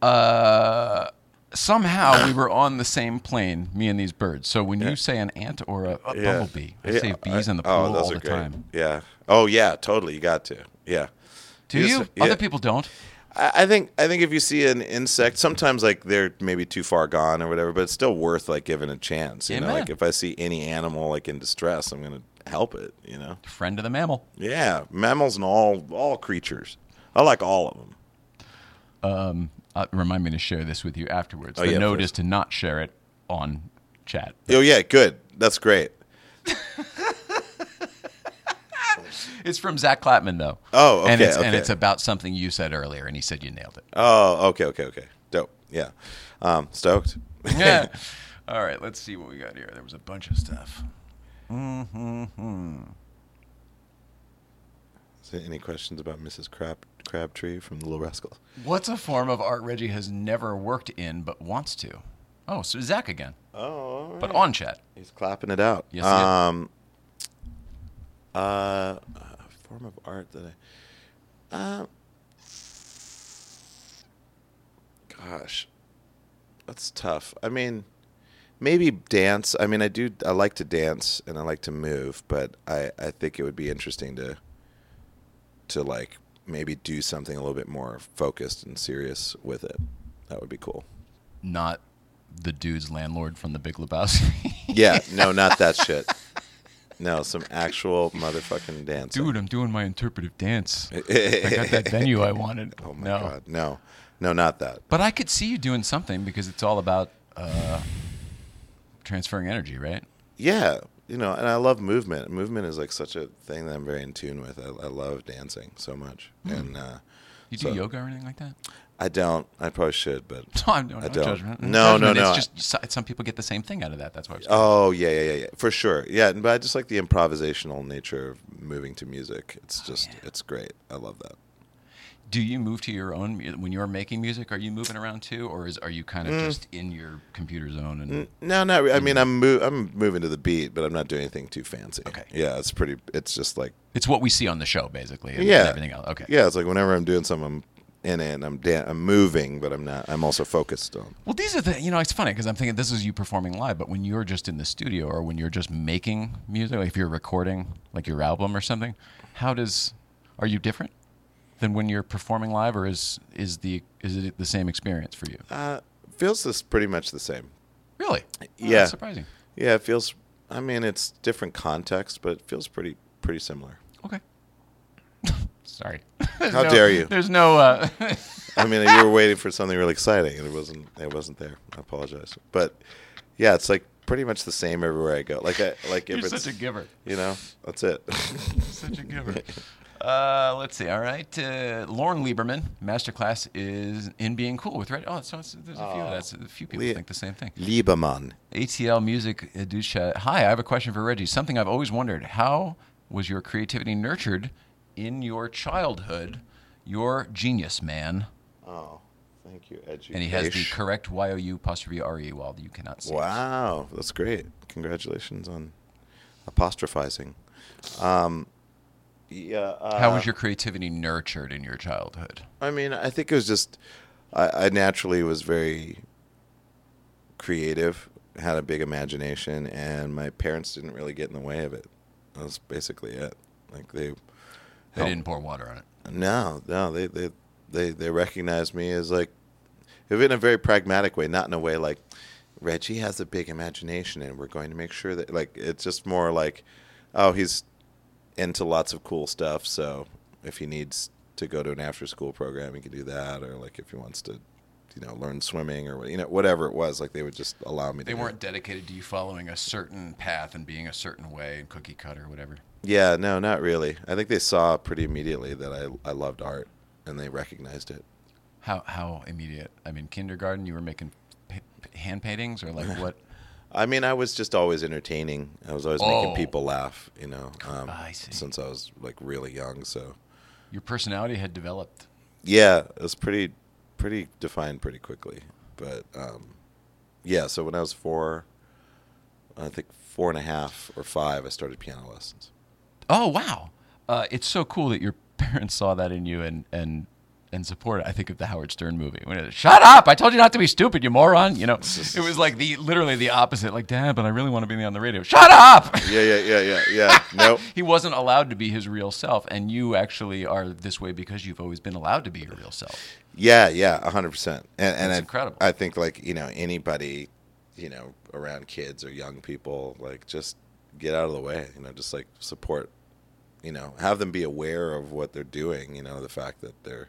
[SPEAKER 3] Uh, somehow we were on the same plane, me and these birds. So when you say an ant or a, a
[SPEAKER 6] Yeah.
[SPEAKER 3] bumblebee, I
[SPEAKER 6] Yeah,
[SPEAKER 3] say bees in the pool
[SPEAKER 6] oh, those
[SPEAKER 3] all
[SPEAKER 6] are
[SPEAKER 3] the
[SPEAKER 6] great.
[SPEAKER 3] time.
[SPEAKER 6] Yeah. Oh yeah, totally. You got to. Yeah.
[SPEAKER 3] Do
[SPEAKER 6] Yes,
[SPEAKER 3] you?
[SPEAKER 6] yeah.
[SPEAKER 3] Other people don't.
[SPEAKER 6] I I think I think if you see an insect, sometimes like they're maybe too far gone or whatever, but it's still worth like giving a chance. You know,
[SPEAKER 3] Amen.
[SPEAKER 6] like if I see any animal like in distress, I'm gonna help it. You know,
[SPEAKER 3] Friend of the mammal.
[SPEAKER 6] yeah, mammals and all all creatures. I like all of them.
[SPEAKER 3] Uh, remind me to share this with you afterwards.
[SPEAKER 6] Oh,
[SPEAKER 3] the
[SPEAKER 6] yeah,
[SPEAKER 3] note
[SPEAKER 6] please.
[SPEAKER 3] is to not share it on chat.
[SPEAKER 6] Oh yeah, good. That's great.
[SPEAKER 3] It's from Zach Clapman though.
[SPEAKER 6] Oh, okay,
[SPEAKER 3] and it's, And
[SPEAKER 6] okay.
[SPEAKER 3] it's about something you said earlier, and he said you nailed it.
[SPEAKER 6] Oh, okay, okay, okay. Dope. Yeah, um, stoked.
[SPEAKER 3] Yeah. All right, let's see what we got here. There was a bunch of stuff.
[SPEAKER 6] Is there any questions about Mrs. Crab Crabtree from the Little Rascals?
[SPEAKER 3] What's a form of art Reggie has never worked in but wants to? Oh, so Zach again,
[SPEAKER 6] Oh, all right.
[SPEAKER 3] but on chat.
[SPEAKER 6] He's clapping it out.
[SPEAKER 3] Yes, he is.
[SPEAKER 6] Um, uh, a form of art that I. Uh, gosh, that's tough. I mean, maybe dance. I mean, I do. I like to dance and I like to move, but I I think it would be interesting to. To like maybe do something a little bit more focused and serious with it. That would be cool.
[SPEAKER 3] Not the dude's landlord from the Big Lebowski.
[SPEAKER 6] Yeah, no, not that shit. No, some actual motherfucking dance.
[SPEAKER 3] Dude, I'm doing my interpretive dance. I got that venue I wanted.
[SPEAKER 6] oh my
[SPEAKER 3] no.
[SPEAKER 6] god, no, no, not that.
[SPEAKER 3] But I could see you doing something because it's all about uh, transferring energy, right?
[SPEAKER 6] Yeah, you know, and I love movement. Movement is like such a thing that I'm very in tune with. I, I love dancing so much,
[SPEAKER 3] Hmm.
[SPEAKER 6] and uh,
[SPEAKER 3] You do
[SPEAKER 6] So-
[SPEAKER 3] yoga or anything like that?
[SPEAKER 6] I don't. I probably should, but
[SPEAKER 3] No, I'm no,
[SPEAKER 6] I
[SPEAKER 3] no
[SPEAKER 6] don't.
[SPEAKER 3] judgment.
[SPEAKER 6] No, no,
[SPEAKER 3] judgment.
[SPEAKER 6] no.
[SPEAKER 3] It's just so- some people get the same thing out of that. That's why. I was-
[SPEAKER 6] oh yeah, yeah, yeah, yeah, for sure. Yeah, but I just like the improvisational nature of moving to music. It's
[SPEAKER 3] Oh,
[SPEAKER 6] just, it's great. I love that.
[SPEAKER 3] Do you move to your own mu- when you're making music? Are you moving around too, or is are you kind
[SPEAKER 6] Mm.
[SPEAKER 3] of just in your computer zone? And
[SPEAKER 6] No, no. I
[SPEAKER 3] Hmm.
[SPEAKER 6] mean, I'm move, I'm moving to the beat, but I'm not doing anything too fancy.
[SPEAKER 3] Okay.
[SPEAKER 6] Yeah, it's pretty. It's just like
[SPEAKER 3] it's what we see on the show, basically. And
[SPEAKER 6] yeah
[SPEAKER 3] everything else. Okay.
[SPEAKER 6] yeah it's like whenever i'm doing something i'm in it and i'm dan- i'm moving but i'm not i'm also focused on
[SPEAKER 3] Well, these are the you know it's funny because I'm thinking this is you performing live, but when you're just in the studio or when you're just making music, like if you're recording like your album or something, how does are you different than when you're performing live, or is is the is it the same experience for you?
[SPEAKER 6] uh feels this pretty much the same
[SPEAKER 3] Really? Oh,
[SPEAKER 6] yeah.
[SPEAKER 3] That's surprising.
[SPEAKER 6] yeah it feels i mean it's different context but it feels pretty pretty similar
[SPEAKER 3] Okay. Sorry.
[SPEAKER 6] how dare you
[SPEAKER 3] There's no. Uh,
[SPEAKER 6] i mean you were waiting for something really exciting and it wasn't it wasn't there i apologize but yeah it's like pretty much the same everywhere i go like i like if
[SPEAKER 3] you're
[SPEAKER 6] it's
[SPEAKER 3] such a giver.
[SPEAKER 6] you know that's it
[SPEAKER 3] Such a giver. Uh, let's see. All right, uh, Lauren Lieberman masterclass is in being cool with right. Oh, so it's, there's a few. of That's a few people
[SPEAKER 6] Lie-
[SPEAKER 3] think the same thing.
[SPEAKER 6] lieberman
[SPEAKER 3] ATL Music uh, do chat. Hi, I have a question for Reggie. Something I've always wondered: How was your creativity nurtured in your childhood? Your genius, man.
[SPEAKER 6] oh thank you edgy
[SPEAKER 3] And he has the
[SPEAKER 6] Ish.
[SPEAKER 3] correct Y O U apostrophe R E while you cannot see. it.
[SPEAKER 6] Wow, that's great. Congratulations on apostrophizing. Um, yeah. Uh,
[SPEAKER 3] How was your creativity nurtured in your childhood?
[SPEAKER 6] I mean, I think it was just I, I naturally was very creative, had a big imagination, and my parents didn't really get in the way of it. That was basically it. Like they,
[SPEAKER 3] They didn't pour water on it.
[SPEAKER 6] no, no, they they they they recognized me as like, in a very pragmatic way, not in a way like Reggie has a big imagination and we're going to make sure that like it's just more like, oh, he's into lots of cool stuff, so if he needs to go to an after school program, he can do that, or like if he wants to you know learn swimming or what- you know whatever it was. Like they would just allow me.
[SPEAKER 3] They
[SPEAKER 6] to
[SPEAKER 3] weren't dedicated to you following a certain path and being a certain way and cookie cutter, whatever.
[SPEAKER 6] Yeah, no, not really. I think they saw pretty immediately that I I loved art and they recognized it.
[SPEAKER 3] How how immediate? I mean, kindergarten, you were making pa- pa- hand paintings or like what?
[SPEAKER 6] I mean, I was just always entertaining. I was always
[SPEAKER 3] Oh. Ah,
[SPEAKER 6] making people laugh, you know, um,
[SPEAKER 3] I see.
[SPEAKER 6] since I was like really young. So,
[SPEAKER 3] Your personality had developed.
[SPEAKER 6] yeah, it was pretty, pretty defined pretty quickly. But um, yeah, so when I was four, I think four and a half or five, I started piano lessons.
[SPEAKER 3] Oh wow! Uh, it's so cool that your parents saw that in you and and and supported. I think of the Howard Stern movie when it, "Shut up! I told you not to be stupid, you moron!" You know, it was like the literally the opposite. Like, Dad, but I really want to be on the radio. Shut up!
[SPEAKER 6] Yeah, yeah, yeah, yeah, yeah. nope.
[SPEAKER 3] he wasn't allowed to be his real self, and you actually are this way because you've always been allowed to be your real self.
[SPEAKER 6] Yeah, yeah, a hundred percent. And, and
[SPEAKER 3] That's
[SPEAKER 6] I,
[SPEAKER 3] incredible.
[SPEAKER 6] I think like you know anybody, you know, around kids or young people, like just get out of the way. You know, just like support. You know, have them be aware of what they're doing. You know, the fact that they're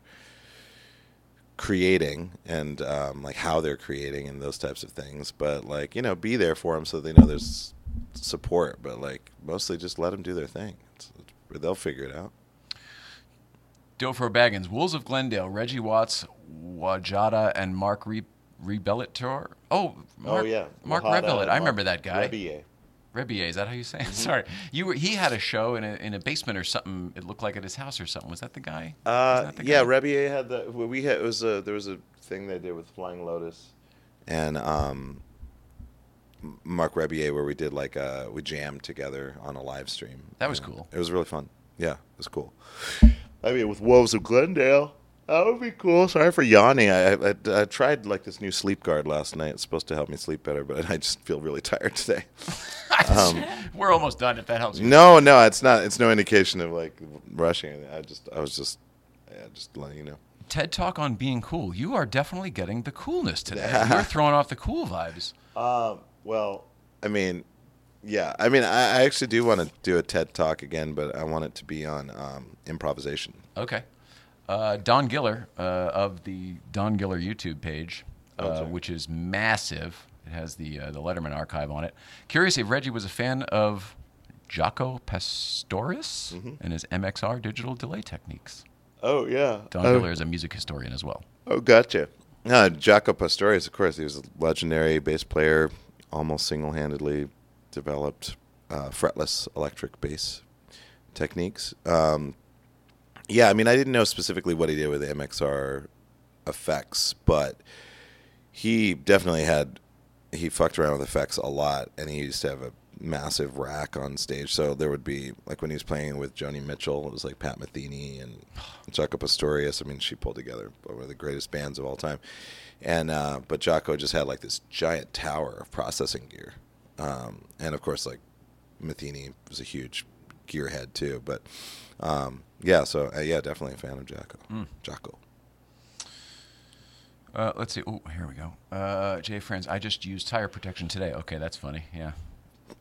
[SPEAKER 6] creating and um, like how they're creating and those types of things. But like you know, be there for them so they know there's support. But like mostly just let them do their thing. It's, it's, they'll figure it out.
[SPEAKER 3] Dofro Baggins, Wolves of Glendale, Reggie Watts, Wajada, and Mark Re- Rebellitor. Oh, Mark, Mark Mm-hmm. Rebellet. I remember that guy. Rebier, is that how you say it? Sorry, you were, he had a show in a, in a basement or something. It looked like at his house or something. Was that the guy?
[SPEAKER 6] Uh,
[SPEAKER 3] Is that the
[SPEAKER 6] yeah,
[SPEAKER 3] guy?
[SPEAKER 6] Rebier had the well, we had it was a there was a thing they did with Flying Lotus, and um, M- Mark Rebier where we did like uh we jammed together on a live stream.
[SPEAKER 3] That was
[SPEAKER 6] And
[SPEAKER 3] cool.
[SPEAKER 6] It was really fun. Yeah, it was cool. I mean, with Wolves of Glendale, that would be cool. Sorry for yawning. I I, I- I tried like this new sleep guard last night. It's supposed to help me sleep better, but I just feel really tired today.
[SPEAKER 3] We're almost done. If that helps. you.
[SPEAKER 6] No, no, it's not. It's no indication of like rushing. I just I was just yeah, just letting you know.
[SPEAKER 3] TED Talk on being cool. You are definitely getting the coolness today. You're throwing off the cool vibes.
[SPEAKER 6] Well, I mean, yeah. I mean, I, I actually do want to do a TED talk again, but I want it to be on um, improvisation.
[SPEAKER 3] Okay. Uh, Don Giller uh, of the Don Giller YouTube page, uh, which is massive. It has the uh, the Letterman archive on it. Curious if Reggie was a fan of Jaco Pastoris
[SPEAKER 6] Mm-hmm.
[SPEAKER 3] and his MXR digital delay techniques.
[SPEAKER 6] Oh yeah.
[SPEAKER 3] Don Giller is a music historian as well.
[SPEAKER 6] Oh, gotcha. No, Jaco Pastorius, of course, he was a legendary bass player, almost single-handedly developed uh, fretless electric bass techniques. Um, yeah, I mean, I didn't know specifically what he did with the MXR effects, but he definitely had he fucked around with effects a lot, and he used to have a massive rack on stage. So there would be like when he was playing with Joni Mitchell, it was like Pat Metheny and Jaco Pastorius. I mean, she pulled together one of the greatest bands of all time. And uh, but Jaco just had like this giant tower of processing gear, um, and of course like Matheny was a huge gearhead too. But um, yeah, so uh, yeah, definitely a fan of Jaco. Jaco.
[SPEAKER 3] Uh, let's see. Oh, here we go. Uh, Jay Friends, I just used tire protection today. Okay, that's funny. Yeah.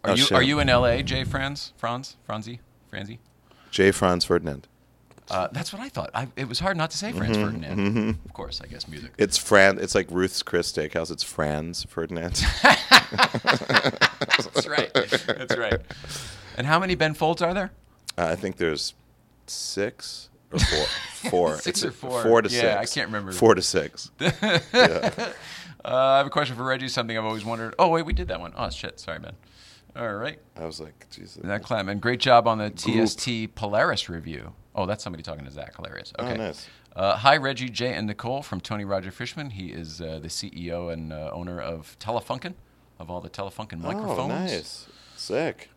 [SPEAKER 3] Are
[SPEAKER 6] Oh,
[SPEAKER 3] you
[SPEAKER 6] sure.
[SPEAKER 3] are you in LA, Jay Franz? Franz? Franzi? Franzi?
[SPEAKER 6] J. Franz Ferdinand.
[SPEAKER 3] Uh, that's what I thought. I, it was hard not to say Franz Ferdinand. Of course, I guess music.
[SPEAKER 6] Mm-hmm, It's Fran. It's like Ruth's Chris Steakhouse. It's Franz Ferdinand.
[SPEAKER 3] That's right. That's right. And how many Ben Folds are there?
[SPEAKER 6] Uh, I think there's six or four. Four.
[SPEAKER 3] Six or four.
[SPEAKER 6] Four to six.
[SPEAKER 3] Yeah, I can't remember.
[SPEAKER 6] Four to six.
[SPEAKER 3] Uh, I have a question for Reggie. Something I've always wondered. Oh wait, we did that one. Oh shit. Sorry, Ben. All right.
[SPEAKER 6] I was like, Jesus.
[SPEAKER 3] That clam. And great job on the TST Polaris review. Oh, that's somebody talking to Zach. Hilarious.
[SPEAKER 6] Oh,
[SPEAKER 3] Okay.
[SPEAKER 6] nice.
[SPEAKER 3] Uh, hi, Reggie, Jay, and Nicole from Tony Roger Fishman. He is uh, the CEO and uh, owner of Telefunken, of all the Telefunken microphones.
[SPEAKER 6] Oh, nice. Sick.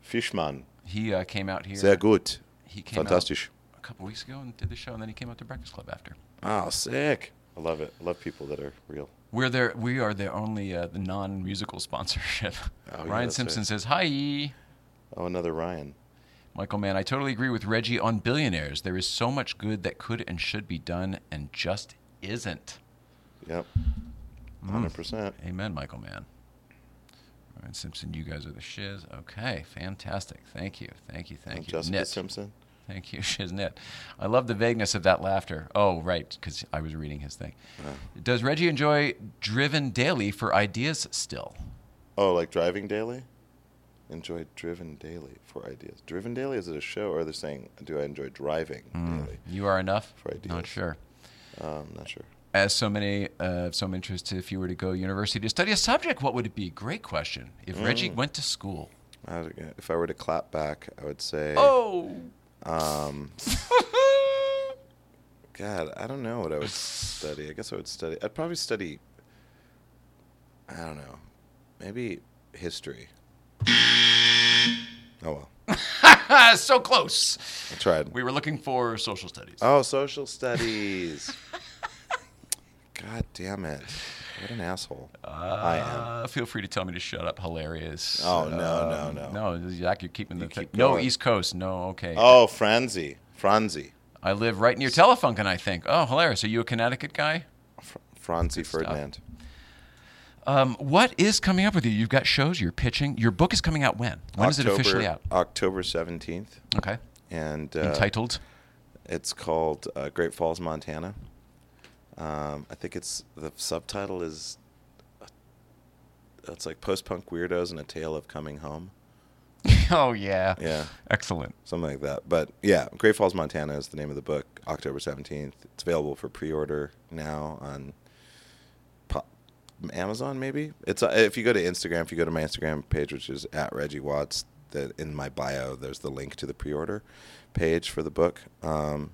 [SPEAKER 6] Fishman.
[SPEAKER 3] He uh, came out here.
[SPEAKER 6] Sehr gut.
[SPEAKER 3] He came out
[SPEAKER 6] Fantastisch.
[SPEAKER 3] a couple weeks ago and did the show, and then he came out to Breakfast Club after.
[SPEAKER 6] Oh, sick. I love it. I love people that are real.
[SPEAKER 3] We're there. We are the only uh, the non-musical sponsorship.
[SPEAKER 6] Oh, yeah,
[SPEAKER 3] Ryan
[SPEAKER 6] that's
[SPEAKER 3] Simpson
[SPEAKER 6] right.
[SPEAKER 3] says hi.
[SPEAKER 6] Oh, another Ryan.
[SPEAKER 3] Michael Mann, I totally agree with Reggie on billionaires. There is so much good that could and should be done and just isn't.
[SPEAKER 6] Yep.
[SPEAKER 3] Mm.
[SPEAKER 6] 100%.
[SPEAKER 3] Amen, Michael Mann. Ryan Simpson, you guys are the shiz. Okay, fantastic. Thank you, thank you, thank you.
[SPEAKER 6] Jessica
[SPEAKER 3] Knit.
[SPEAKER 6] Simpson.
[SPEAKER 3] Thank you, Shiznit. I love the vagueness of that laughter. Oh, right, because I was reading his thing. Does Reggie enjoy driven daily for ideas still?
[SPEAKER 6] Oh, like driving daily? Enjoy driven daily for ideas. Driven daily is it a show or they're saying do I enjoy driving daily?
[SPEAKER 3] You are enough?
[SPEAKER 6] For ideas.
[SPEAKER 3] Not sure.
[SPEAKER 6] Um, not sure.
[SPEAKER 3] As so many uh, of some interest, if you were to go university to study a subject, what would it be? Great question. If Reggie
[SPEAKER 6] Mm.
[SPEAKER 3] went to school.
[SPEAKER 6] I would- if I were to clap back, I would say,
[SPEAKER 3] Oh!
[SPEAKER 6] um, God, I don't know what I would study. I guess I would study. I'd probably study. I don't know. Maybe history. Oh well, I
[SPEAKER 3] Ah, so close.
[SPEAKER 6] tried.
[SPEAKER 3] We were looking for social studies.
[SPEAKER 6] Oh, social studies. God damn it! What an asshole I am.
[SPEAKER 3] Uh, feel free to tell me to shut up. Hilarious.
[SPEAKER 6] Oh, no,
[SPEAKER 3] Um,
[SPEAKER 6] no,
[SPEAKER 3] No, Zach, you're keeping the thing.
[SPEAKER 6] keep
[SPEAKER 3] No
[SPEAKER 6] going.
[SPEAKER 3] East Coast. No, okay.
[SPEAKER 6] Oh, Franzi, Franzi,
[SPEAKER 3] I live right near Telefunken, I think. Oh, hilarious. Are you a Connecticut guy?
[SPEAKER 6] Fr- Franzi Ferdinand.
[SPEAKER 3] Um, what is coming up with you? You've got shows, you're pitching. Your book is coming out when? When is it officially out?
[SPEAKER 6] October seventeenth,
[SPEAKER 3] Okay.
[SPEAKER 6] and uh,
[SPEAKER 3] Entitled.
[SPEAKER 6] It's called uh, Great Falls, Montana. Um, I think it's the subtitle is uh, it's like post punk weirdos and a tale of coming home,
[SPEAKER 3] oh, yeah.
[SPEAKER 6] Yeah.
[SPEAKER 3] Excellent.
[SPEAKER 6] something like that. But yeah, Great Falls, Montana is the name of the book. October seventeenth. It's available for pre order now on po- Amazon. Maybe it's uh, if you go to Instagram. If you go to my Instagram page, which is at Reggie Watts, that in my bio there's the link to the pre order page for the book. Um,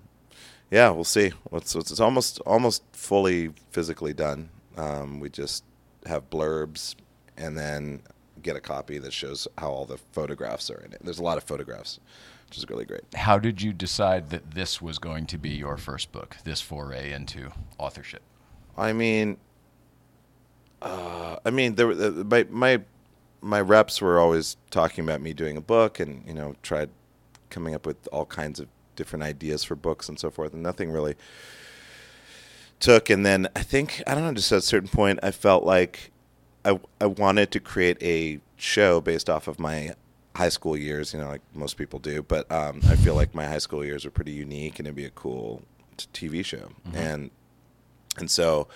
[SPEAKER 6] yeah, we'll see. It's, it's, it's almost almost fully physically done. Um, we just have blurbs and then get a copy that shows how all the photographs are in it. There's a lot of photographs, which is really great.
[SPEAKER 3] How did you decide that this was going to be your first book, this foray into authorship?
[SPEAKER 6] I mean, uh, I mean, there, were- uh, my my my reps were always talking about me doing a book, and you know, tried coming up with all kinds of different ideas for books and so forth, and nothing really took. And then I think I don't know, just at a certain point, I felt like I I wanted to create a show based off of my high school years, you know, like most people do. But um, I feel like my high school years were pretty unique, and it'd be a cool t- TV show.
[SPEAKER 3] Mm-hmm.
[SPEAKER 6] And and so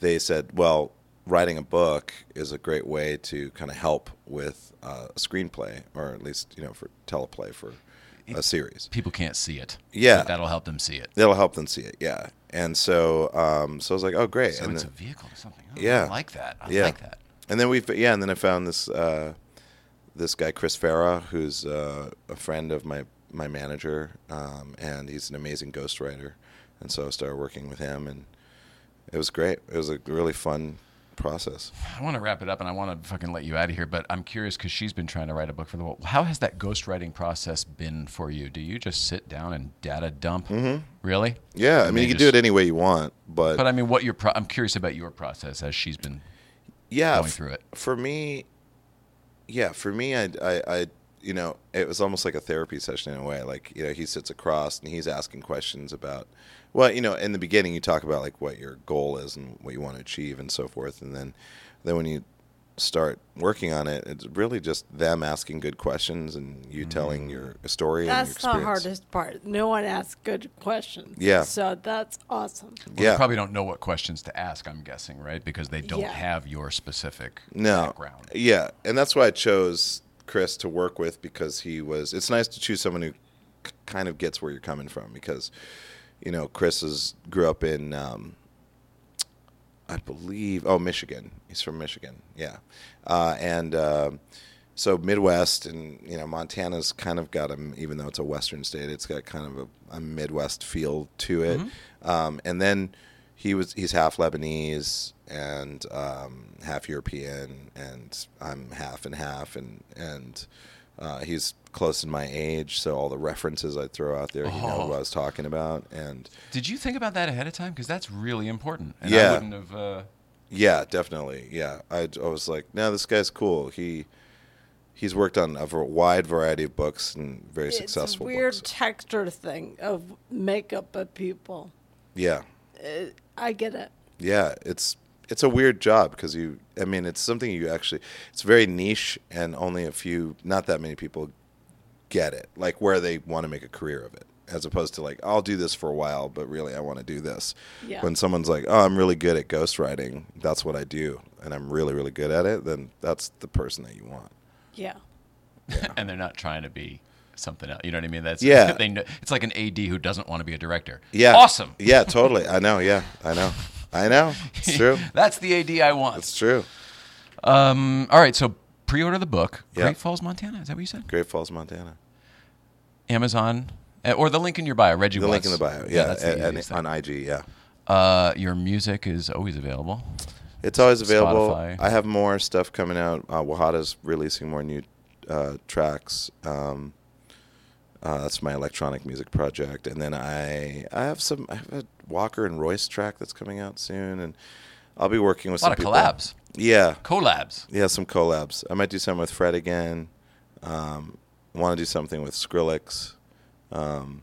[SPEAKER 6] they said, well, writing a book is a great way to kind of help with uh, a screenplay, or at least, you know, for teleplay for a series.
[SPEAKER 3] People can't see it.
[SPEAKER 6] Yeah.
[SPEAKER 3] But that'll help them see it.
[SPEAKER 6] That'll help them see it, yeah. And so, um, so I was like, oh, great.
[SPEAKER 3] So
[SPEAKER 6] and
[SPEAKER 3] it's
[SPEAKER 6] then-
[SPEAKER 3] a vehicle to something. Oh,
[SPEAKER 6] yeah.
[SPEAKER 3] I like that. I
[SPEAKER 6] yeah.
[SPEAKER 3] like that.
[SPEAKER 6] And then we've yeah, and then I found this uh, this guy Chris Farah, who's uh, a friend of my my manager, um, and he's an amazing ghostwriter, and so I started working with him, and it was great. It was a really fun process.
[SPEAKER 3] I want to wrap it up and I want to fucking let you out of here, but I'm curious because she's been trying to write a book for the world. How has that ghostwriting process been for you? Do you just sit down and data dump? Mm-hmm. Really?
[SPEAKER 6] Yeah, I
[SPEAKER 3] And
[SPEAKER 6] mean,
[SPEAKER 3] they
[SPEAKER 6] you can do
[SPEAKER 3] just-
[SPEAKER 6] it any way you want, but,
[SPEAKER 3] But I mean, what your pro- I'm curious about your process as she's been.
[SPEAKER 6] yeah,
[SPEAKER 3] going
[SPEAKER 6] f-
[SPEAKER 3] through it.
[SPEAKER 6] for me, yeah, for me, I, I, I, you know, it was almost like a therapy session in a way. Like, you know, he sits across and he's asking questions about, well, you know, in the beginning you talk about like what your goal is and what you want to achieve and so forth, and then, then when you start working on it, it's really just them asking good questions and you telling your story. and your
[SPEAKER 4] That's the
[SPEAKER 6] experience.
[SPEAKER 4] hardest part. No one asks good questions.
[SPEAKER 6] Yeah.
[SPEAKER 4] So that's awesome.
[SPEAKER 3] Well,
[SPEAKER 6] Yeah.
[SPEAKER 3] They probably don't know what questions to ask, I'm guessing, right? Because they don't
[SPEAKER 4] Yeah.
[SPEAKER 3] have your specific
[SPEAKER 6] no.
[SPEAKER 3] background.
[SPEAKER 6] Yeah, and that's why I chose Chris to work with because he was. It's nice to choose someone who k- kind of gets where you're coming from because, you know, Chris is grew up in, um, I believe, oh Michigan. He's from Michigan. Yeah, uh, and. Uh, so Midwest and you know Montana's kind of got a even though it's a Western state, it's got kind of a, a Midwest feel to it. Um, and then he was he's half Lebanese and um, half European, and I'm half and half, and and uh, he's close in my age, so all the references I throw out there, he knows what I was talking about, and
[SPEAKER 3] Did you think about that ahead of time? Because that's really important. And I
[SPEAKER 6] Yeah.
[SPEAKER 3] wouldn't have. Uh,
[SPEAKER 6] Yeah, definitely. Yeah, I, I was like, no, this guy's cool. He he's worked on a var- wide variety of books and very
[SPEAKER 4] It's a
[SPEAKER 6] successful
[SPEAKER 4] weird
[SPEAKER 6] books.
[SPEAKER 4] texture thing of makeup of people. Uh,
[SPEAKER 6] Yeah,
[SPEAKER 4] I get it.
[SPEAKER 6] yeah. It's it's a weird job because you. I mean, it's something you actually. It's very niche and only a few, not that many people, get it. Like where they want to make a career of it. as opposed to like I'll do this for a while, but really I want to do this.
[SPEAKER 4] Yeah.
[SPEAKER 6] When someone's like, "Oh, I'm really good at ghostwriting. That's what I do, and I'm really really good at it," then that's the person that you want.
[SPEAKER 4] Yeah.
[SPEAKER 3] and they're not trying to be something else. You know what I mean? That's
[SPEAKER 6] Yeah.
[SPEAKER 3] They know, it's like an AD who doesn't want to be a director.
[SPEAKER 6] Yeah.
[SPEAKER 3] awesome.
[SPEAKER 6] Yeah, totally. I know. Yeah, I know. I know. It's true.
[SPEAKER 3] That's the AD I want.
[SPEAKER 6] It's true.
[SPEAKER 3] Mm, All right, so pre-order the book,
[SPEAKER 6] Yeah.
[SPEAKER 3] Great Falls, Montana. Is that what you said?
[SPEAKER 6] Great Falls, Montana.
[SPEAKER 3] Amazon uh, or the link in your bio, Reggie.
[SPEAKER 6] The link in the
[SPEAKER 3] Watts.
[SPEAKER 6] bio. Yeah,
[SPEAKER 3] that's the
[SPEAKER 6] and- and
[SPEAKER 3] easiest thing.
[SPEAKER 6] on IG. Yeah.
[SPEAKER 3] Uh, your music is always available.
[SPEAKER 6] It's always available.
[SPEAKER 3] Spotify.
[SPEAKER 6] I have more stuff coming out. Uh, Wahada's releasing more new uh, tracks. Um, uh, that's my electronic music project, and then I I have some I have a Walker and Royce track that's coming out soon, and I'll be working with
[SPEAKER 3] A lot
[SPEAKER 6] some
[SPEAKER 3] of
[SPEAKER 6] people.
[SPEAKER 3] collabs.
[SPEAKER 6] Yeah,
[SPEAKER 3] Collabs.
[SPEAKER 6] yeah, some collabs. I might do something with Fred again. Um, Want to do something with Skrillex. Um,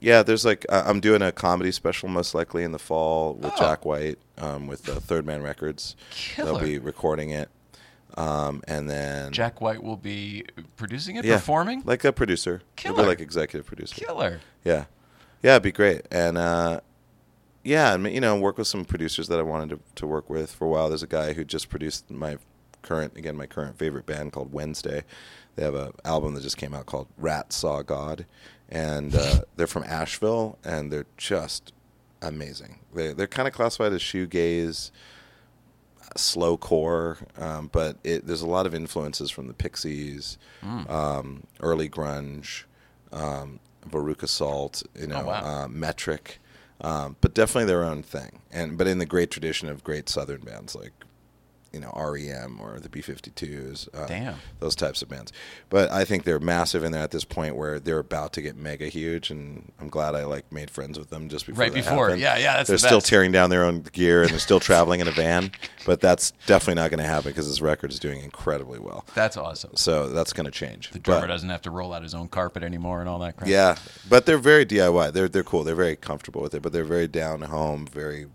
[SPEAKER 6] yeah, there's like I I'm doing a comedy special most likely in the fall with
[SPEAKER 3] Oh.
[SPEAKER 6] Jack White um, with uh, Third Man Records.
[SPEAKER 3] Killer.
[SPEAKER 6] They'll be recording it, um, and then
[SPEAKER 3] Jack White will be producing it,
[SPEAKER 6] yeah,
[SPEAKER 3] performing.
[SPEAKER 6] like a producer, They'll be
[SPEAKER 3] Killer.
[SPEAKER 6] like executive producer.
[SPEAKER 3] Killer.
[SPEAKER 6] Yeah, yeah, it'd be great. And uh, yeah, I mean, you know, work with some producers that I wanted to, to work with for a while. There's a guy who just produced my current, again, my current favorite band called Wednesday. They have an album that just came out called Rat Saw God, and uh, they're from Asheville, and they're just amazing. They they're kind of classified as shoegaze slow core, um, but it, there's a lot of influences from the Pixies,
[SPEAKER 3] Hmm.
[SPEAKER 6] um, early grunge, um, Baruch Assault, you know,
[SPEAKER 3] Oh, wow.
[SPEAKER 6] uh, Metric, um, but definitely their own thing. And but in the great tradition of great Southern bands like, you know, REM or the B52s, uh,
[SPEAKER 3] Damn.
[SPEAKER 6] those types of bands. But I think they're massive, and they're at this point where they're about to get mega huge. And I'm glad I like made friends with them just before
[SPEAKER 3] Right
[SPEAKER 6] that
[SPEAKER 3] before.
[SPEAKER 6] happened.
[SPEAKER 3] Yeah, yeah, that's
[SPEAKER 6] they're
[SPEAKER 3] the
[SPEAKER 6] still
[SPEAKER 3] best.
[SPEAKER 6] tearing down their own gear and they're still traveling in a van. But that's definitely not going to happen because this record is doing incredibly well.
[SPEAKER 3] That's awesome.
[SPEAKER 6] So that's going to change.
[SPEAKER 3] The drummer
[SPEAKER 6] But-
[SPEAKER 3] doesn't have to roll out his own carpet anymore and all that crap.
[SPEAKER 6] Yeah, but they're very DIY. They're they're cool. They're very comfortable with it. But they're very down home. Very,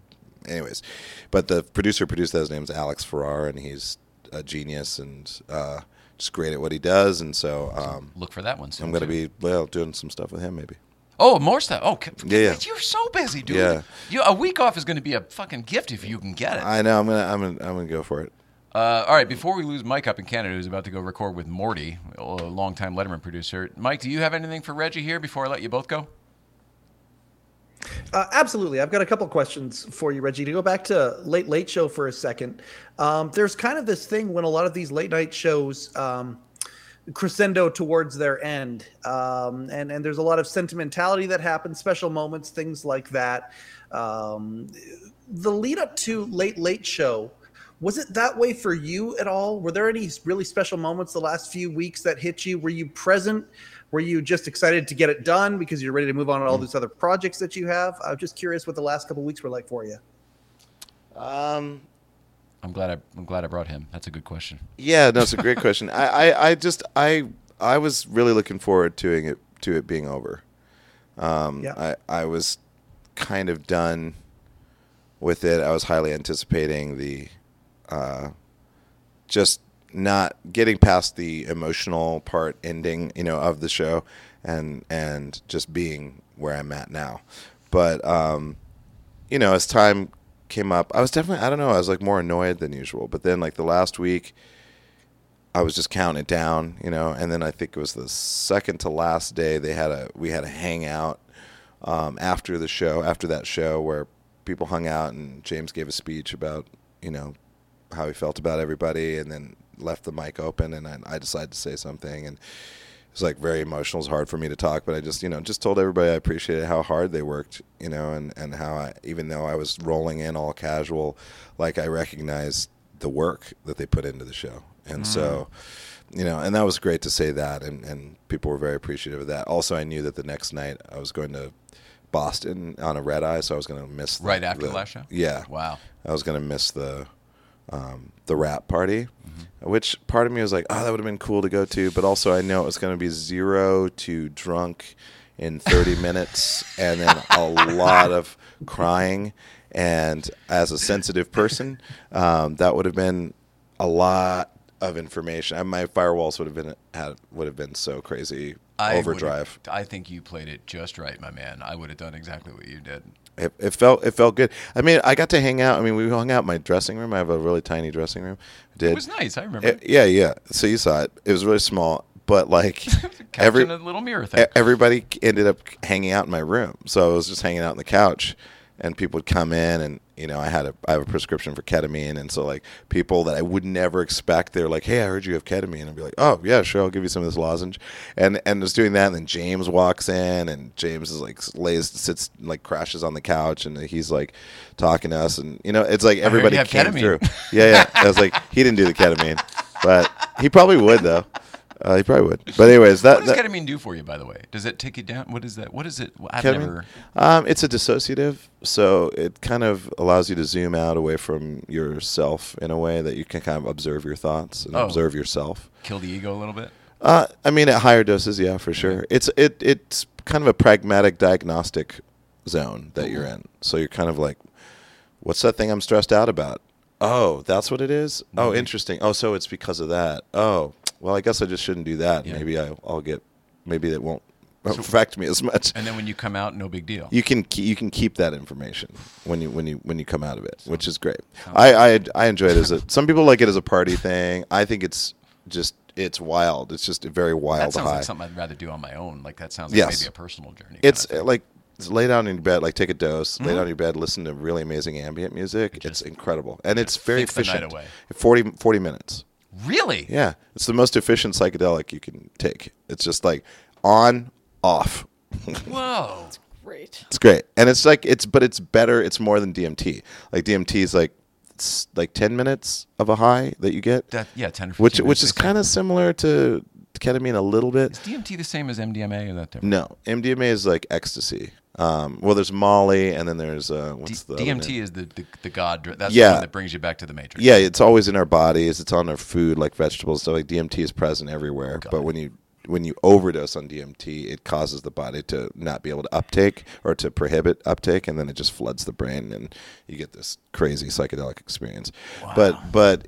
[SPEAKER 6] anyways. But the producer produced that. His name's Alex Farrar, and he's a genius and uh, just great at what he does. And so um,
[SPEAKER 3] Look for that one soon.
[SPEAKER 6] I'm going to
[SPEAKER 3] too.
[SPEAKER 6] be well doing some stuff with him maybe.
[SPEAKER 3] Oh, more stuff. Oh, c-
[SPEAKER 6] Yeah, yeah.
[SPEAKER 3] you're so busy, dude.
[SPEAKER 6] Yeah.
[SPEAKER 3] You, a week off is going to be a fucking gift if you can get it.
[SPEAKER 6] I know. I'm gonna I'm gonna I'm gonna go for it.
[SPEAKER 3] Uh, all right, before we lose Mike up in Canada, who's about to go record with Morty, a longtime Letterman producer. Mike, do you have anything for Reggie here before I let you both go?
[SPEAKER 2] Uh, absolutely. I've got a couple questions for you, Reggie. To go back to Late Late Show for a second, um, there's kind of this thing when a lot of these late night shows um, crescendo towards their end, um, and and there's a lot of sentimentality that happens, special moments, things like that. Um, the lead up to Late Late Show. Was it that way for you at all? Were there any really special moments the last few weeks that hit you? Were you present? Were you just excited to get it done because you're ready to move on to all these other projects that you have? I'm just curious what the last couple weeks were like for you.
[SPEAKER 6] Um,
[SPEAKER 3] I'm glad I, I'm glad I brought him. That's a good question.
[SPEAKER 6] Yeah, no, it's a great question. I, I, I just I I was really looking forward to it to it being over. Um,
[SPEAKER 2] Yeah.
[SPEAKER 6] I, I was kind of done with it. I was highly anticipating the uh, just not getting past the emotional part ending, you know, of the show and and just being where I'm at now. But um, you know, as time came up, I was definitely I don't know, I was like more annoyed than usual. But then like the last week I was just counting it down, you know, and then I think it was the second to last day they had a we had a hangout um, after the show, after that show where people hung out and James gave a speech about, you know, how he felt about everybody and then left the mic open and I, I decided to say something and it's like very emotional. It's hard for me to talk, but I just you know just told everybody I appreciated how hard they worked, you know, and and how I even though I was rolling in all casual, like I recognized the work that they put into the show, and so.
[SPEAKER 3] Mm.
[SPEAKER 6] You know, and that was great to say that, and, and people were very appreciative of that. Also, I knew that the next night I was going to Boston on a red eye, so I was going to miss the,
[SPEAKER 3] Right after the
[SPEAKER 6] the
[SPEAKER 3] last show?
[SPEAKER 6] Yeah,
[SPEAKER 3] Wow.
[SPEAKER 6] I was gonna miss the um, the rap party, which part of me was like, oh, that would have been cool to go to, but also I know it was gonna be zero to drunk in 30 minutes, and then a lot of crying. And as a sensitive person, um, that would have been a lot of information. And my firewalls would have been had would have been so crazy
[SPEAKER 3] I would've-
[SPEAKER 6] Overdrive.
[SPEAKER 3] I think you played it just right, my man. I would have done exactly what you did.
[SPEAKER 6] It, it felt it felt good. I mean, I got to hang out. I mean, we hung out in my dressing room. I have a really tiny dressing room. I did.
[SPEAKER 3] It was nice. I remember.
[SPEAKER 6] It- e-, Eh, yeah, yeah. So you saw it. It was really small, but like
[SPEAKER 3] Couch
[SPEAKER 6] every
[SPEAKER 3] in a little mirror
[SPEAKER 6] e-
[SPEAKER 3] thing.
[SPEAKER 6] everybody ended up hanging out in my room. So I was just hanging out on the couch, and people would come in, and you know, I had a I have a prescription for ketamine, and so like people that I would never expect, they're like, "Hey, I heard you have ketamine," and be like, "Oh yeah, sure, I'll give you some of this lozenge," and and just doing that, and then James walks in, and James is like lays sits like crashes on the couch, and he's like talking to us, and you know, it's like
[SPEAKER 3] heard
[SPEAKER 6] everybody
[SPEAKER 3] you have
[SPEAKER 6] came
[SPEAKER 3] ketamine.
[SPEAKER 6] through. Yeah, yeah. I was like, he didn't do the ketamine, but he probably would though. Uh, he probably would. But anyways, that
[SPEAKER 3] What does
[SPEAKER 6] that,
[SPEAKER 3] ketamine do for you, by the way? Does it take you down? What is that? What is it? I've
[SPEAKER 6] Ketamine?
[SPEAKER 3] never.
[SPEAKER 6] Um, it's a dissociative, so it kind of allows you to zoom out away from yourself in a way that you can kind of observe your thoughts and
[SPEAKER 3] Oh.
[SPEAKER 6] observe yourself.
[SPEAKER 3] Kill the ego a little bit.
[SPEAKER 6] Uh, I mean, at higher doses, yeah, for sure.
[SPEAKER 3] Mm-hmm.
[SPEAKER 6] It's it it's kind of a pragmatic diagnostic zone that you're
[SPEAKER 3] Mm-hmm.
[SPEAKER 6] in. So you're kind of like, what's that thing I'm stressed out about? Oh, that's what it is.
[SPEAKER 3] Mm-hmm.
[SPEAKER 6] Oh, interesting. Oh, so it's because of that. Oh, well, I guess I just shouldn't do that.
[SPEAKER 3] Yeah.
[SPEAKER 6] Maybe I, I'll get. Maybe that won't affect me as much
[SPEAKER 3] And then when you come out, no big deal.
[SPEAKER 6] you can keep, you can keep that information when you when you when you come out of it, which is great. I, I I enjoy it as a some people like it as a party thing. I think it's just it's wild. It's just a very wild
[SPEAKER 3] that sounds
[SPEAKER 6] high.
[SPEAKER 3] like something I'd rather do on my own. Like that sounds like
[SPEAKER 6] Yes.
[SPEAKER 3] maybe a personal journey. kinda
[SPEAKER 6] it's
[SPEAKER 3] thing.
[SPEAKER 6] uh, like it's lay down in your bed, like take a dose,
[SPEAKER 3] Mm-hmm.
[SPEAKER 6] lay down in your bed, listen to really amazing ambient music. it's incredible, and it's very
[SPEAKER 3] thinks the night
[SPEAKER 6] efficient.
[SPEAKER 3] away.
[SPEAKER 6] 40, 40 minutes.
[SPEAKER 3] really
[SPEAKER 6] Yeah, it's the most efficient psychedelic you can take. It's just like on off.
[SPEAKER 3] whoa.
[SPEAKER 4] Great.
[SPEAKER 6] It's great, and it's like it's, but it's better. It's more than DMT. Like DMT is like it's like ten minutes of a high that you get,
[SPEAKER 3] That, yeah, ten. or
[SPEAKER 6] which
[SPEAKER 3] 15
[SPEAKER 6] which
[SPEAKER 3] minutes,
[SPEAKER 6] is
[SPEAKER 3] they say.
[SPEAKER 6] kind of similar to ketamine a little bit.
[SPEAKER 3] DMT the same as MDMA or that different?
[SPEAKER 6] No, MDMA is like ecstasy. Um, well, there's Molly, and then there's uh,
[SPEAKER 3] D-
[SPEAKER 6] what's the other
[SPEAKER 3] DMT
[SPEAKER 6] name?
[SPEAKER 3] is the, the the god. dr- That's
[SPEAKER 6] Yeah.
[SPEAKER 3] the one that brings you back to the matrix.
[SPEAKER 6] Yeah, it's always in our bodies. It's on our food, like vegetables. So like DMT is present everywhere. but when you when you overdose on DMT, it causes the body to not be able to uptake or to prohibit uptake, and then it just floods the brain, and you get this crazy psychedelic experience. But but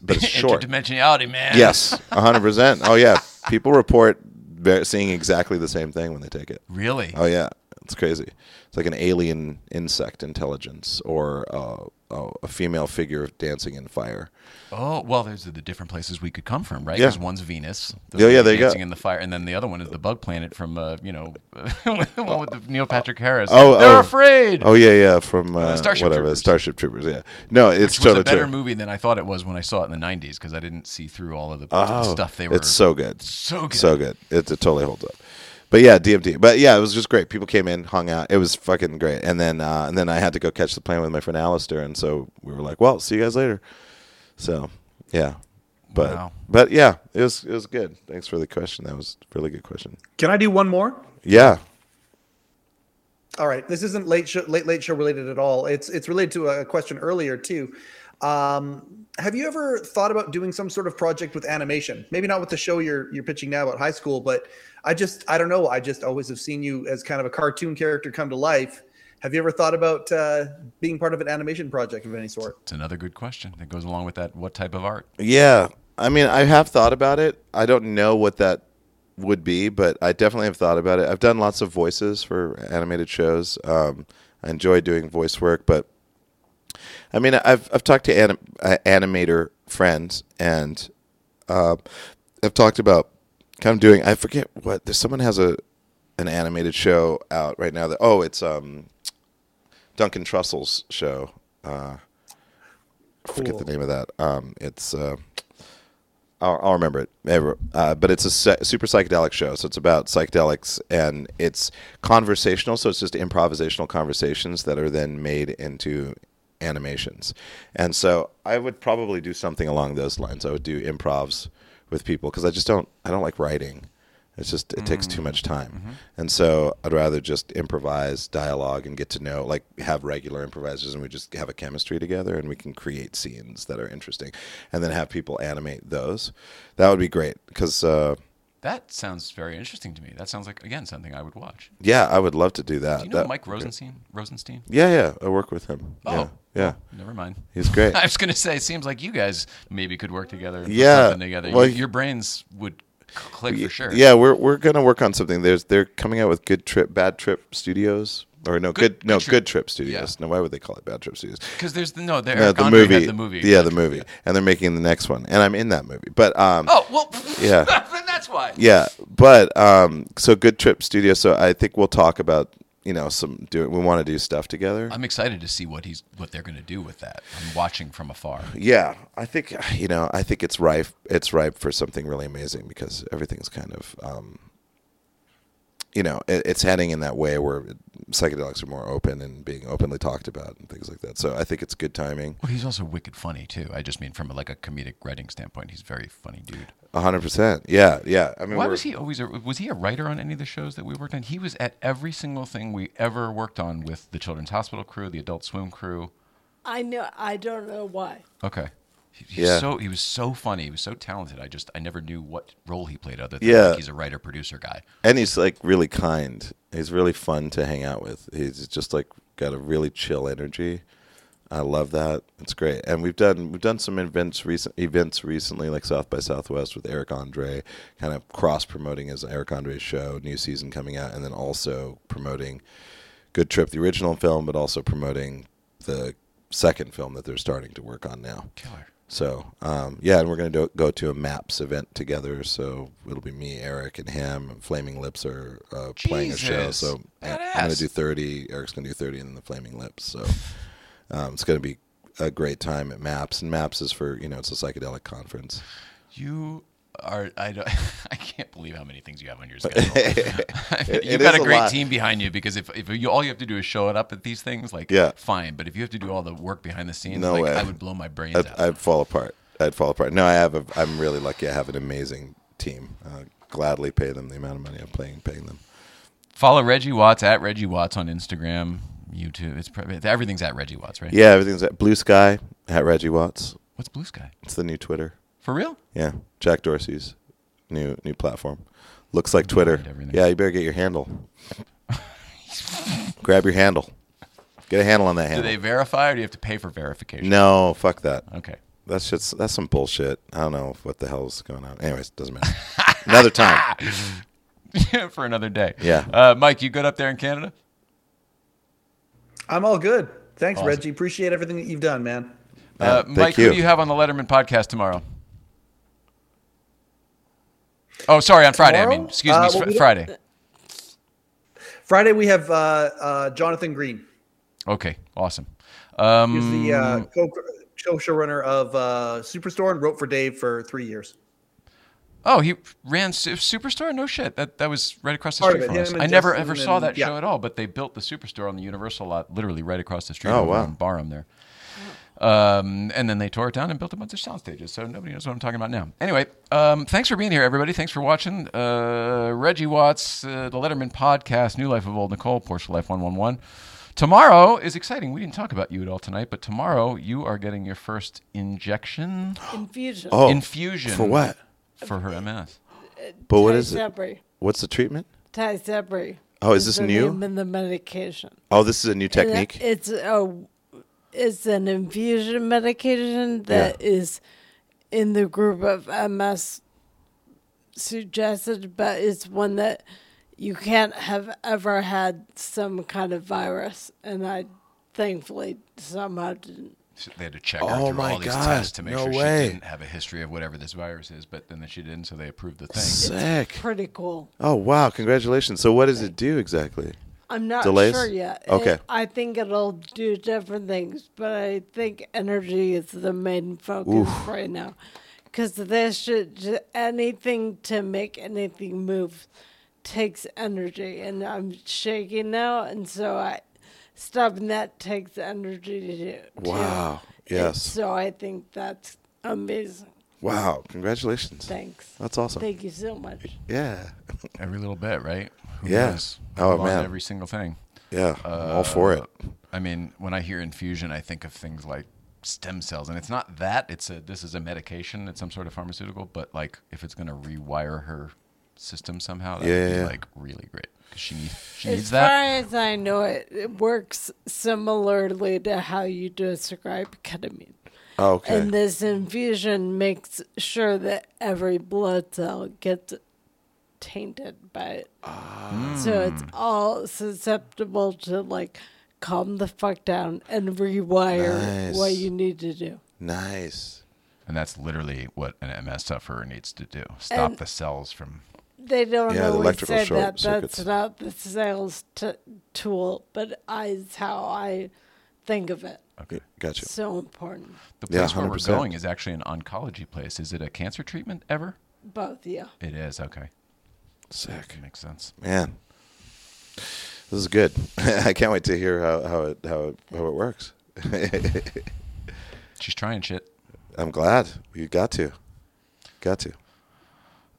[SPEAKER 6] but it's short.
[SPEAKER 3] Interdimensionality, man.
[SPEAKER 6] yes, hundred percent. Oh yeah, people report ver- seeing exactly the same thing when they take it.
[SPEAKER 3] Really?
[SPEAKER 6] Oh yeah, it's crazy. It's like an alien insect intelligence or uh, a, a female figure dancing in fire.
[SPEAKER 3] Oh well, there's the different places we could come from, right?
[SPEAKER 6] Yeah.
[SPEAKER 3] Because one's Venus. the
[SPEAKER 6] Yeah,
[SPEAKER 3] one
[SPEAKER 6] yeah, there you go.
[SPEAKER 3] dancing in the fire, and then the other one is the bug planet from uh, you know, the one with the Neil Patrick Harris.
[SPEAKER 6] Oh,
[SPEAKER 3] they're
[SPEAKER 6] oh.
[SPEAKER 3] afraid.
[SPEAKER 6] Oh yeah, yeah, from uh,
[SPEAKER 3] Starship
[SPEAKER 6] whatever
[SPEAKER 3] Troopers.
[SPEAKER 6] Starship Troopers. Yeah, no, it's
[SPEAKER 3] Which was
[SPEAKER 6] totally
[SPEAKER 3] a better
[SPEAKER 6] true.
[SPEAKER 3] movie than I thought it was when I saw it in the '90s because I didn't see through all of the
[SPEAKER 6] Oh,
[SPEAKER 3] stuff they were.
[SPEAKER 6] It's so good,
[SPEAKER 3] so good.
[SPEAKER 6] so good. It, it totally holds up. But yeah, DMT. But yeah, it was just great. People came in, hung out. It was fucking great. And then uh, and then I had to go catch the plane with my friend Alistair, and so we were like, "Well, see you guys later." So yeah, but
[SPEAKER 3] Wow.
[SPEAKER 6] but yeah, it was it was good. Thanks for the question. That was a really good question.
[SPEAKER 2] Can I do one more?
[SPEAKER 6] Yeah.
[SPEAKER 2] All right, this isn't late show, late late show related at all. It's it's related to a question earlier too. Um, have you ever thought about doing some sort of project with animation? Maybe not with the show you're you're pitching now about high school, but I just I don't know. I just always have seen you as kind of a cartoon character come to life. Have you ever thought about uh, being part of an animation project of any sort?
[SPEAKER 3] It's another good question that goes along with that. What type of art?
[SPEAKER 6] Yeah. I mean, I have thought about it. I don't know what that would be, but I definitely have thought about it. I've done lots of voices for animated shows. Um, I enjoy doing voice work, but I mean, I've I've talked to anim- uh, animator friends, and uh, I've talked about kind of doing. I forget what. There's someone has a an animated show out right now that oh, it's um, Duncan Trussell's show. Uh, I Forget the name of that. Um, it's uh, I'll, I'll remember it. Ever, uh, but it's a se- super psychedelic show, so it's about psychedelics and it's conversational. So it's just improvisational conversations that are then made into animations. And so I would probably do something along those lines. I would do improvs with people because I just don't. I don't like writing. It's just it takes
[SPEAKER 3] Mm.
[SPEAKER 6] too much time,
[SPEAKER 3] Mm-hmm.
[SPEAKER 6] and so I'd rather just improvise dialogue and get to know, like have regular improvisers, and we just have a chemistry together, and we can create scenes that are interesting, and then have people animate those. That would be great because uh,
[SPEAKER 3] That sounds very interesting to me. That sounds like again something I would watch.
[SPEAKER 6] yeah, I would love to do that.
[SPEAKER 3] Do you know
[SPEAKER 6] That-
[SPEAKER 3] Mike Rosenstein? Rosenstein?
[SPEAKER 6] Yeah, yeah, I work with him. Yeah,
[SPEAKER 3] Oh.
[SPEAKER 6] yeah,
[SPEAKER 3] Never mind.
[SPEAKER 6] he's great.
[SPEAKER 3] I was going to say, it seems like you guys maybe could work together. And put
[SPEAKER 6] Yeah,
[SPEAKER 3] something together.
[SPEAKER 6] well,
[SPEAKER 3] Your- your brains would click for sure.
[SPEAKER 6] Yeah, we're we're gonna work on something. There's they're coming out with Good Trip, Bad Trip Studios, or no, Good, no
[SPEAKER 3] Trip.
[SPEAKER 6] Good Trip Studios. No, why would they call it Bad Trip Studios?
[SPEAKER 3] Because there's the, no, the,
[SPEAKER 6] No,
[SPEAKER 3] Eric
[SPEAKER 6] the
[SPEAKER 3] Andre had
[SPEAKER 6] movie,
[SPEAKER 3] the movie.
[SPEAKER 6] yeah, the movie, and they're making the next one, and I'm in that movie. But um,
[SPEAKER 3] Oh well,
[SPEAKER 6] Yeah.
[SPEAKER 3] then that's why.
[SPEAKER 6] yeah, but um, so Good Trip Studios. So I think we'll talk about you know some do we want to do stuff together.
[SPEAKER 3] I'm excited to see what he's what they're going to do with that. I'm watching from afar.
[SPEAKER 6] yeah, I think you know. I think it's ripe. It's ripe for something really amazing because everything's kind of, um, you know, it, it's heading in that way where psychedelics are more open and being openly talked about and things like that. So I think it's good timing.
[SPEAKER 3] Well, he's also wicked funny too. I just mean from like a comedic writing standpoint, he's a very funny dude.
[SPEAKER 6] A hundred percent. Yeah, yeah. I mean,
[SPEAKER 3] Why
[SPEAKER 6] we're-
[SPEAKER 3] was he always a, was he a writer on any of the shows that we worked on? He was at every single thing we ever worked on with the Children's Hospital crew, the Adult Swim crew.
[SPEAKER 4] I know. I don't know why.
[SPEAKER 3] Okay. He, he's
[SPEAKER 6] Yeah.
[SPEAKER 3] so he was so funny. He was so talented. I just I never knew what role he played other than
[SPEAKER 6] Yeah.
[SPEAKER 3] like, he's a writer producer guy.
[SPEAKER 6] and he's like really kind. He's really fun to hang out with. He's just like got a really chill energy. I love that. It's great. And we've done we've done some events recent events recently, like South by Southwest with Eric Andre, kind of cross promoting his Eric Andre show, new season coming out, and then also promoting Good Trip, the original film, but also promoting the second film that they're starting to work on now.
[SPEAKER 3] Killer.
[SPEAKER 6] So um, yeah, and we're gonna do, go to a Maps event together. So it'll be me, Eric, and him. And Flaming Lips are uh, playing a show.
[SPEAKER 3] Jesus.
[SPEAKER 6] So I- I'm gonna
[SPEAKER 3] Badass.
[SPEAKER 6] do thirty. Eric's gonna do thirty, and then the Flaming Lips. So um, it's gonna be a great time at Maps. And Maps is for you know it's a psychedelic conference.
[SPEAKER 3] You are I don't I can't believe how many things you have on your schedule. I mean,
[SPEAKER 6] It-
[SPEAKER 3] You've
[SPEAKER 6] it
[SPEAKER 3] got
[SPEAKER 6] is
[SPEAKER 3] a
[SPEAKER 6] a
[SPEAKER 3] great
[SPEAKER 6] lot.
[SPEAKER 3] team behind you because if, if you all you have to do is show it up at these things, like
[SPEAKER 6] Yeah.
[SPEAKER 3] fine. But if you have to do all the work behind the scenes,
[SPEAKER 6] No
[SPEAKER 3] like
[SPEAKER 6] way.
[SPEAKER 3] I would blow my brains
[SPEAKER 6] I'd,
[SPEAKER 3] out.
[SPEAKER 6] I'd fall apart. I'd fall apart. No, I have. A, I'm really lucky. I have an amazing team. Uh, gladly pay them the amount of money I'm paying paying them.
[SPEAKER 3] Follow Reggie Watts at Reggie Watts on Instagram, YouTube. It's probably everything's at Reggie Watts, right?
[SPEAKER 6] Yeah, everything's at Blue Sky at Reggie Watts.
[SPEAKER 3] What's Blue Sky?
[SPEAKER 6] It's the new Twitter.
[SPEAKER 3] For real?
[SPEAKER 6] Yeah, Jack Dorsey's new new platform. Looks like Twitter.
[SPEAKER 3] Behind everything.
[SPEAKER 6] Yeah, you better get your handle. Grab your handle. Get a handle on that
[SPEAKER 3] Do
[SPEAKER 6] handle.
[SPEAKER 3] they verify or do you have to pay for verification?
[SPEAKER 6] No, fuck that.
[SPEAKER 3] Okay.
[SPEAKER 6] That's just that's some bullshit. I don't know what the hell's going on. Anyways, doesn't matter. Another time.
[SPEAKER 3] for another day.
[SPEAKER 6] Yeah.
[SPEAKER 3] Uh, Mike, you good up there in Canada?
[SPEAKER 2] I'm all good. Thanks, Reggie. Appreciate everything that you've done, man.
[SPEAKER 3] Uh,
[SPEAKER 6] thank
[SPEAKER 3] Mike,
[SPEAKER 6] you.
[SPEAKER 3] who do you have on the Letterman podcast tomorrow? Oh, sorry, on Friday. I mean,
[SPEAKER 2] Tomorrow?
[SPEAKER 3] excuse
[SPEAKER 2] Uh,
[SPEAKER 3] me,
[SPEAKER 2] well,
[SPEAKER 3] fr-
[SPEAKER 2] we don't-
[SPEAKER 3] Friday.
[SPEAKER 2] Friday we have uh, uh, Jonathan Green.
[SPEAKER 3] Okay, awesome. Um,
[SPEAKER 2] He's the uh, co showrunner of uh, Superstore and wrote for Dave for three years.
[SPEAKER 3] oh, he ran Su- Superstore. No shit, that that was right across the
[SPEAKER 2] Part of
[SPEAKER 3] street
[SPEAKER 2] it,
[SPEAKER 3] from
[SPEAKER 2] him
[SPEAKER 3] us.
[SPEAKER 2] and
[SPEAKER 3] I never
[SPEAKER 2] Justin
[SPEAKER 3] ever saw
[SPEAKER 2] and-
[SPEAKER 3] that
[SPEAKER 2] yeah.
[SPEAKER 3] show at all, but they built the Superstore on the Universal lot, literally right across the street.
[SPEAKER 6] Oh,
[SPEAKER 3] over
[SPEAKER 6] wow.
[SPEAKER 3] in Barham there. Um, and then they tore it down and built a bunch of sound stages, so nobody knows what I'm talking about now. Anyway, um, thanks for being here, everybody. Thanks for watching. Uh, Reggie Watts, uh, the Letterman podcast, New Life of Old Nicole, Porsche Life 111. Tomorrow is exciting. We didn't talk about you at all tonight, but tomorrow you are getting your first injection,
[SPEAKER 4] Infusion.
[SPEAKER 6] Oh,
[SPEAKER 3] infusion
[SPEAKER 6] for what?
[SPEAKER 3] for her MS.
[SPEAKER 6] But what is it?
[SPEAKER 4] Tysabri.
[SPEAKER 6] What's the treatment?
[SPEAKER 4] Tysabri.
[SPEAKER 6] Oh, is this
[SPEAKER 4] the
[SPEAKER 6] new?
[SPEAKER 4] name and the medication.
[SPEAKER 6] Oh, this is a new technique.
[SPEAKER 4] It's a, it's an infusion medication that is in the group of MS suggested, but it's one that you can't have ever had some kind of virus, and I thankfully somehow didn't.
[SPEAKER 3] So They had to check her
[SPEAKER 6] Oh,
[SPEAKER 3] through
[SPEAKER 6] my
[SPEAKER 3] all these
[SPEAKER 6] God.
[SPEAKER 3] tests to make
[SPEAKER 6] No
[SPEAKER 3] sure
[SPEAKER 6] way.
[SPEAKER 3] she didn't have a history of whatever this virus is, but then that she didn't, so they approved the thing.
[SPEAKER 6] Sick.
[SPEAKER 4] Pretty cool.
[SPEAKER 6] Oh wow, congratulations. So what does it do exactly?
[SPEAKER 4] I'm not
[SPEAKER 6] Delays?
[SPEAKER 4] sure yet. It-
[SPEAKER 6] Okay.
[SPEAKER 4] I think it'll do different things, but I think energy is the main focus right now. Because this should, ju- anything to make anything move takes energy. And I'm shaking now, and so I, stopping that takes energy to do. too.
[SPEAKER 6] Wow.
[SPEAKER 4] And
[SPEAKER 6] Yes.
[SPEAKER 4] So I think that's amazing.
[SPEAKER 6] Wow, congratulations.
[SPEAKER 4] Thanks.
[SPEAKER 6] That's awesome.
[SPEAKER 4] Thank you so much.
[SPEAKER 6] Yeah.
[SPEAKER 3] Every little bit, right? Who
[SPEAKER 6] Yeah.
[SPEAKER 3] knows?
[SPEAKER 6] Oh,
[SPEAKER 3] Hold on to
[SPEAKER 6] man.
[SPEAKER 3] Every single thing.
[SPEAKER 6] Yeah. I'm all for it.
[SPEAKER 3] I mean, when I hear infusion, I think of things like stem cells, and it's not that. It's a this is a medication. It's some sort of pharmaceutical, but like if it's going to rewire her system somehow, that would
[SPEAKER 6] Yeah,
[SPEAKER 3] be
[SPEAKER 6] yeah.
[SPEAKER 3] like really great. 'Cause She needs she
[SPEAKER 4] As
[SPEAKER 3] needs that.
[SPEAKER 4] far as I know, it, it works similarly to how you describe ketamine.
[SPEAKER 6] Oh, Okay.
[SPEAKER 4] And this infusion makes sure that every blood cell gets tainted by it.
[SPEAKER 6] Ah.
[SPEAKER 4] So it's all susceptible to like calm the fuck down and rewire
[SPEAKER 6] Nice.
[SPEAKER 4] what you need to do.
[SPEAKER 6] Nice.
[SPEAKER 3] And that's literally what an MS sufferer needs to do stop
[SPEAKER 4] And-
[SPEAKER 3] the cells from.
[SPEAKER 4] They don't
[SPEAKER 6] Yeah, the
[SPEAKER 4] always
[SPEAKER 6] electrical
[SPEAKER 4] say
[SPEAKER 6] short
[SPEAKER 4] that.
[SPEAKER 6] circuits.
[SPEAKER 4] That's not the sales t- tool, but is how I think of it.
[SPEAKER 6] Okay. Gotcha.
[SPEAKER 4] So important.
[SPEAKER 3] The
[SPEAKER 6] Yeah,
[SPEAKER 3] place where we're
[SPEAKER 6] 100%.
[SPEAKER 3] going is actually an oncology place. Is it a cancer treatment ever?
[SPEAKER 4] Both, yeah.
[SPEAKER 3] It is. Okay.
[SPEAKER 6] Sick.
[SPEAKER 3] Makes sense.
[SPEAKER 6] Man. This is good. I can't wait to hear how, how it how it how it works.
[SPEAKER 3] She's trying shit.
[SPEAKER 6] I'm glad. You got to. Got to.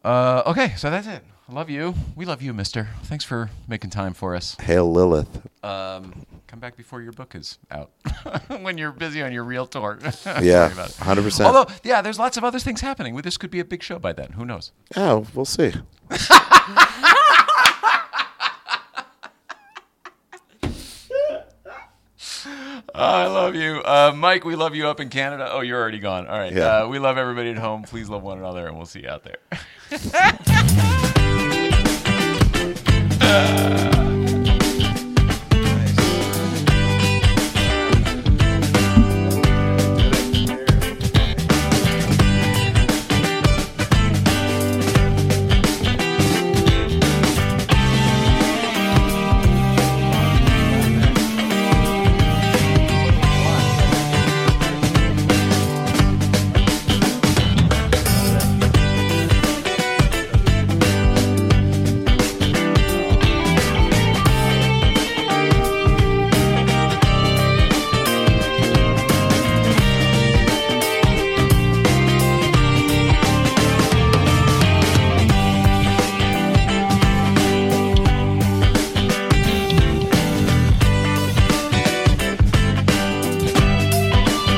[SPEAKER 3] Uh, okay, so that's it. Love you. We love you, mister. Thanks for making time for us.
[SPEAKER 6] Hail Lilith.
[SPEAKER 3] Um, come back before your book is out when you're busy on your real tour.
[SPEAKER 6] Yeah.
[SPEAKER 3] Sorry about it.
[SPEAKER 6] Hundred percent.
[SPEAKER 3] Although, yeah, there's lots of other things happening. Well, This could be a big show by then. Who knows?
[SPEAKER 6] Oh, we'll see.
[SPEAKER 3] I love you. Uh, Mike, we love you up in Canada. Oh, you're already gone. All right.
[SPEAKER 6] Yeah.
[SPEAKER 3] Uh, we love everybody at home. Please love one another, and we'll see you out there.